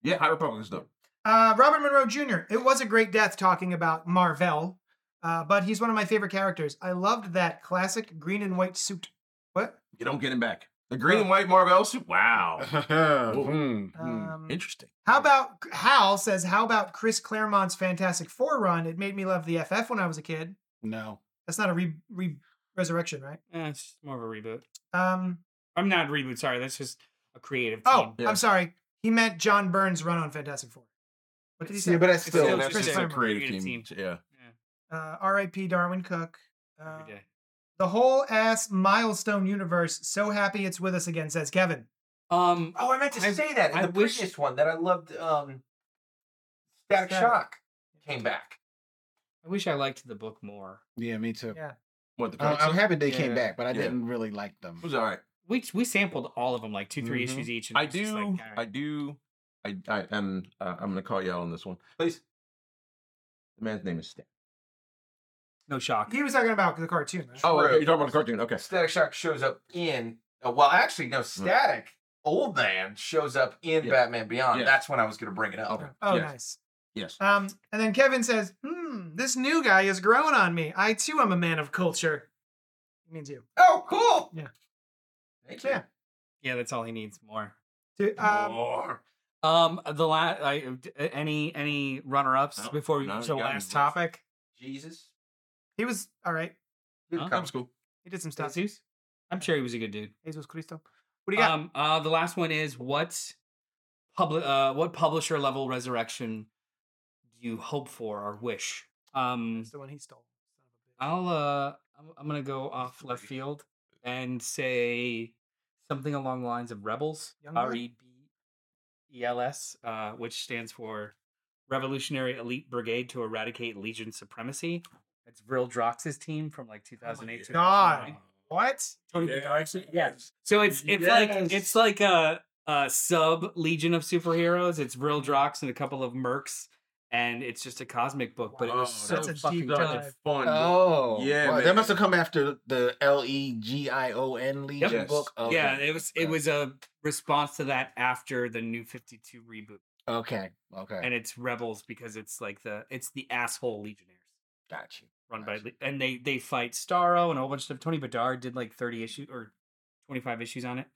S3: Yeah, High Republic stuff.
S1: Uh, Robert Monroe Jr. It was a great death talking about Marvell, uh, but he's one of my favorite characters. I loved that classic green and white suit. What?
S3: You don't get him back. The green and white Marvel suit.
S2: <laughs>
S3: Wow,
S2: Hmm.
S3: Hmm,
S1: Um,
S3: Mm-hmm. interesting.
S1: How about Hal says? How about Chris Claremont's Fantastic Four run? It made me love the FF when I was a kid.
S2: No.
S1: That's not a re, re resurrection, right?
S4: eh, it's just more of a reboot.
S1: Um.
S4: I'm not a reboot. Sorry, that's just a creative. Team.
S1: Oh,
S3: Yeah.
S1: I'm sorry. He meant John Burns' run on Fantastic Four. What did he say?
S2: Yeah, but
S4: It's
S2: that's still.
S4: still
S2: that's
S4: just
S2: just
S4: a
S2: a
S4: different
S2: creative.
S4: creative
S3: team.
S4: team.
S3: Yeah,
S1: uh, R.I.P. Darwin Cook. Uh,
S4: Every day.
S1: the whole ass milestone universe. So happy it's with us again, says Kevin.
S4: Um,
S5: Oh, I meant to
S4: I-
S5: say that in
S4: I
S5: the
S4: wish-
S5: previous one that I loved. Um, Static
S1: Static.
S5: Shock came back.
S4: I wish I liked the book more.
S2: Yeah, me too.
S1: Yeah.
S3: what the
S2: I'm,
S3: comic
S2: I'm
S3: stuff?
S2: happy they
S4: Yeah.
S2: came back, but I
S3: Yeah.
S2: didn't really like them.
S3: It was all right.
S4: We we sampled all of them like two three
S2: Mhm.
S4: issues each. and
S3: Mm-hmm. I
S4: it was just
S3: do,
S4: like, all
S3: I
S4: right.
S3: do, I, I, and uh, I'm gonna call you out on this one.
S5: Please,
S3: The man's name is Stan.
S4: no shock.
S1: He was talking about the cartoon. Right?
S3: Oh, okay,
S5: True.
S3: you're talking about the cartoon. Hmm. Okay,
S5: Static Shock shows up in. Uh, well, actually, no. Static Old Man shows up in
S3: Yeah.
S5: Batman Beyond.
S3: Yeah.
S5: That's when I was going to bring it up.
S3: okay.
S1: Oh,
S3: yes.
S1: nice.
S3: Yes.
S1: Um, and then Kevin says, "Hmm, this new guy is growing on me. I too am a man of culture." It means you.
S5: Oh, cool.
S1: Yeah.
S5: Thank you.
S1: Yeah.
S4: Yeah, that's all he needs more.
S1: Dude,
S3: Oh.
S1: um,
S5: More.
S4: Um, the last I d- uh, any any runner ups
S3: No,
S4: before we
S3: no,
S4: go
S3: you
S4: to the
S3: got me,
S4: last
S3: boys.
S4: topic.
S5: Jesus.
S1: he was all right.
S5: Good
S4: Huh?
S5: comic.
S3: was cool.
S1: He did some stuff.
S4: Jesus? I'm sure he was a good dude.
S1: Jesus Cristo. What do you got?
S4: Um, uh, the last one is what public uh, what publisher level resurrection do you hope for or wish? Um,
S1: It's the one he stole.
S3: um,
S4: I'll uh, I'm, I'm gonna go off left field. and say something along the lines of rebels
S1: Young blood.
S4: R E B E L S, uh, which stands for Revolutionary Elite Brigade to Eradicate Legion Supremacy. It's Vril Drox's team from like 2008. to
S1: God.
S4: 2009.
S1: What?
S4: Tony
S3: Yeah, actually, yes.
S4: So it's it's like it's like a, a sub Legion of superheroes. It's Vril Drox and a couple of mercs, and it's just a cosmic book. But it was
S3: Wow,
S4: so
S3: that's
S1: a deep
S4: fucking
S3: Such
S4: good.
S3: a fun. book.
S2: Oh,
S3: Yeah,
S2: wow,
S3: man.
S2: that must have come after the L E G I O N Legion
S3: Yes.
S2: book. Okay.
S4: Yeah, it was it
S2: Okay.
S4: was a response to that after the New Fifty Two reboot,
S2: Okay. Okay.
S4: and it's Rebels because it's like the it's the asshole Legionnaires
S2: Got you.
S4: run
S2: Gotcha.
S4: by Le- and they they fight Starro and a whole bunch of stuff. Tony Bedard did like thirty issues or twenty five issues on it.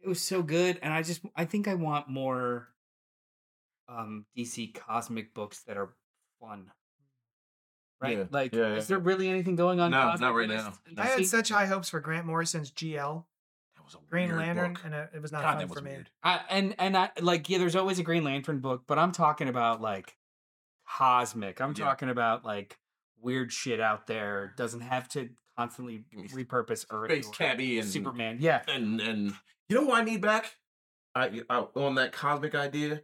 S4: It was so good, and I just I think I want more um DC cosmic books that are fun. Right?
S3: Yeah,
S4: Like,
S3: yeah,
S4: is
S3: yeah.
S4: there really anything going on?
S3: No,
S4: cosmic
S3: not right
S4: in this-
S3: now.
S4: in
S1: I had
S4: DC?
S1: such high hopes for Grant Morrison's GL
S3: That was a
S1: Green
S3: weird
S1: Lantern,
S3: book.
S1: and it, it was not
S3: God,
S1: fun
S3: that
S1: for
S3: was
S1: me.
S3: weird.
S4: I, and and I like yeah. There's always a Green Lantern book, but I'm talking about like cosmic. I'm
S3: Yeah.
S4: talking about like weird shit out there. Doesn't have to constantly
S3: me s-
S4: repurpose Earth.
S3: Space
S4: or
S3: Cabbie and
S4: Superman. Yeah.
S3: and and you know what I need back? I, I on that cosmic idea,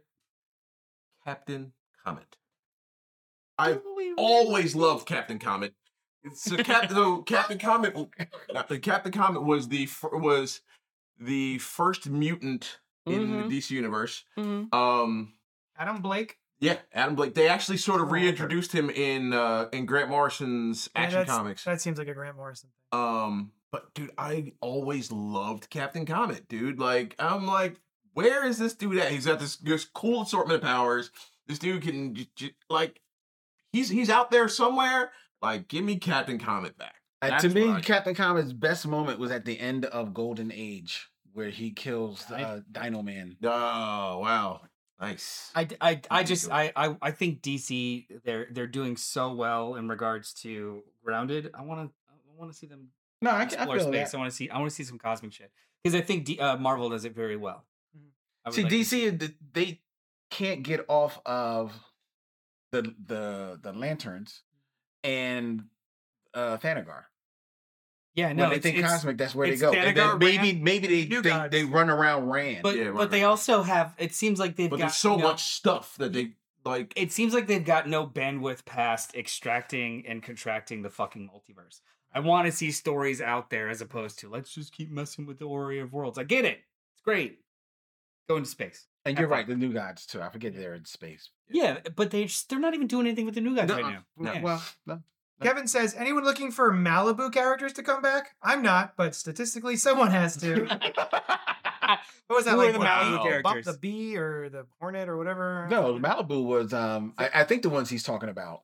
S3: Captain Comet. I always loved Captain Comet. So Captain, so Captain
S1: <laughs>
S3: Comet, uh, Captain Comet was the fir- was the first mutant
S1: Mm-hmm.
S3: in the DC universe. Um,
S1: Adam Blake.
S3: yeah, Adam Blake. They actually sort of
S1: Oh, okay.
S3: reintroduced him in uh, in Grant Morrison's
S1: Yeah,
S3: Action
S1: that's-
S3: Comics.
S1: That seems like a Grant Morrison. thing.
S3: Um, but dude, I always loved Captain Comet, dude. Like, I'm like, where is this dude at? He's got this this cool assortment of powers. This dude can j- j- like, he's he's out there somewhere. Like, give me Captain Comet back.
S2: And
S3: That's
S2: to me,
S3: what I-
S2: Captain Comet's best moment was at the end of Golden Age, where he kills
S4: Right.
S2: uh, Dino Man.
S3: Oh wow, nice.
S4: I, d- I d- I just
S3: Ridiculous.
S4: I, I I think DC they're they're doing so well in regards to grounded. I want to I want to see them
S2: No, I, I
S4: explore
S2: feel
S4: space.
S2: that.
S4: I want to see I want to see some cosmic shit because I think D, uh, Marvel does it very well.
S3: Mm-hmm.
S1: Mhm.
S4: I would
S2: See,
S4: like to
S2: DC, th- they can't get off of the the the lanterns and uh Thanagar.
S4: yeah
S2: when
S4: no
S2: they
S4: it's-
S2: think
S4: it's-
S2: cosmic, that's where they
S4: it's
S2: go. And then
S4: Thanagar,
S2: maybe maybe they
S1: New
S2: they,
S1: Gods.
S2: they run around Rand.
S4: but
S3: Yeah, right,
S4: but they
S3: right.
S4: also have it seems like they've
S3: But
S4: got
S3: there's so
S4: no-
S3: much stuff that they like.
S4: it seems like they've got no bandwidth past extracting and contracting the fucking multiverse. I want to see stories out there as opposed to let's just keep messing with the Ori of Worlds. I get it. It's great. Go into space.
S2: and you're
S4: have
S2: right, the new gods too. I forget they're in space.
S4: Yeah, but they just, they're not even doing anything with the new guys right
S1: <laughs>
S2: Nuh-uh.
S4: now.
S2: No,
S4: Yeah.
S2: Well, no.
S1: Kevin says, anyone looking for Malibu characters to come back? I'm not, but statistically, someone has to.
S3: <laughs>
S1: what was that
S4: Who are
S1: like?
S4: the
S1: what,
S4: Malibu
S1: Bump
S4: characters?
S1: the bee or the hornet or whatever?
S2: No, Malibu was. Um, I, I think the ones he's talking about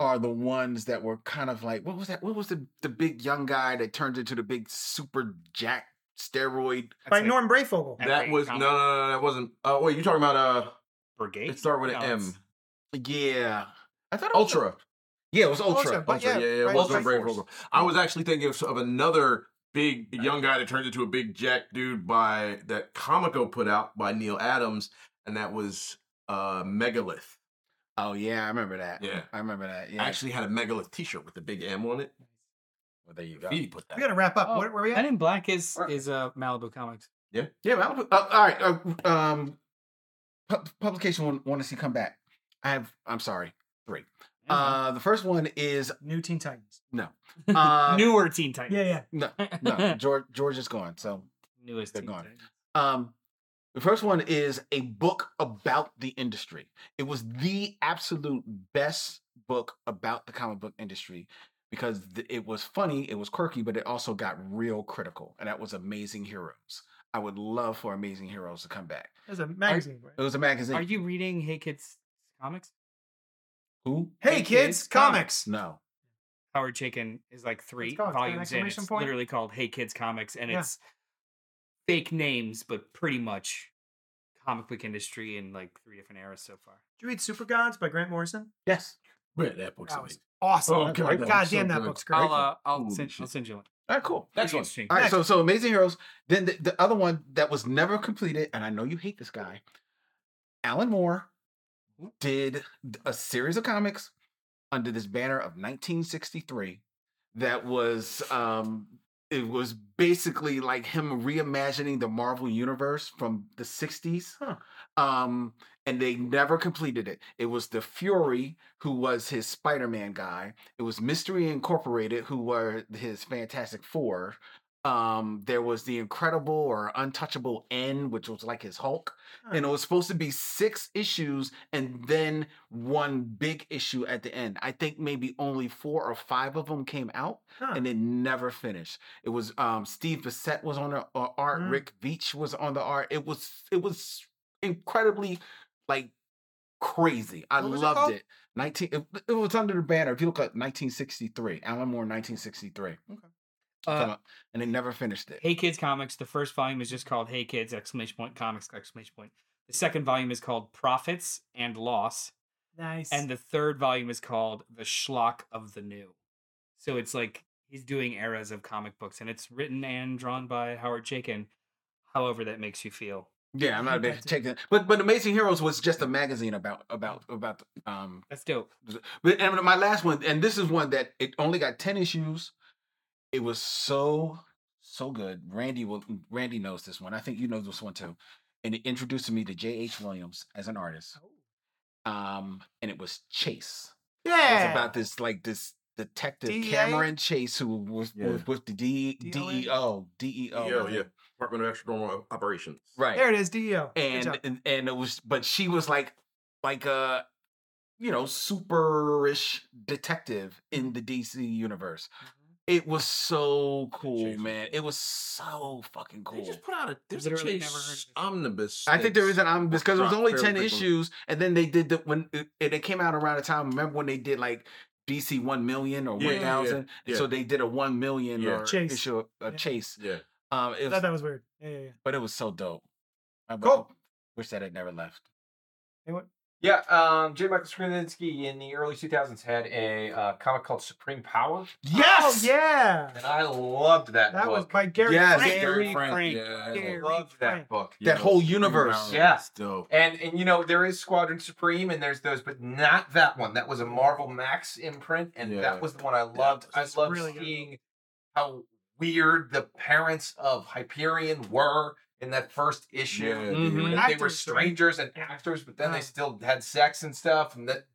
S2: are the ones that were kind of like what was that? What was the the big young guy that turned into the big super jack steroid?
S4: That's
S1: By
S4: like
S1: Norm Brayfogle.
S4: That
S3: That
S4: great
S3: was no,
S4: comic.
S3: no, no, no, that wasn't. Oh wait, you're talking about uh,
S4: Brigade.
S3: it started with an
S4: No,
S3: M.
S4: it's-
S2: Yeah, I thought it was Oh, a-
S3: Ultra.
S2: yeah, it was Ultra.
S1: Ultra, but
S3: Ultra, Oh, yeah, yeah,
S1: right,
S3: Ultra
S1: right.
S3: Brave Force. I was actually thinking of, of another big young guy that turned into a big jack dude by that Comico put out by Neil Adams, and that was uh Megalith.
S2: Oh yeah, I remember that.
S3: Yeah.
S2: I remember that.
S3: I
S2: Yeah,
S3: actually had a Megalith T-shirt with the big M on it.
S2: well, there you go.
S3: He put
S1: We
S3: that.
S1: gotta wrap up.
S4: Oh,
S1: Where, where we
S4: Men
S1: at?
S4: in Black is
S3: Or-
S4: is uh, Malibu Comics.
S2: Yeah, Malibu. Uh, all right, uh, um, pu- publication want, want to see come back. I have. I'm sorry. Uh, the first one <laughs> is
S1: New Teen Titans.
S2: uh,
S4: Newer Teen Titans.
S1: Yeah, yeah.
S2: no,
S4: <laughs>
S2: <laughs> no. George George is gone, so
S4: Newest
S2: They're
S4: Teen
S2: gone.
S4: Titans.
S2: Um, the first one is a book about the industry. It was the absolute best book about the comic book industry because th- it was funny, it was quirky, but it also got real critical. And that was Amazing Heroes. I would love for Amazing Heroes to come back.
S1: There's a magazine.
S2: It
S1: Right?
S2: was a magazine.
S4: Are you reading Hey Kids comics?
S2: Who?
S1: Hey, kids, comics.
S2: No.
S4: Howard Chaykin is like three
S1: It's called- it's got an
S4: volumes in.
S1: exclamation
S4: It's
S1: point.
S4: literally called Hey Kids Comics, and
S1: Yeah.
S4: it's fake names, but pretty much comic book industry in like three different eras so far.
S1: Did you read Super Gods by Grant Morrison?
S2: Yes.
S3: Yeah, that book's
S1: That was
S3: amazing.
S1: awesome.
S3: Oh, God, that was
S1: God
S3: so
S1: damn, that
S3: good.
S1: book's great.
S4: I'll uh, I'll,
S3: Holy
S4: send, I'll
S3: shit.
S4: send you one.
S2: All right, cool.
S3: Next
S4: Pretty
S3: one.
S4: interesting.
S2: All right, so so Amazing Heroes. Then the, the other one that was never completed, and I know you hate this guy, Alan Moore, did a series of comics under this banner of 1963 that was um, it was basically like him reimagining the Marvel universe from the 60s.
S1: Huh.
S2: Um, and they never completed it. It was the Fury who was his Spider-Man guy. It was Mystery Incorporated who were his Fantastic Four. Um, there was the Incredible or Untouchable N, which was like his Hulk. And it was supposed to be six issues and then one big issue at the end. I think maybe only four or five of them came out
S1: Huh.
S2: and it never finished. It was um Steve Bissett was on the uh, art,
S1: Mm.
S2: Rick Veitch was on the art. It was it was incredibly like crazy. I
S5: What was it
S2: loved
S5: called?
S2: it. Nineteen it, it was under the banner. If you look at nineteen sixty three, Alan Moore nineteen sixty three.
S4: Uh,
S2: and they never finished it.
S4: Hey Kids Comics. The first volume is just called Hey Kids! Exclamation point Comics! Exclamation point. The second volume is called Profits and Loss,
S1: nice.
S4: and the third volume is called The Schlock of the New. So it's like he's doing eras of comic books, and it's written and drawn by Howard Chaykin. However, that makes you feel.
S2: Yeah, I'm
S1: I
S2: not a
S1: think
S2: big
S1: that's it.
S2: taking but but Amazing Heroes was just a magazine about about about um
S4: That's dope.
S2: But and my last one, and this is one that it only got ten issues. It was so so good. Randy will Randy knows this one. I think you know this one too. And it introduced me to J. H. Williams as an artist. Um, and it was Chase. It was
S1: yeah.
S2: about this like this detective
S1: DEA?
S2: Cameron Chase who was
S3: Yeah.
S2: was with the D, E
S1: DOA?
S2: DEO DEO.
S3: yeah, yeah. Department of Extra Normal Operations.
S2: Right
S1: There it is, DEO. Good
S2: and,
S1: job.
S2: and and it was but she was like like a you know superish detective in the DC universe. It was so cool,
S3: Jason.
S2: man. It was so fucking
S3: They
S2: cool.
S3: just put out a there's a
S4: Literally
S3: Chase
S4: never heard of it.
S3: omnibus.
S2: I think there is an um
S3: was
S2: because it was
S3: dropped
S2: only
S3: fairly
S2: ten
S3: quickly.
S2: issues, and then they did the when it, it came out around the time. Remember when they did like DC one million or
S3: Yeah, yeah,
S2: one
S3: yeah,
S2: thousand?
S3: yeah.
S2: So they did a one million
S3: Yeah.
S2: or
S1: Chase.
S2: issue of- of
S1: Yeah.
S2: chase.
S3: Yeah.
S1: I
S2: Um, it
S1: thought
S2: was,
S1: that was weird. Yeah, yeah, yeah.
S2: but it was so dope. I
S1: Cool.
S2: wish that had never left.
S5: Yeah, um, J. Michael Straczynski in the early 2000s had a uh, comic called Supreme Power,
S1: Oh yeah,
S5: and I loved that,
S1: that was
S5: book.
S1: by Gary.
S2: Yes,
S1: Frank.
S4: Gary Frank.
S3: Yeah.
S5: I
S1: Gary
S5: loved
S1: Frank.
S5: that book.
S2: That whole universe.
S5: Yeah.
S3: Dope.
S5: And and you know there is Squadron Supreme and there's those, but not that one. That was a Marvel Max imprint, and
S3: Yeah.
S5: that was the one I loved. I
S1: was
S5: loved
S1: really good.
S5: seeing how weird the parents of Hyperion were in that first issue.
S3: Yeah, dude.
S4: Mhm.
S5: And that they were
S1: Actors, right?
S5: strangers and actors, but then
S1: Yeah.
S5: they still had sex and stuff, and that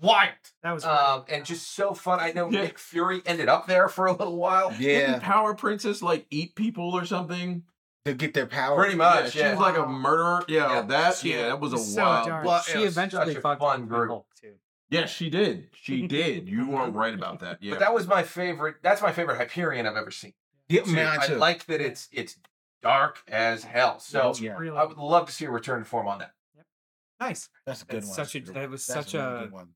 S5: wild.
S1: That was
S5: Um, and just so fun. I know
S3: Yeah.
S5: Nick Fury ended up there for a little while.
S3: Didn't
S2: Yeah,
S3: Power Princess like eat people or something?
S2: to get their power.
S5: Pretty much.
S3: she
S5: Yeah.
S3: was like a
S1: Wow.
S3: murderer. Yeah,
S5: Yeah.
S3: that
S4: She-
S3: yeah, that was a
S1: it's so
S3: wild.
S1: dark.
S5: Well,
S4: she
S5: it was
S4: eventually
S5: such a
S4: fucked
S5: fun
S4: with
S5: group.
S4: Hulk, too.
S3: Yes, she did.
S1: <laughs>
S3: She did. You are right about that. Yeah.
S5: But that was my favorite. That's my favorite Hyperion I've ever seen.
S2: Yeah,
S5: too.
S2: man,
S5: I
S2: too.
S5: like that it's it's dark as hell. So
S2: yeah,
S1: really
S5: I would love to see a return to form on that.
S1: nice.
S2: that's a good
S4: That's
S2: one.
S4: such a that was
S2: That's
S4: such
S2: a really
S4: a
S2: good one.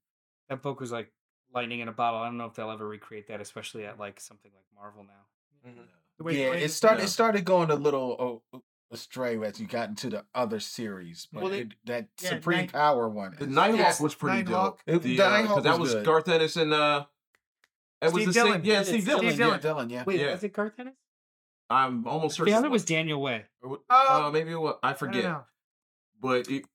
S4: that book was like lightning in a bottle. I don't know if they'll ever recreate that, especially at like something like Marvel now.
S1: The way
S2: yeah,
S1: they-
S2: it started.
S3: yeah.
S2: It started going a little uh, astray as you got into the other series, but
S1: Well, they-
S2: it- that
S1: yeah,
S2: Supreme
S1: Night-
S2: Power one.
S3: The
S2: is-
S3: Nighthawk
S1: Yes,
S3: was pretty
S1: Nighthawk.
S3: dope.
S2: It-
S3: The,
S2: the
S3: uh, 'cause
S2: Nighthawk
S3: that
S2: was
S3: was
S2: good.
S3: Garth Ennis and uh, it was
S1: Steve
S3: the same.
S1: Dillon.
S3: Yeah,
S1: It's
S3: Steve
S4: Steve
S3: Dillon.
S2: Yeah,
S1: Dillon.
S2: Dylan, yeah.
S4: Wait,
S3: Yeah.
S4: was it Garth Ennis?
S3: I'm almost certain.
S4: the
S3: it
S4: other was
S3: was.
S4: Daniel Way.
S3: Uh,
S1: Oh.
S3: maybe it was. I
S1: I don't
S3: forget.
S1: know.
S3: But it,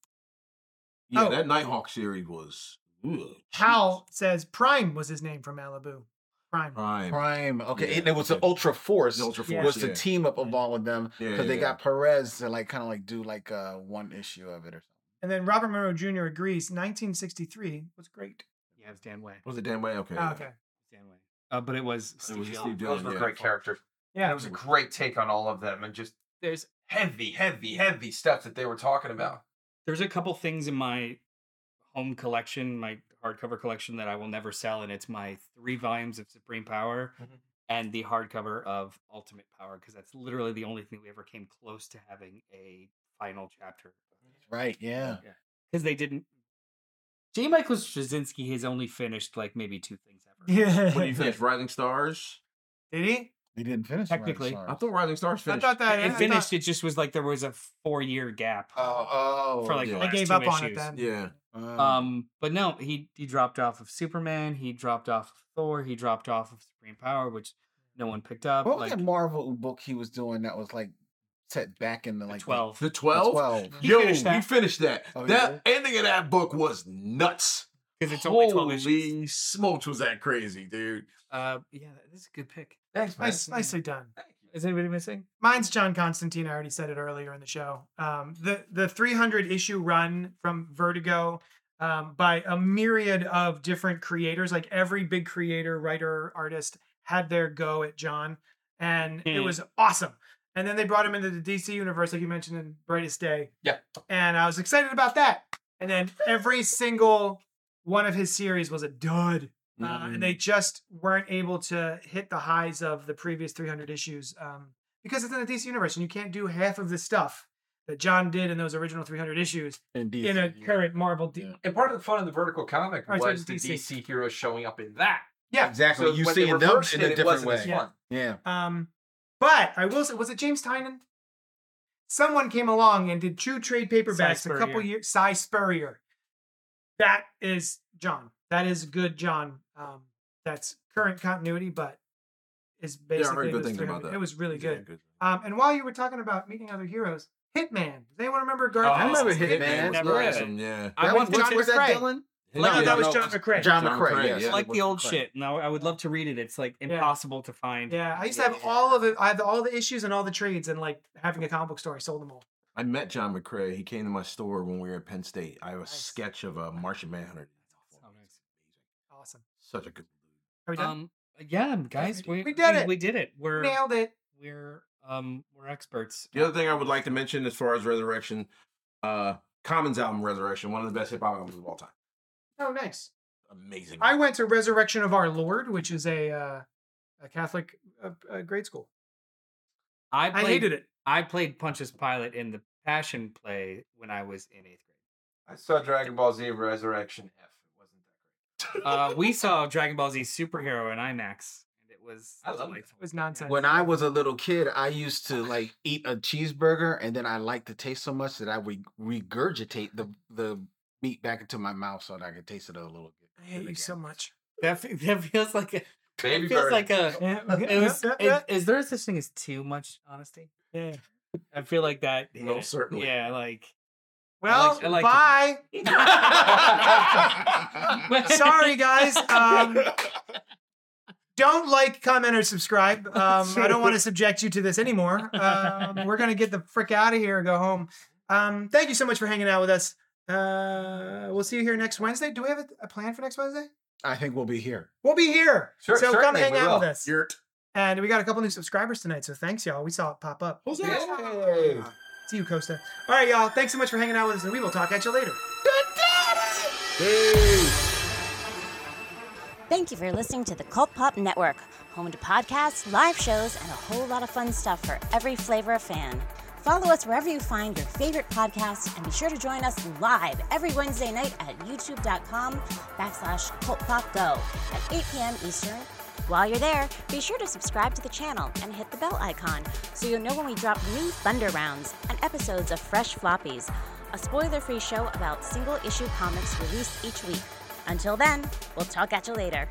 S3: yeah,
S1: Oh.
S3: that Nighthawk series was ugh,
S1: Hal says Prime was his name from Malibu. Prime.
S3: prime.
S2: Prime. Okay,
S3: Yeah,
S2: and it was the
S3: okay.
S2: Ultra Force.
S3: The Ultra
S1: Yeah.
S3: Force.
S2: Was
S3: yeah.
S2: the team up of all of them
S3: Yeah,
S2: because they
S3: yeah.
S2: got Perez to like kind of like do like uh one issue of it or something.
S1: And then Robert Monroe Jr. agrees 1963 was great.
S4: Yeah, it was Dan Way. It
S3: Was it Dan Way? Okay.
S1: Oh,
S3: yeah.
S1: okay.
S4: was Dan Way. Uh, but it was
S3: It
S4: Steve
S3: was
S4: Dillon.
S3: Steve
S5: Those
S3: Dillon.
S5: were
S3: yeah.
S5: great characters. And
S1: Yeah.
S5: it
S1: <laughs>
S5: was a great take on all of them and just
S4: There's
S5: heavy, heavy, heavy stuff that they were talking about.
S4: there's a couple things in my home collection, my hardcover collection that I will never sell, and it's my three volumes of Supreme Power
S5: Mhm.
S4: and the hardcover of Ultimate Power because that's literally the only thing we ever came close to having a final chapter.
S2: Right. Yeah.
S4: because they didn't. J. Michael Straczynski has only finished like maybe two things
S1: <laughs>
S4: ever.
S3: When you
S1: Yeah.
S3: finished Rising Stars,
S1: Did he?
S2: They didn't finish. Rising
S4: Technically,
S2: Stars.
S3: I thought Rising Stars
S1: I
S3: finished.
S1: thought that I
S4: It
S1: thought-
S4: finished. It just was like there was a four-year gap
S2: Oh, oh,
S4: for like.
S3: yeah.
S4: the
S3: I
S1: I
S4: last
S1: gave
S4: two
S1: up on it
S4: issues.
S1: then.
S3: yeah.
S2: um,
S4: Um, but no, he he dropped off of Superman. He dropped off of Thor. He dropped off of Supreme Power, which no one picked up.
S2: what was
S4: like
S2: that Marvel book he was doing that was like set back in the
S4: the
S2: like the-
S4: twelve.
S3: The
S2: the
S3: 12?
S2: 12.
S4: He
S3: Yo,
S4: finished
S3: we
S4: that.
S3: finished that.
S2: Oh,
S3: that ending of that book was nuts.
S4: because it's only twelve issues.
S3: Holy smokes, was that crazy, dude?
S4: Uh, yeah, this is a good pick.
S5: Thanks, man.
S1: Nice, nicely done.
S5: Thank you.
S6: Is anybody missing?
S1: Mine's John Constantine. I already said it earlier in the show. Um, the the 300 issue run from Vertigo um, by a myriad of different creators. Like every big creator, writer, artist had their go at John, and it
S6: Hmm.
S1: was awesome. And then they brought him into the DC universe, like you mentioned in Brightest Day.
S5: Yeah.
S1: And I was excited about that. And then every single one of his series was a dud uh, and they just weren't able to hit the highs of the previous 300 issues um, because it's in the DC universe and you can't do half of the stuff that John did in those original 300 issues
S2: Indeed.
S1: in a current Marvel. D-
S2: Yeah.
S5: And part of the fun of the vertical comic
S1: All right, so
S5: was
S1: it's
S5: the
S1: DC.
S5: DC heroes showing up in that.
S1: Yeah.
S2: Exactly.
S5: So
S2: you
S5: when
S2: see
S5: they
S2: them
S5: reversed
S2: in
S5: it,
S2: a
S5: it
S2: different
S5: wasn't as
S2: way.
S5: fun.
S2: Yeah.
S1: Um, but I will say, was it James Tynan? Someone came along and did two trade paperbacks
S6: Cy
S1: a couple
S6: Spurrier.
S1: years. Cy Spurrier. That is John. That is good John. Um, that's current continuity, but is
S3: I heard
S1: basically
S3: good
S1: those
S3: things about
S1: 300
S3: that.
S1: it was really good. Um, and while you were talking about meeting other heroes, Hitman. Does anyone remember Garth?
S5: Oh,
S2: I
S1: Ennis?
S2: remember
S5: Hitman
S2: Hitman.
S6: was
S2: was
S6: great.
S2: awesome.
S3: Awesome, yeah.
S6: I
S2: That
S6: want
S2: was,
S6: to
S2: which,
S1: John
S2: was that
S1: McCrae.
S2: Dylan?
S1: No,
S3: Yeah,
S1: Oh, that was
S3: no,
S1: John McCrae.
S2: John
S3: John
S2: McCrae.
S3: McCrae,
S2: yes.
S3: yeah.
S2: it
S4: like
S2: was
S4: the old
S2: McCrae.
S4: shit. No, I would love to read it. It's like
S1: Yeah.
S4: impossible to find.
S1: Yeah, I used to have all of it. I have all the issues and all the trades, and like having a comic book store, I sold them all.
S3: I met John McCrae. He came to my store when we were at Penn State. I have a
S1: Nice.
S3: sketch of a Martian Manhunter.
S1: Awesome.
S3: Such a good.
S1: Are we done?
S4: Um, yeah, guys, we,
S1: We did
S4: we-
S1: it.
S4: We did it. We're
S1: Nailed it.
S4: we're um we're experts.
S3: The other thing I would like to mention, as far as Resurrection, uh, Common's album Resurrection, one of the best hip hop albums of all time.
S1: Oh, nice.
S3: Amazing. <laughs>
S1: I <laughs> went to Resurrection of Our Lord, which is a uh, a Catholic uh, uh, grade school.
S4: I
S1: I
S4: played,
S1: hated it.
S4: I played Pontius Pilate in the Passion Play when I was in eighth
S5: I saw Dragon Ball Z Resurrection F. It
S4: grade.
S5: wasn't that
S4: Uh, we saw Dragon Ball Z Superhero in IMAX, and it was
S5: I love it.
S4: delightful.
S1: It was nonsense.
S2: When I was a little kid, I used to like eat a cheeseburger, and then I liked the taste so much that I would regurgitate the the meat back into my mouth so that I could taste it a little bit.
S1: I hate you so much.
S4: That, fe- <laughs> that feels like a
S5: great.
S4: <laughs>
S5: Baby
S4: it feels
S5: Bird.
S4: like a.
S1: Yeah,
S4: It was, is, is there such thing as too much honesty?
S1: yeah.
S4: I feel like that.
S3: No, certainly.
S4: Yeah,
S5: <laughs>
S4: like. <laughs>
S1: Well,
S4: I liked it.
S1: bye.
S5: <laughs>
S1: Sorry, guys. Um, don't like, comment, or
S5: <laughs>
S1: subscribe. Um, I don't want to subject you to this anymore. Um, we're gonna get the frick out of here and go home. Um, thank you so much for hanging out with us. Uh, we'll see you here next Wednesday. Do we have a, a plan for next Wednesday?
S2: I think we'll be here.
S1: We'll be here,
S5: Sure-
S1: so come
S5: certainly,
S1: hang
S5: we
S1: out with
S5: will.
S1: us.
S3: Yurt.
S1: And we got a couple new subscribers tonight, so thanks y'all. We saw it pop up.
S5: Yay.
S1: See you, Costa. All right, y'all. Thanks so much for hanging out with us, and we will talk at you later.
S7: Thank you for listening to the Cult Pop Network, home to podcasts, live shows, and a whole lot of fun stuff for every flavor of fan. Follow us wherever you find your favorite podcasts, and be sure to join us live every Wednesday night at youtube.com backslash cultpopgo at 8 p.m. Eastern. While you're there, be sure to subscribe to the channel and hit the bell icon so you'll know when we drop new Thunder Rounds and episodes of Fresh Floppies, a spoiler-free show about single-issue comics released each week. Until then, we'll talk at you later.